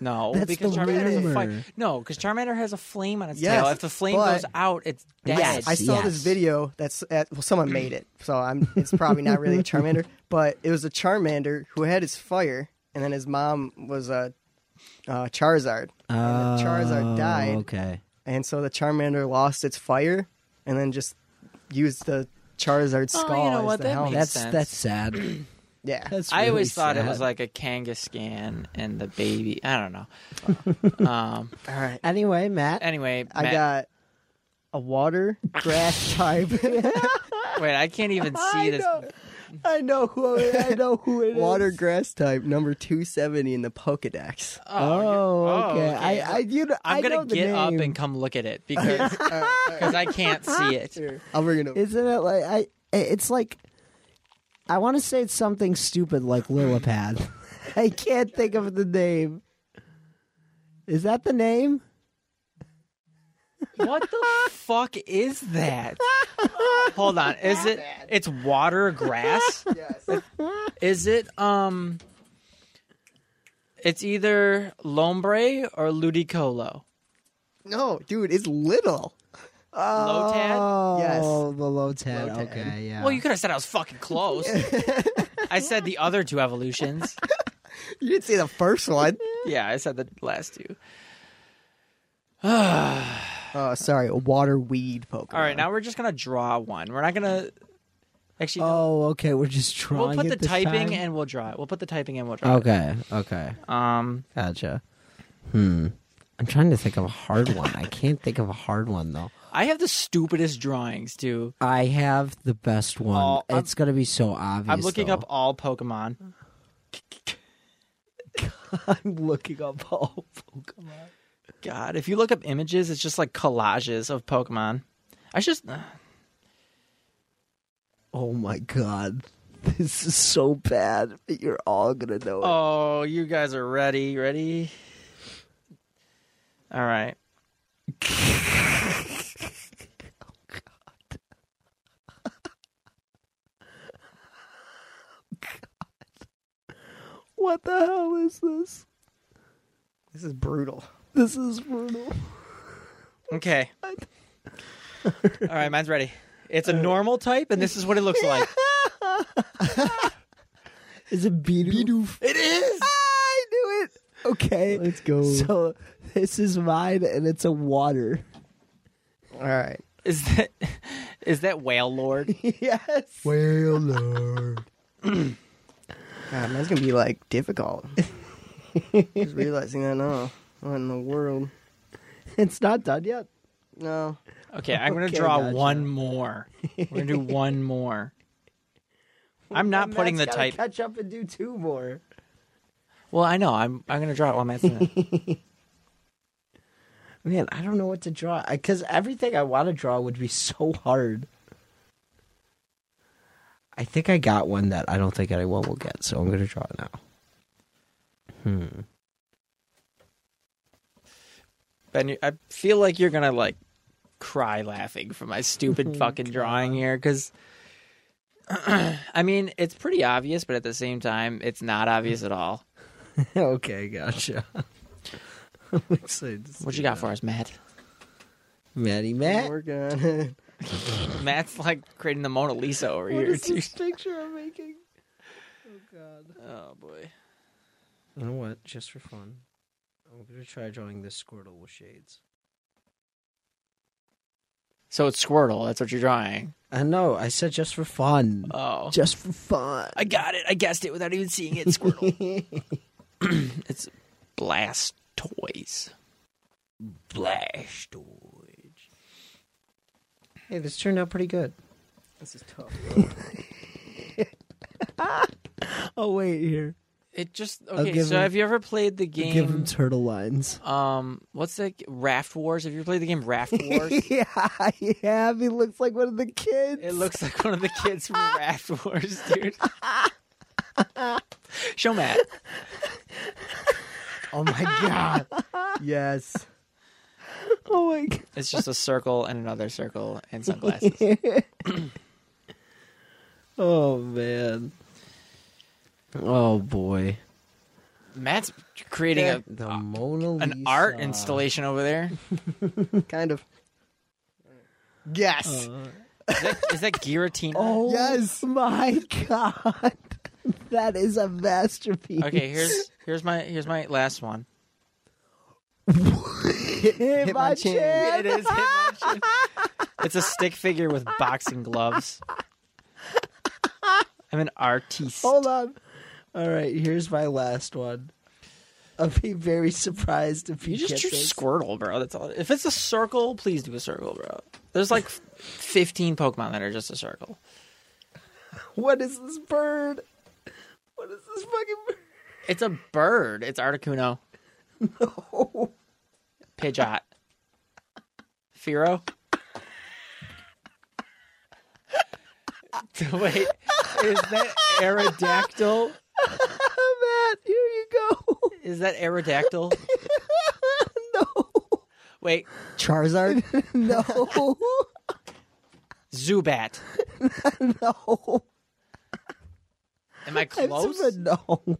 [SPEAKER 2] No,
[SPEAKER 1] That's
[SPEAKER 2] because
[SPEAKER 1] the
[SPEAKER 2] Charmander has a
[SPEAKER 1] rumor.
[SPEAKER 2] flame. No, because Charmander has a flame on its
[SPEAKER 3] Yes,
[SPEAKER 2] tail. If the flame
[SPEAKER 3] but-
[SPEAKER 2] goes out, it's dead.
[SPEAKER 1] Yes,
[SPEAKER 3] I saw this
[SPEAKER 1] Yes.
[SPEAKER 3] video that's at, well, someone made it, so I'm. It's probably not really a Charmander, but it was a Charmander who had his fire, and then his mom was a uh, Charizard, and then Charizard died,
[SPEAKER 1] Oh, Okay.
[SPEAKER 3] and so the Charmander lost its fire, and then just used the Charizard
[SPEAKER 2] Oh, you
[SPEAKER 3] skull
[SPEAKER 2] know
[SPEAKER 3] as
[SPEAKER 2] what,
[SPEAKER 3] the
[SPEAKER 2] that
[SPEAKER 3] helmet.
[SPEAKER 1] That's
[SPEAKER 2] Makes sense.
[SPEAKER 1] that's sad.
[SPEAKER 3] yeah,
[SPEAKER 1] That's
[SPEAKER 2] I always
[SPEAKER 1] really
[SPEAKER 2] thought it was
[SPEAKER 1] sad.
[SPEAKER 2] like a Kangaskhan and the baby. I don't know. um,
[SPEAKER 3] all right.
[SPEAKER 1] Anyway, Matt.
[SPEAKER 2] anyway,
[SPEAKER 3] I
[SPEAKER 2] Matt-
[SPEAKER 3] got a water grass type.
[SPEAKER 2] wait. I can't even see this.
[SPEAKER 1] I know who I know who it is.
[SPEAKER 3] water grass type number 270 in the Pokedex.
[SPEAKER 2] Oh,
[SPEAKER 1] Oh,
[SPEAKER 2] you're- oh,
[SPEAKER 1] okay. I, I, you know,
[SPEAKER 2] I'm
[SPEAKER 1] I
[SPEAKER 2] gonna
[SPEAKER 1] know the
[SPEAKER 2] get up
[SPEAKER 1] name.
[SPEAKER 2] and come look at it because because I can't see it.
[SPEAKER 3] I'll bring it up.
[SPEAKER 1] Isn't it like I? It's like I want to say it's something stupid like Lillipad. I can't think of the name. Is that the name?
[SPEAKER 2] What the fuck is that? Hold on. Is it? It's water grass.
[SPEAKER 3] Yes.
[SPEAKER 2] Is it? Um. It's either Lombre or Ludicolo.
[SPEAKER 3] No, dude, it's little.
[SPEAKER 2] Lotad.
[SPEAKER 3] Yes.
[SPEAKER 1] Oh, the low ten.
[SPEAKER 3] Low ten.
[SPEAKER 1] Okay, yeah.
[SPEAKER 2] Well, you could have said I was fucking close. I said the other two evolutions.
[SPEAKER 3] You didn't say the first one.
[SPEAKER 2] Yeah, I said the last two.
[SPEAKER 3] Oh, sorry. a Water weed Pokemon.
[SPEAKER 2] All right, now we're just gonna draw one. We're not gonna actually. no,
[SPEAKER 1] oh, okay. We're just trying.
[SPEAKER 2] we'll put the
[SPEAKER 1] it this
[SPEAKER 2] typing
[SPEAKER 1] time?
[SPEAKER 2] and we'll draw it. We'll put the typing and we'll draw it.
[SPEAKER 1] Okay. Okay.
[SPEAKER 2] Um.
[SPEAKER 1] Gotcha. Hmm. I'm trying to think of a hard one. I can't think of a hard one though.
[SPEAKER 2] I have the stupidest drawings, too.
[SPEAKER 1] I have the best one.
[SPEAKER 2] Oh, I'm-
[SPEAKER 1] it's gonna be so obvious.
[SPEAKER 2] I'm looking
[SPEAKER 1] though.
[SPEAKER 2] up all Pokemon.
[SPEAKER 1] I'm looking up all Pokemon.
[SPEAKER 2] God, if you look up images, it's just like collages of Pokemon. I should.
[SPEAKER 1] Oh my god. This is so bad, but you're all gonna know it.
[SPEAKER 2] Oh, you guys are ready. Ready? All right.
[SPEAKER 1] Oh, What the hell is this?
[SPEAKER 3] This is brutal.
[SPEAKER 1] This is brutal.
[SPEAKER 2] Okay. All right, mine's ready. It's a normal type, and this is what it looks like.
[SPEAKER 1] Is it Bidoof?
[SPEAKER 2] It is.
[SPEAKER 1] I knew it! Okay.
[SPEAKER 3] Let's go.
[SPEAKER 1] So this is mine and it's a water.
[SPEAKER 3] All right.
[SPEAKER 2] Is that is that Whale Lord?
[SPEAKER 1] yes.
[SPEAKER 3] Well, Lord. God, mine's going to be, like, difficult. Just realizing that now. What in the world?
[SPEAKER 1] It's not done yet.
[SPEAKER 3] No.
[SPEAKER 2] Okay, I'm gonna
[SPEAKER 1] Okay,
[SPEAKER 2] draw
[SPEAKER 1] gotcha.
[SPEAKER 2] one more. We're gonna do one more. I'm not
[SPEAKER 1] And
[SPEAKER 2] putting the
[SPEAKER 1] Matt's gotta
[SPEAKER 2] type.
[SPEAKER 1] catch up and do two more.
[SPEAKER 2] Well, I know. I'm I'm gonna draw it while Matt's in it.
[SPEAKER 1] Man, I don't know what to draw because everything I want to draw would be so hard. I think I got one that I don't think anyone will get, so I'm going to draw it now. Hmm.
[SPEAKER 2] Ben, you- I feel like you're gonna like cry laughing for Oh my stupid fucking drawing here because. I mean, it's pretty obvious, but at the same time, it's not obvious at all.
[SPEAKER 1] okay, gotcha. I'm excited. to see
[SPEAKER 2] What you got
[SPEAKER 1] that.
[SPEAKER 2] for us, Matt?
[SPEAKER 1] Matty
[SPEAKER 3] We're
[SPEAKER 1] Matt?
[SPEAKER 3] Working on it.
[SPEAKER 2] Matt's like creating the Mona Lisa over
[SPEAKER 1] What
[SPEAKER 2] here.
[SPEAKER 1] is
[SPEAKER 2] too.
[SPEAKER 1] this picture I'm making? Oh God!
[SPEAKER 2] Oh boy.
[SPEAKER 1] You know what? Just for fun, I'm going to try drawing this Squirtle with shades.
[SPEAKER 2] So it's Squirtle. That's what you're drawing.
[SPEAKER 1] I know. I said just for fun.
[SPEAKER 2] Oh,
[SPEAKER 1] just for fun.
[SPEAKER 2] I got it. I guessed it without even seeing it. Squirtle. it's Blast Toys.
[SPEAKER 1] Flash Hey, this turned out pretty good.
[SPEAKER 3] This is tough.
[SPEAKER 1] Oh wait, here.
[SPEAKER 2] It just
[SPEAKER 1] I'll
[SPEAKER 2] okay.
[SPEAKER 1] give
[SPEAKER 2] So
[SPEAKER 1] him-
[SPEAKER 2] have you ever played the game?
[SPEAKER 1] Give him turtle lines.
[SPEAKER 2] um, what's that? g- Raft Wars. Have you ever played the game Raft Wars?
[SPEAKER 1] yeah, yeah. He looks like one of the kids.
[SPEAKER 2] it looks like one of the kids from Raft Wars, dude. Show Matt.
[SPEAKER 3] Oh, my God. yes.
[SPEAKER 1] my god.
[SPEAKER 2] It's just a circle and another circle and sunglasses.
[SPEAKER 1] Oh man. Oh boy.
[SPEAKER 2] Matt's creating a,
[SPEAKER 1] The Mona Lisa.
[SPEAKER 2] an art installation over there.
[SPEAKER 3] kind of. Yes.
[SPEAKER 2] Is that, is that Giratina?
[SPEAKER 1] Oh
[SPEAKER 3] Yes.
[SPEAKER 1] my god. That is a masterpiece.
[SPEAKER 2] Okay, here's here's my here's my last one.
[SPEAKER 3] hit,
[SPEAKER 1] Hit my chin.
[SPEAKER 2] It is Hitmonchan. It's a stick figure with boxing gloves. I'm an artiste.
[SPEAKER 1] Hold on. All right, here's my last one. I'll be very surprised if you,
[SPEAKER 2] You just
[SPEAKER 1] get
[SPEAKER 2] choose
[SPEAKER 1] this.
[SPEAKER 2] Squirtle, bro. That's all. If it's a circle, please do a circle, bro. There's like 15 Pokemon that are just a circle.
[SPEAKER 1] What is this bird? What is this fucking bird?
[SPEAKER 2] It's a bird. It's Articuno.
[SPEAKER 1] Oh,
[SPEAKER 2] Pidgeot. Firo. Wait, is that Aerodactyl?
[SPEAKER 1] Matt, here you go.
[SPEAKER 2] Is that Aerodactyl?
[SPEAKER 1] no,
[SPEAKER 2] Wait,
[SPEAKER 3] Charizard.
[SPEAKER 1] no,
[SPEAKER 2] Zubat.
[SPEAKER 1] no.
[SPEAKER 2] Am I
[SPEAKER 1] I'm
[SPEAKER 2] close?
[SPEAKER 1] sorry, no.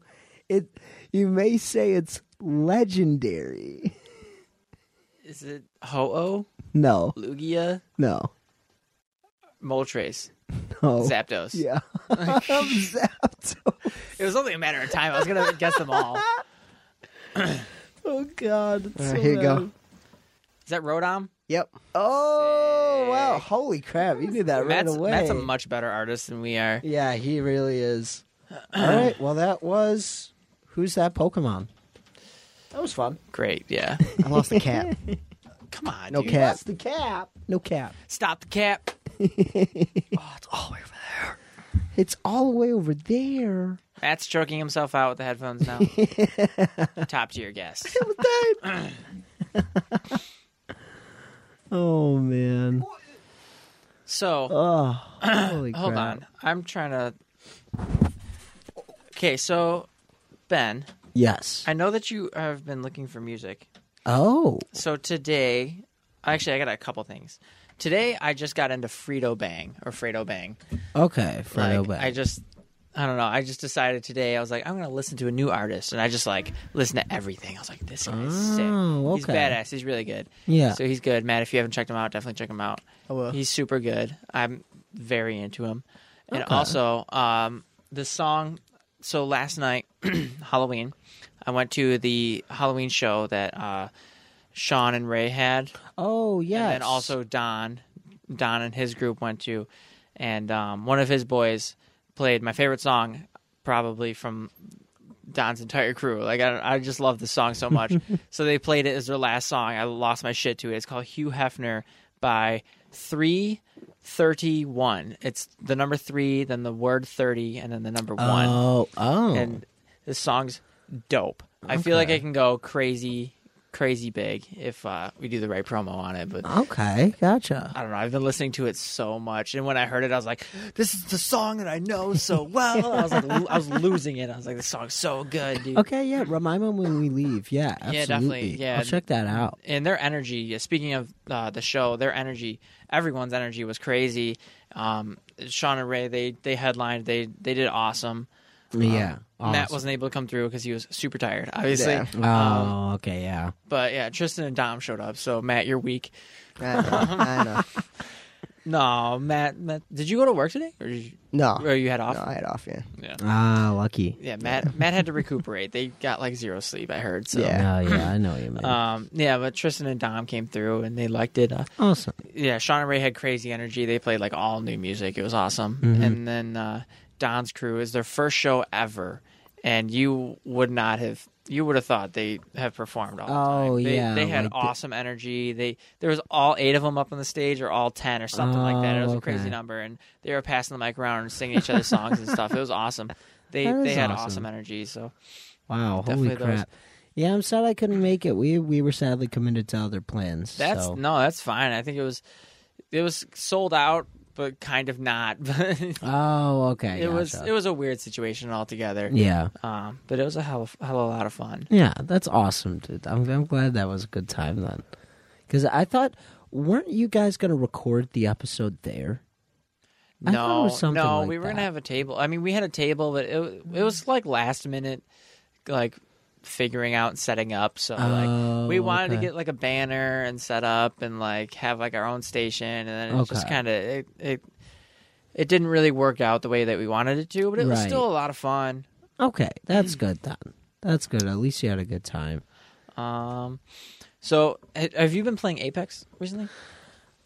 [SPEAKER 1] It. You may say it's legendary.
[SPEAKER 2] Is it Ho-Oh?
[SPEAKER 1] No,
[SPEAKER 2] Lugia?
[SPEAKER 1] no,
[SPEAKER 2] Moltres?
[SPEAKER 1] no. Oh,
[SPEAKER 2] Zapdos?
[SPEAKER 1] Yeah, I'm zapped.
[SPEAKER 2] It was only a matter of time. I was going to guess them all.
[SPEAKER 1] Oh God! it's
[SPEAKER 3] All
[SPEAKER 1] so
[SPEAKER 3] right, here you go.
[SPEAKER 1] bad.
[SPEAKER 2] Is that Rodom?
[SPEAKER 3] Yep.
[SPEAKER 1] Oh wow!
[SPEAKER 2] Sick.
[SPEAKER 1] Holy crap! You did that
[SPEAKER 2] Matt's,
[SPEAKER 1] right away.
[SPEAKER 2] Matt's a much better artist than we are.
[SPEAKER 1] yeah, he really is. All right. Well, that was who's that Pokemon? That was fun.
[SPEAKER 2] Great, yeah.
[SPEAKER 3] I lost the cap.
[SPEAKER 2] Come on,
[SPEAKER 3] No
[SPEAKER 2] dude.
[SPEAKER 3] cap.
[SPEAKER 1] That's the cap. No cap.
[SPEAKER 2] Stop the cap.
[SPEAKER 1] It's all the way over there.
[SPEAKER 2] Matt's choking himself out with the headphones now. Top tier guest.
[SPEAKER 1] Oh man.
[SPEAKER 2] So,
[SPEAKER 1] Oh, holy crap.
[SPEAKER 2] hold on. I'm trying to. Okay, so, Ben,
[SPEAKER 1] Yes.
[SPEAKER 2] I know that you have been looking for music.
[SPEAKER 1] Oh.
[SPEAKER 2] So today, actually, I got a couple things. Today, I just got into Frito Bang or Fredo Bang.
[SPEAKER 1] Okay. Fredo
[SPEAKER 2] Like,
[SPEAKER 1] back.
[SPEAKER 2] I just, I don't know. I just decided today. I was like, I'm gonna listen to a new artist, and I just like listen to everything. I was like, this guy's
[SPEAKER 1] Oh,
[SPEAKER 2] sick. He's
[SPEAKER 1] okay.
[SPEAKER 2] badass. He's really good.
[SPEAKER 1] Yeah.
[SPEAKER 2] So he's good, Matt. If you haven't checked him out, definitely check him out.
[SPEAKER 3] I will.
[SPEAKER 2] He's super good. I'm very into him. And
[SPEAKER 1] Okay.
[SPEAKER 2] also, um, the song. So last night, Halloween, I went to the Halloween show that uh, Sean and Ray had
[SPEAKER 1] oh yes.
[SPEAKER 2] and then also Don, Don and his group went to, and um, one of his boys played my favorite song, probably from Don's entire crew. Like I, I just love the song so much. so they played it as their last song. I lost my shit to it. It's called Hugh Hefner by Three Thirty One. It's the number three, then the word thirty, and then the number one
[SPEAKER 1] Oh. Oh.
[SPEAKER 2] and this song's dope. I feel like
[SPEAKER 1] Okay.
[SPEAKER 2] I can go crazy, crazy big if uh, we do the right promo on it. But
[SPEAKER 1] okay. Gotcha.
[SPEAKER 2] I don't know. I've been listening to it so much, and when I heard it, I was like, "This is the song that I know so well." I was like, lo- I was losing it. I was like, "This song's so good, dude."
[SPEAKER 1] Okay, yeah. Remind me when we leave. Yeah, absolutely.
[SPEAKER 2] Yeah, definitely, yeah.
[SPEAKER 1] I'll check that out.
[SPEAKER 2] and their energy. yeah, Speaking of uh, the show, their energy, everyone's energy was crazy. Um, Sean and Ray, they they headlined. They they did awesome.
[SPEAKER 1] yeah.
[SPEAKER 2] Uh, Matt
[SPEAKER 1] awesome.
[SPEAKER 2] wasn't able to come through because he was super tired, obviously.
[SPEAKER 3] Yeah.
[SPEAKER 1] Oh,
[SPEAKER 2] Um,
[SPEAKER 1] okay, yeah.
[SPEAKER 2] but yeah, Tristan and Dom showed up. So Matt, you're weak.
[SPEAKER 3] I know. I know.
[SPEAKER 2] No, Matt. Matt did you go to work today, or, did you,
[SPEAKER 3] No.
[SPEAKER 2] or you had off?
[SPEAKER 3] No, I had off. Yeah.
[SPEAKER 2] Yeah,
[SPEAKER 1] Ah, lucky.
[SPEAKER 2] yeah. Matt. Matt had to recuperate. They got like zero sleep. I heard. So.
[SPEAKER 3] Yeah.
[SPEAKER 1] Oh, yeah. I know what you mean.
[SPEAKER 2] Um. Yeah, but Tristan and Dom came through, and they liked it. Uh,
[SPEAKER 1] awesome.
[SPEAKER 2] yeah, Sean and Ray had crazy energy. They played like all new music. It was awesome.
[SPEAKER 1] Mm-hmm.
[SPEAKER 2] And then uh, Don's crew is their first show ever, and you would not have you would have thought they have performed all the time.
[SPEAKER 1] Oh,
[SPEAKER 2] They-
[SPEAKER 1] yeah,
[SPEAKER 2] they had
[SPEAKER 1] like the-
[SPEAKER 2] awesome energy. They there was all eight of them up on the stage, or all ten, or something like that. It was
[SPEAKER 1] Oh,
[SPEAKER 2] a crazy
[SPEAKER 1] okay.
[SPEAKER 2] number, and they were passing the mic around and singing each other's songs and stuff. It was awesome. They
[SPEAKER 1] That
[SPEAKER 2] they
[SPEAKER 1] is
[SPEAKER 2] had
[SPEAKER 1] awesome.
[SPEAKER 2] awesome energy. So
[SPEAKER 1] Wow,
[SPEAKER 2] definitely
[SPEAKER 1] holy
[SPEAKER 2] those.
[SPEAKER 1] crap. Yeah, I'm sad I couldn't make it. We we were sadly committed to other plans.
[SPEAKER 2] That's
[SPEAKER 1] so.
[SPEAKER 2] no, that's fine. I think it was it was sold out, but kind of not. it
[SPEAKER 1] Oh, okay.
[SPEAKER 2] was
[SPEAKER 1] gotcha.
[SPEAKER 2] it was a weird situation altogether.
[SPEAKER 1] Yeah.
[SPEAKER 2] Um, but it was a hell of, hell of a lot of fun.
[SPEAKER 1] Yeah, that's awesome, dude. I'm I'm glad that was a good time then. Because I thought, weren't you guys going to record the episode there? I thought it
[SPEAKER 2] No,
[SPEAKER 1] was something
[SPEAKER 2] no,
[SPEAKER 1] like
[SPEAKER 2] we were
[SPEAKER 1] that.
[SPEAKER 2] gonna have a table. I mean, we had a table, but it it was like last minute, like figuring out and setting up. So like we
[SPEAKER 1] Oh,
[SPEAKER 2] wanted to
[SPEAKER 1] okay.
[SPEAKER 2] get like a banner and set up and like have like our own station, and then it just
[SPEAKER 1] Okay.
[SPEAKER 2] kind of it, it it didn't really work out the way that we wanted it to, but it was
[SPEAKER 1] Right.
[SPEAKER 2] still a lot of fun.
[SPEAKER 1] Okay,
[SPEAKER 2] Mm.
[SPEAKER 1] that's good then. That's good. At least you had a good time.
[SPEAKER 2] Um, so ha- have you been playing Apex recently?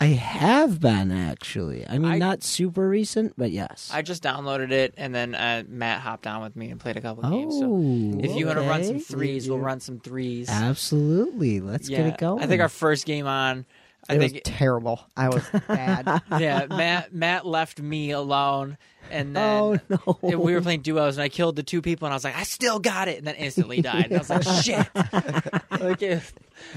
[SPEAKER 1] I have been actually. I mean,
[SPEAKER 2] I-
[SPEAKER 1] not super recent, but yes.
[SPEAKER 2] I just downloaded it, and then uh, Matt hopped on with me and played a couple
[SPEAKER 1] oh,
[SPEAKER 2] games. So if you want to run some
[SPEAKER 1] okay.
[SPEAKER 2] threes, we'll run some threes.
[SPEAKER 1] absolutely. Let's get it going.
[SPEAKER 2] I think our first game on. I
[SPEAKER 3] it was
[SPEAKER 2] think
[SPEAKER 3] terrible. I was bad.
[SPEAKER 2] yeah. Matt Matt left me alone, and
[SPEAKER 1] Oh,
[SPEAKER 2] then and we were playing duos, and I killed the two people, and I was like, I still got it, and then instantly died. And I was like, shit. like, if-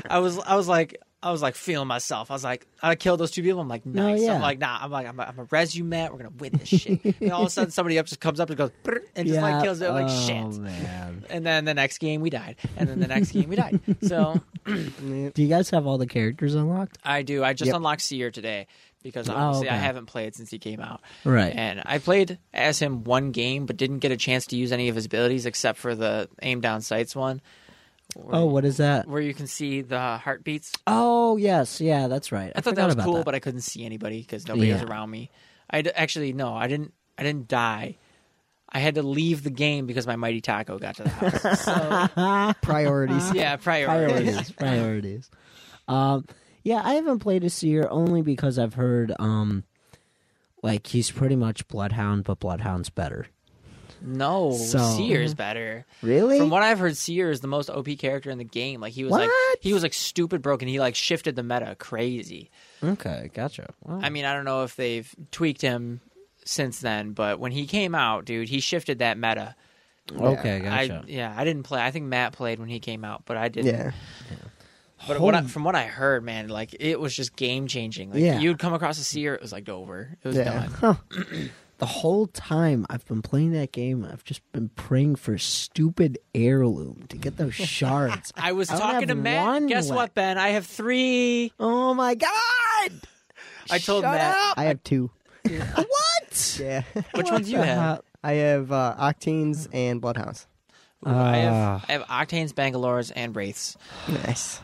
[SPEAKER 2] I was I was like. I was like feeling myself. I was like, I killed those two people. I'm like,
[SPEAKER 1] No,
[SPEAKER 2] nice.
[SPEAKER 1] Oh, yeah.
[SPEAKER 2] I'm like, nah. I'm like, I'm a, I'm a resume. We're gonna win this shit. and all of a sudden, somebody up just comes up and goes, "Brr," and just like kills it. I'm
[SPEAKER 1] oh,
[SPEAKER 2] like, shit.
[SPEAKER 1] Man.
[SPEAKER 2] And then the next game, we died. And then the next game, we died. So
[SPEAKER 1] Do you guys have all the characters unlocked?
[SPEAKER 2] I do. I just
[SPEAKER 3] Yep.
[SPEAKER 2] unlocked Seer today because obviously
[SPEAKER 1] Oh,
[SPEAKER 2] I
[SPEAKER 1] okay.
[SPEAKER 2] haven't played since he came out.
[SPEAKER 1] Right.
[SPEAKER 2] And I played as him one game, but didn't get a chance to use any of his abilities except for the aim down sights one,
[SPEAKER 1] Oh, what is that?
[SPEAKER 2] where you can see the heartbeats.
[SPEAKER 1] Oh, yes, yeah, that's right.
[SPEAKER 2] I thought that
[SPEAKER 1] forgot
[SPEAKER 2] was
[SPEAKER 1] about
[SPEAKER 2] cool,
[SPEAKER 1] that.
[SPEAKER 2] but I couldn't see anybody because nobody was
[SPEAKER 1] Yeah.
[SPEAKER 2] around me. I actually no, I didn't. I didn't die. I had to leave the game because my mighty taco got to the house. So,
[SPEAKER 3] Priorities.
[SPEAKER 2] yeah, priority.
[SPEAKER 1] priorities, priorities. Um, yeah, I haven't played a seer only because I've heard, um, like he's pretty much Bloodhound, but Bloodhound's better.
[SPEAKER 2] No,
[SPEAKER 1] So- mm-hmm.
[SPEAKER 2] Seer is better.
[SPEAKER 1] Really?
[SPEAKER 2] From what I've heard, Seer is the most OP character in the game. Like he was like
[SPEAKER 1] What?
[SPEAKER 2] he was like stupid broken. He like shifted the meta crazy.
[SPEAKER 1] Okay, gotcha.
[SPEAKER 2] I mean, I don't know if they've tweaked him since then, but when he came out, dude, he shifted that meta.
[SPEAKER 1] okay,
[SPEAKER 2] I yeah, I didn't play. I think Matt played when he came out, but I didn't.
[SPEAKER 3] Yeah.
[SPEAKER 2] But what I, from what I heard, man, like it was just game changing. Like
[SPEAKER 1] Yeah.
[SPEAKER 2] you'd come across a Seer, it was like over. It was
[SPEAKER 3] Yeah.
[SPEAKER 2] done.
[SPEAKER 1] the whole time I've been playing that game, I've just been praying for stupid heirloom to get those shards.
[SPEAKER 2] I was
[SPEAKER 1] I only
[SPEAKER 2] talking to
[SPEAKER 1] have one
[SPEAKER 2] Matt. Guess
[SPEAKER 1] left.
[SPEAKER 2] what, Ben? I have three.
[SPEAKER 1] oh my god!
[SPEAKER 2] I told
[SPEAKER 1] Shut
[SPEAKER 2] Matt.
[SPEAKER 1] up!
[SPEAKER 3] I have two.
[SPEAKER 1] What?
[SPEAKER 3] Yeah.
[SPEAKER 2] Which ones do you have?
[SPEAKER 3] I have uh, Octanes and Bloodhounds.
[SPEAKER 2] Ooh, Uh, I, have,
[SPEAKER 1] Ah.
[SPEAKER 2] I have Octanes, Bangalores, and Wraiths.
[SPEAKER 3] Nice.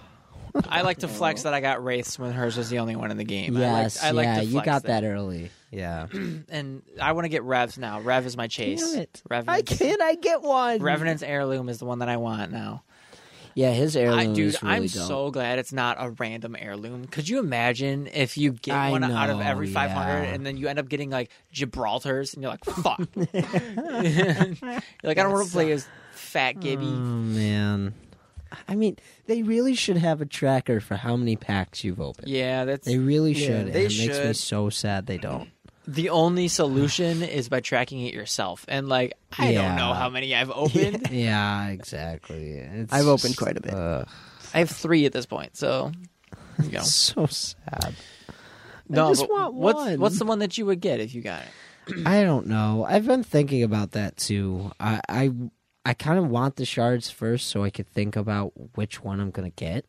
[SPEAKER 2] I like to flex that I got Wraiths when hers was the only one in the game.
[SPEAKER 1] Oh. Yes,
[SPEAKER 2] I like, I
[SPEAKER 1] yeah,
[SPEAKER 2] like to
[SPEAKER 1] you
[SPEAKER 2] flex
[SPEAKER 1] got that. early. Yeah.
[SPEAKER 2] And I want to get Revs now. Rev is my chase.
[SPEAKER 1] Damn it.
[SPEAKER 2] Revenant's,
[SPEAKER 1] I get one?
[SPEAKER 2] Revenant's Heirloom is the one that I want now.
[SPEAKER 1] Yeah, his heirloom
[SPEAKER 2] I, dude,
[SPEAKER 1] is Oh, really
[SPEAKER 2] I'm
[SPEAKER 1] dope.
[SPEAKER 2] so glad it's not a random heirloom. Could you imagine if you get
[SPEAKER 1] I
[SPEAKER 2] one out of
[SPEAKER 1] know,
[SPEAKER 2] every 500
[SPEAKER 1] yeah.
[SPEAKER 2] and then you end up getting like Gibraltar's and you're like, fuck. you're like, I don't want to play as Fat Gibby.
[SPEAKER 1] Oh man. I mean, they really should have a tracker for how many packs you've opened.
[SPEAKER 2] yeah, that's.
[SPEAKER 1] They really should.
[SPEAKER 2] they
[SPEAKER 1] and it makes me
[SPEAKER 2] should.
[SPEAKER 1] so sad they don't.
[SPEAKER 2] the only solution is by tracking it yourself. And like, I
[SPEAKER 1] Yeah.
[SPEAKER 2] don't know how many I've opened.
[SPEAKER 1] yeah, exactly. It's uh,
[SPEAKER 3] I've opened
[SPEAKER 1] just-
[SPEAKER 3] quite a bit.
[SPEAKER 1] Ugh,
[SPEAKER 2] I have three at this point. So, you know.
[SPEAKER 1] it's so sad.
[SPEAKER 2] no,
[SPEAKER 1] just
[SPEAKER 2] but
[SPEAKER 1] want
[SPEAKER 2] what's
[SPEAKER 1] one.
[SPEAKER 2] what's the one that you would get if you got it?
[SPEAKER 1] I don't know. I've been thinking about that too. I I, I kind of want the shards first so I could think about which one I'm going to get.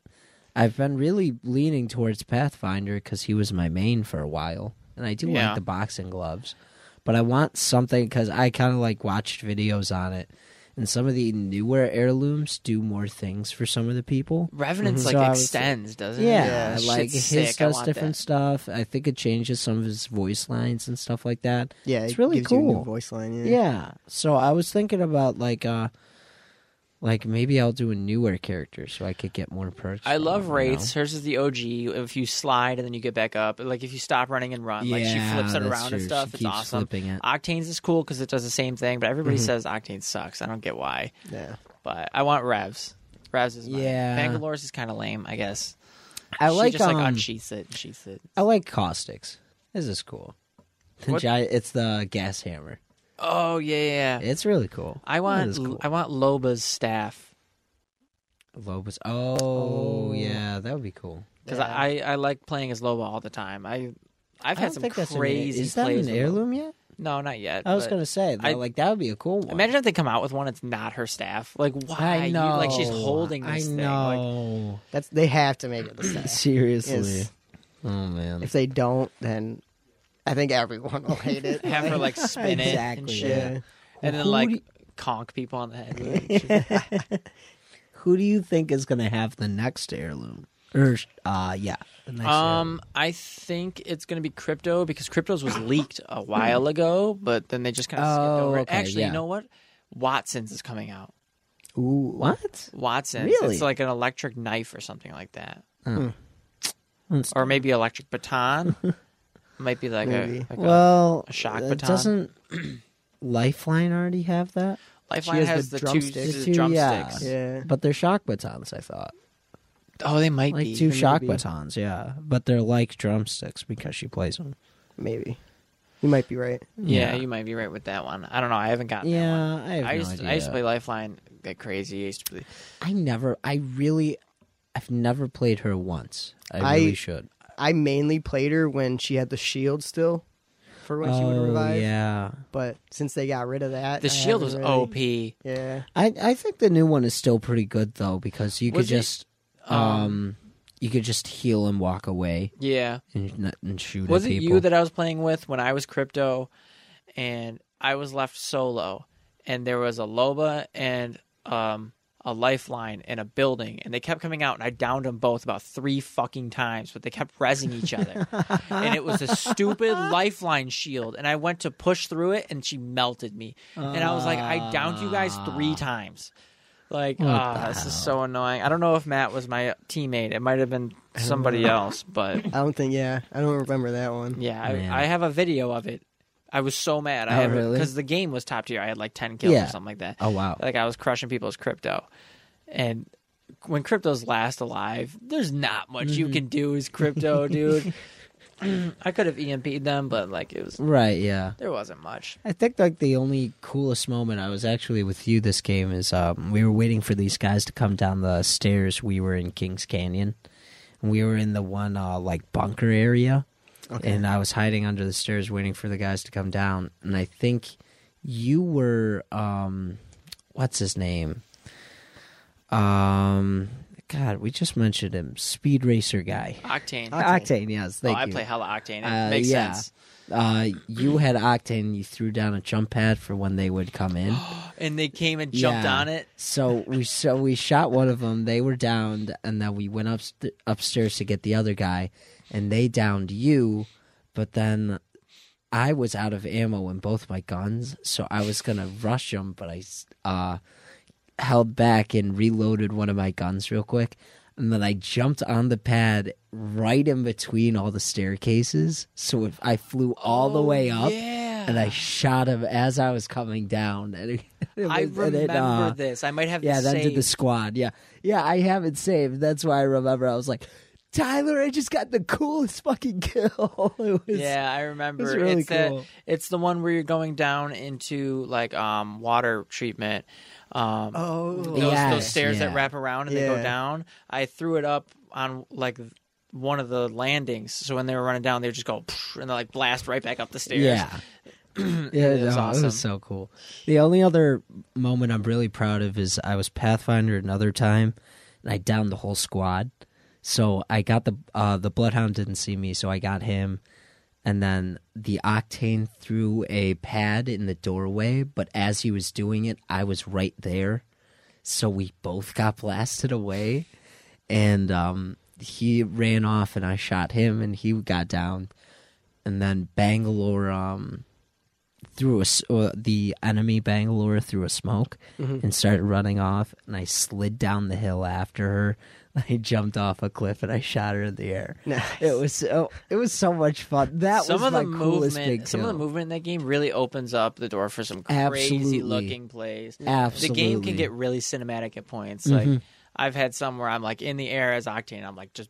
[SPEAKER 1] I've been really leaning towards Pathfinder because he was my main for a while, and I do
[SPEAKER 2] Yeah.
[SPEAKER 1] like the boxing gloves. But I want something because I kind of like watched videos on it, and some of the newer heirlooms do more things for some of the people.
[SPEAKER 2] Revenant's
[SPEAKER 1] Mhm.
[SPEAKER 2] like
[SPEAKER 1] So I was-
[SPEAKER 2] extends, doesn't it?
[SPEAKER 1] Yeah,
[SPEAKER 2] That
[SPEAKER 1] like
[SPEAKER 2] shit's
[SPEAKER 1] his
[SPEAKER 2] sick. I
[SPEAKER 1] does
[SPEAKER 2] want
[SPEAKER 1] different
[SPEAKER 2] that.
[SPEAKER 1] stuff. I think it changes some of his voice lines and stuff like that.
[SPEAKER 3] Yeah,
[SPEAKER 1] it's
[SPEAKER 3] it
[SPEAKER 1] really
[SPEAKER 3] gives you a new
[SPEAKER 1] cool.
[SPEAKER 3] voice line. Yeah.
[SPEAKER 1] Yeah. So I was thinking about like uh like maybe I'll do a newer character so I could get more perks.
[SPEAKER 2] I
[SPEAKER 1] from
[SPEAKER 2] love
[SPEAKER 1] it, you
[SPEAKER 2] Wraiths. Hers is the OG. If you slide and then you get back up, like if you stop running and run,
[SPEAKER 1] know?
[SPEAKER 2] like she
[SPEAKER 1] Yeah,
[SPEAKER 2] flips it
[SPEAKER 1] that's
[SPEAKER 2] around
[SPEAKER 1] true.
[SPEAKER 2] and stuff.
[SPEAKER 1] She
[SPEAKER 2] it's
[SPEAKER 1] keeps
[SPEAKER 2] awesome.
[SPEAKER 1] Flipping it. Mm-hmm.
[SPEAKER 2] Octanes is cool because it does the same thing, but everybody says Octanes sucks. I don't get why,
[SPEAKER 3] Yeah.
[SPEAKER 2] but I want Revs. Revs is mine.
[SPEAKER 1] Yeah.
[SPEAKER 2] Bangalores is kind of lame, I guess.
[SPEAKER 1] I
[SPEAKER 2] she
[SPEAKER 1] like
[SPEAKER 2] just like
[SPEAKER 1] um,
[SPEAKER 2] unsheaths it, and sheaths it.
[SPEAKER 1] I like caustics. This is cool. The
[SPEAKER 2] What-
[SPEAKER 1] giant, it's the gas hammer.
[SPEAKER 2] Oh yeah, yeah. yeah.
[SPEAKER 1] It's really cool.
[SPEAKER 2] I
[SPEAKER 1] That
[SPEAKER 2] want
[SPEAKER 1] is cool.
[SPEAKER 2] I want Loba's staff
[SPEAKER 1] Lobos. Oh, yeah, that would be cool.
[SPEAKER 2] because
[SPEAKER 3] Yeah.
[SPEAKER 2] I, I like playing as Loba all the time. I I've
[SPEAKER 1] I
[SPEAKER 2] had
[SPEAKER 1] don't
[SPEAKER 2] some
[SPEAKER 1] think that's an heir-
[SPEAKER 2] crazy
[SPEAKER 1] Is that
[SPEAKER 2] plays
[SPEAKER 1] an
[SPEAKER 2] with Loba.
[SPEAKER 1] heirloom yet?
[SPEAKER 2] No, not yet.
[SPEAKER 1] I was
[SPEAKER 2] but-
[SPEAKER 1] gonna say, though,
[SPEAKER 2] I-
[SPEAKER 1] like that would be a cool one.
[SPEAKER 2] Imagine if they come out with one that's not her staff. Like why?
[SPEAKER 1] I
[SPEAKER 2] You-
[SPEAKER 1] know,
[SPEAKER 2] like she's holding this
[SPEAKER 1] I
[SPEAKER 2] thing. Like,
[SPEAKER 1] know.
[SPEAKER 3] That's they have to make it the same.
[SPEAKER 1] Seriously.
[SPEAKER 3] Yes.
[SPEAKER 1] Oh man.
[SPEAKER 3] If they don't, then I think everyone will hate it.
[SPEAKER 2] have her like spin it and
[SPEAKER 1] Exactly,
[SPEAKER 2] shit,
[SPEAKER 3] yeah.
[SPEAKER 2] and then
[SPEAKER 1] Who
[SPEAKER 2] like
[SPEAKER 1] do you-
[SPEAKER 2] conk people on the head. With it. and shit.
[SPEAKER 1] Who do you think is gonna have the next heirloom? Or uh yeah. The next heirloom.
[SPEAKER 2] Um, I think it's gonna be crypto because cryptos was leaked a while ago, but then they just kind of skipped
[SPEAKER 1] Oh,
[SPEAKER 2] over. it.
[SPEAKER 1] okay,
[SPEAKER 2] Actually,
[SPEAKER 1] yeah.
[SPEAKER 2] you know what? Watson's is coming out.
[SPEAKER 1] Ooh, what?
[SPEAKER 2] Watson's.
[SPEAKER 1] Really?
[SPEAKER 2] It's like an electric knife or something like that,
[SPEAKER 1] That's-
[SPEAKER 2] or maybe electric baton. Might be like
[SPEAKER 3] Maybe.
[SPEAKER 2] a like
[SPEAKER 1] well,
[SPEAKER 2] a shock
[SPEAKER 1] uh,
[SPEAKER 2] baton.
[SPEAKER 1] Doesn't Lifeline already have that?
[SPEAKER 2] a, Lifeline
[SPEAKER 3] has
[SPEAKER 2] has,
[SPEAKER 3] the
[SPEAKER 2] the,
[SPEAKER 3] drumsticks.
[SPEAKER 2] two,
[SPEAKER 1] The two,
[SPEAKER 2] the drumsticks.
[SPEAKER 3] Yeah.
[SPEAKER 1] But they're shock batons, I thought.
[SPEAKER 2] Oh, they might be
[SPEAKER 1] Like two shock
[SPEAKER 3] be.
[SPEAKER 1] batons, yeah. But they're like drumsticks because she plays them.
[SPEAKER 3] Maybe you might be right.
[SPEAKER 2] Yeah, you might be right with that one. I don't know. I haven't gotten that one.
[SPEAKER 1] Yeah, I have
[SPEAKER 2] I
[SPEAKER 1] no
[SPEAKER 2] used
[SPEAKER 1] idea.
[SPEAKER 2] I used to play Lifeline like crazy. I used to play.
[SPEAKER 1] I never. I really. I've never played her once. I,
[SPEAKER 3] I-
[SPEAKER 1] really should.
[SPEAKER 3] I mainly played her when she had the shield still, for when she would
[SPEAKER 1] Oh,
[SPEAKER 3] revive.
[SPEAKER 1] yeah.
[SPEAKER 3] But since they got rid of that,
[SPEAKER 2] The
[SPEAKER 3] I
[SPEAKER 2] shield was
[SPEAKER 3] haven't really-
[SPEAKER 2] OP.
[SPEAKER 3] Yeah,
[SPEAKER 1] I I think the new one is still pretty good though because you could
[SPEAKER 2] Was it-
[SPEAKER 1] just um, you could just heal and walk away
[SPEAKER 2] Yeah.
[SPEAKER 1] and, n- and shoot
[SPEAKER 2] Was
[SPEAKER 1] at
[SPEAKER 2] it
[SPEAKER 1] people.
[SPEAKER 2] you that I was playing with when I was crypto, and I was left solo, and there was a loba and um a lifeline in a building, and they kept coming out, and I downed them both about three fucking times, but they kept resing each other, and it was a stupid lifeline shield, and I went to push through it, and she melted me, and I was like, I downed you guys three times. Like, ah, this is so annoying. I don't know if Matt was my teammate. It might have been somebody else, but
[SPEAKER 3] I don't think. Yeah, I don't remember that one.
[SPEAKER 2] yeah,
[SPEAKER 1] Man.
[SPEAKER 2] I, I have a video of it. I was so mad. I
[SPEAKER 1] Oh,
[SPEAKER 2] have
[SPEAKER 1] really?
[SPEAKER 2] because the game was top tier. I had like ten kills
[SPEAKER 1] Yeah.
[SPEAKER 2] or something like that.
[SPEAKER 1] Oh, wow.
[SPEAKER 2] Like I was crushing people's crypto, and when crypto's last alive, there's not much
[SPEAKER 1] Mm-hmm.
[SPEAKER 2] you can do as crypto, dude. I could have EMP'd them, but like it was,
[SPEAKER 1] Right. Yeah.
[SPEAKER 2] there wasn't much.
[SPEAKER 1] I think like the only coolest moment I was actually with you this game is um, we were waiting for these guys to come down the stairs. We were in Kings Canyon, and we were in the one uh, like bunker area, and I was hiding under the stairs waiting for the guys to come down. And I think you were um, what's his name? Um, God, we just mentioned him, Speed Racer guy,
[SPEAKER 2] Octane.
[SPEAKER 1] Octane. Yes, Ah,
[SPEAKER 2] oh,
[SPEAKER 1] thank
[SPEAKER 2] I
[SPEAKER 1] you.
[SPEAKER 2] play hella Octane. It
[SPEAKER 1] Uh,
[SPEAKER 2] makes
[SPEAKER 1] yeah.
[SPEAKER 2] sense.
[SPEAKER 1] Uh, you had Octane. You threw down a jump pad for when they would come in.
[SPEAKER 2] And they came and jumped
[SPEAKER 1] Yeah.
[SPEAKER 2] on it.
[SPEAKER 1] So we so we shot one of them. They were downed, and then we went up upstairs to get the other guy, and they downed you. But then I was out of ammo in both my guns, so I was gonna rush them, but I s- uh, held back and reloaded one of my guns real quick, and then I jumped on the pad right in between all the staircases. So if I flew all the way up.
[SPEAKER 2] Oh, Yeah.
[SPEAKER 1] And I shot him as I was coming down. And it, it
[SPEAKER 2] I
[SPEAKER 1] was- and
[SPEAKER 2] remember
[SPEAKER 1] it, uh,
[SPEAKER 2] this. I might have
[SPEAKER 1] yeah,
[SPEAKER 2] the
[SPEAKER 1] that did the
[SPEAKER 2] save.
[SPEAKER 1] squad. Yeah, yeah, I have it saved. That's why I remember. I was like, Tyler, I just got the coolest fucking kill. it was,
[SPEAKER 2] yeah, I remember.
[SPEAKER 1] it's really
[SPEAKER 2] it's that-
[SPEAKER 1] cool.
[SPEAKER 2] it's the one where you're going down into like um water treatment. Um,
[SPEAKER 3] Oh,
[SPEAKER 2] those, those
[SPEAKER 1] Yes,
[SPEAKER 2] stairs
[SPEAKER 1] yeah.
[SPEAKER 2] that wrap around and they
[SPEAKER 3] Yeah.
[SPEAKER 2] go down. I threw it up on like one of the landings, so when they were running down, they would just go "Psh," and they like blast right back up the stairs.
[SPEAKER 1] yeah. yeah,
[SPEAKER 2] It was
[SPEAKER 1] no, It
[SPEAKER 2] awesome.
[SPEAKER 1] was so cool. The only other moment I'm really proud of is I was Pathfinder another time, and I downed the whole squad. So I got the uh, the Bloodhound didn't see me, so I got him, and then the Octane threw a pad in the doorway. But as he was doing it, I was right there, so we both got blasted away, and um, he ran off, and I shot him, and he got down, and then Bangalore. Um, through a s- uh, the enemy Bangalore through a smoke and started running off. And I slid down the hill after her. I jumped off a cliff and I shot her in the air.
[SPEAKER 3] Nice.
[SPEAKER 1] It was so it was so much fun. That
[SPEAKER 2] some
[SPEAKER 1] was
[SPEAKER 2] of
[SPEAKER 1] my
[SPEAKER 2] the
[SPEAKER 1] coolest big
[SPEAKER 2] movement, some of the
[SPEAKER 1] kill.
[SPEAKER 2] movement in that game really opens up the door for some crazy
[SPEAKER 1] Absolutely.
[SPEAKER 2] looking plays.
[SPEAKER 1] Absolutely. Mm-hmm.
[SPEAKER 2] the game can get really cinematic at points. Like I've had some where I'm like in the air as Octane, I'm like just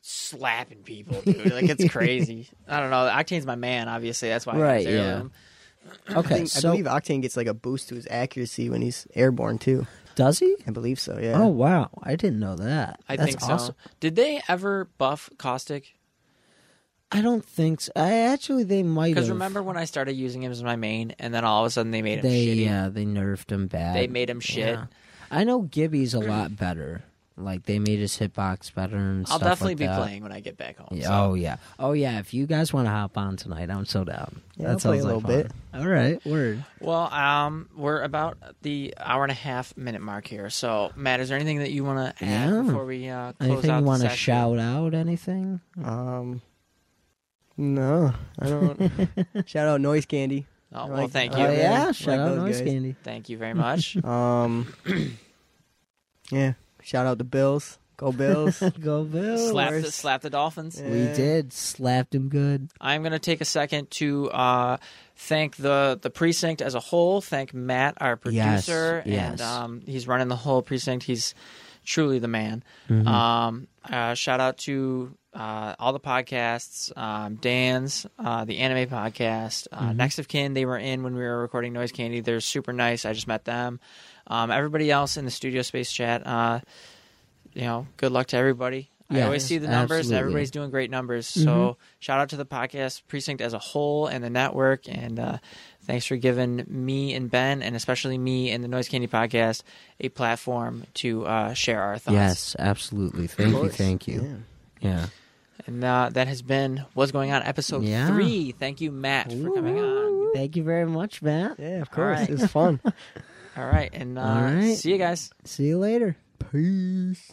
[SPEAKER 2] slapping people, dude. Like it's crazy. I don't know. Octane's my man, obviously. That's why
[SPEAKER 1] Right,
[SPEAKER 2] I
[SPEAKER 1] yeah.
[SPEAKER 2] yeah.
[SPEAKER 3] I,
[SPEAKER 1] okay.
[SPEAKER 3] think,
[SPEAKER 1] so
[SPEAKER 3] I believe Octane gets like a boost to his accuracy when he's airborne too.
[SPEAKER 1] does he?
[SPEAKER 3] I believe so. Yeah.
[SPEAKER 1] Oh wow! I didn't know that.
[SPEAKER 2] I
[SPEAKER 1] That's
[SPEAKER 2] think so.
[SPEAKER 1] awesome.
[SPEAKER 2] Did they ever buff Caustic?
[SPEAKER 1] I don't think so. I actually they might
[SPEAKER 2] Because
[SPEAKER 1] have.
[SPEAKER 2] remember when I started using him as my main, and then all of a sudden they made him
[SPEAKER 1] they
[SPEAKER 2] shitty.
[SPEAKER 1] yeah they nerfed him bad.
[SPEAKER 2] They made Mm. him shit.
[SPEAKER 1] Yeah. I know Gibby's a lot better. Like they made his hitbox better and
[SPEAKER 2] I'll
[SPEAKER 1] stuff
[SPEAKER 2] definitely
[SPEAKER 1] like
[SPEAKER 2] be
[SPEAKER 1] that.
[SPEAKER 2] playing when I get back home.
[SPEAKER 1] Yeah,
[SPEAKER 2] so.
[SPEAKER 1] Oh yeah. Oh yeah. If you guys want to hop on tonight, I'm so down.
[SPEAKER 3] Yeah,
[SPEAKER 1] that
[SPEAKER 3] I'll
[SPEAKER 1] sounds
[SPEAKER 3] play a
[SPEAKER 1] like
[SPEAKER 3] little
[SPEAKER 1] fun.
[SPEAKER 3] bit.
[SPEAKER 1] All right. Word.
[SPEAKER 2] Well, um, we're about the hour and a half minute mark here. So, Matt, is there anything that you want to add
[SPEAKER 1] Yeah.
[SPEAKER 2] before we uh, close
[SPEAKER 1] Anything
[SPEAKER 2] out?
[SPEAKER 1] you
[SPEAKER 2] want to
[SPEAKER 1] shout out? Anything?
[SPEAKER 3] Um, no, I don't. Shout out Noise Candy.
[SPEAKER 2] Oh,
[SPEAKER 3] I
[SPEAKER 2] well,
[SPEAKER 3] like-
[SPEAKER 2] thank
[SPEAKER 3] I
[SPEAKER 1] Oh
[SPEAKER 2] you.
[SPEAKER 3] like that.
[SPEAKER 1] yeah.
[SPEAKER 3] Like
[SPEAKER 1] Shout out
[SPEAKER 3] those
[SPEAKER 1] Noise
[SPEAKER 3] guys.
[SPEAKER 1] Candy.
[SPEAKER 2] Thank you very much.
[SPEAKER 3] Um, yeah. Shout out the Bills. Go Bills.
[SPEAKER 1] Go Bills.
[SPEAKER 2] slap, the,
[SPEAKER 3] worst.
[SPEAKER 2] slap the Dolphins.
[SPEAKER 3] Yeah.
[SPEAKER 1] We did slapped him good.
[SPEAKER 2] I'm going to take a second to uh, thank the, the precinct as a whole. Thank Matt, our
[SPEAKER 1] Yes,
[SPEAKER 2] producer,
[SPEAKER 1] yes.
[SPEAKER 2] and um, he's running the whole precinct. He's truly the man.
[SPEAKER 1] Mm-hmm.
[SPEAKER 2] Um, uh, shout out to uh, all the podcasts, um, Dan's, uh, the anime podcast, uh,
[SPEAKER 1] Mm-hmm.
[SPEAKER 2] Next of Kin. They were in when we were recording Noise Candy. They're super nice. I just met them. Um, everybody else in the studio space chat. Uh, you know, good luck to everybody. I
[SPEAKER 1] Yeah,
[SPEAKER 2] always see the numbers.
[SPEAKER 1] absolutely.
[SPEAKER 2] Everybody's doing great numbers. So shout out to the podcast precinct as a whole and the network. And uh, thanks for giving me and Ben, and especially me and the Noise Candy podcast, a platform to uh, share our thoughts.
[SPEAKER 1] Yes, absolutely. Thank you.
[SPEAKER 3] course.
[SPEAKER 1] Thank you. Yeah.
[SPEAKER 2] And uh, that has been What's Going On, episode
[SPEAKER 1] Yeah.
[SPEAKER 2] three. Thank you, Matt, for coming on.
[SPEAKER 1] Thank you very much, Matt.
[SPEAKER 3] Yeah, of
[SPEAKER 2] All
[SPEAKER 3] course.
[SPEAKER 2] right.
[SPEAKER 3] It was fun.
[SPEAKER 2] All right. And uh,
[SPEAKER 1] All right.
[SPEAKER 2] see you guys.
[SPEAKER 1] See you later. Peace.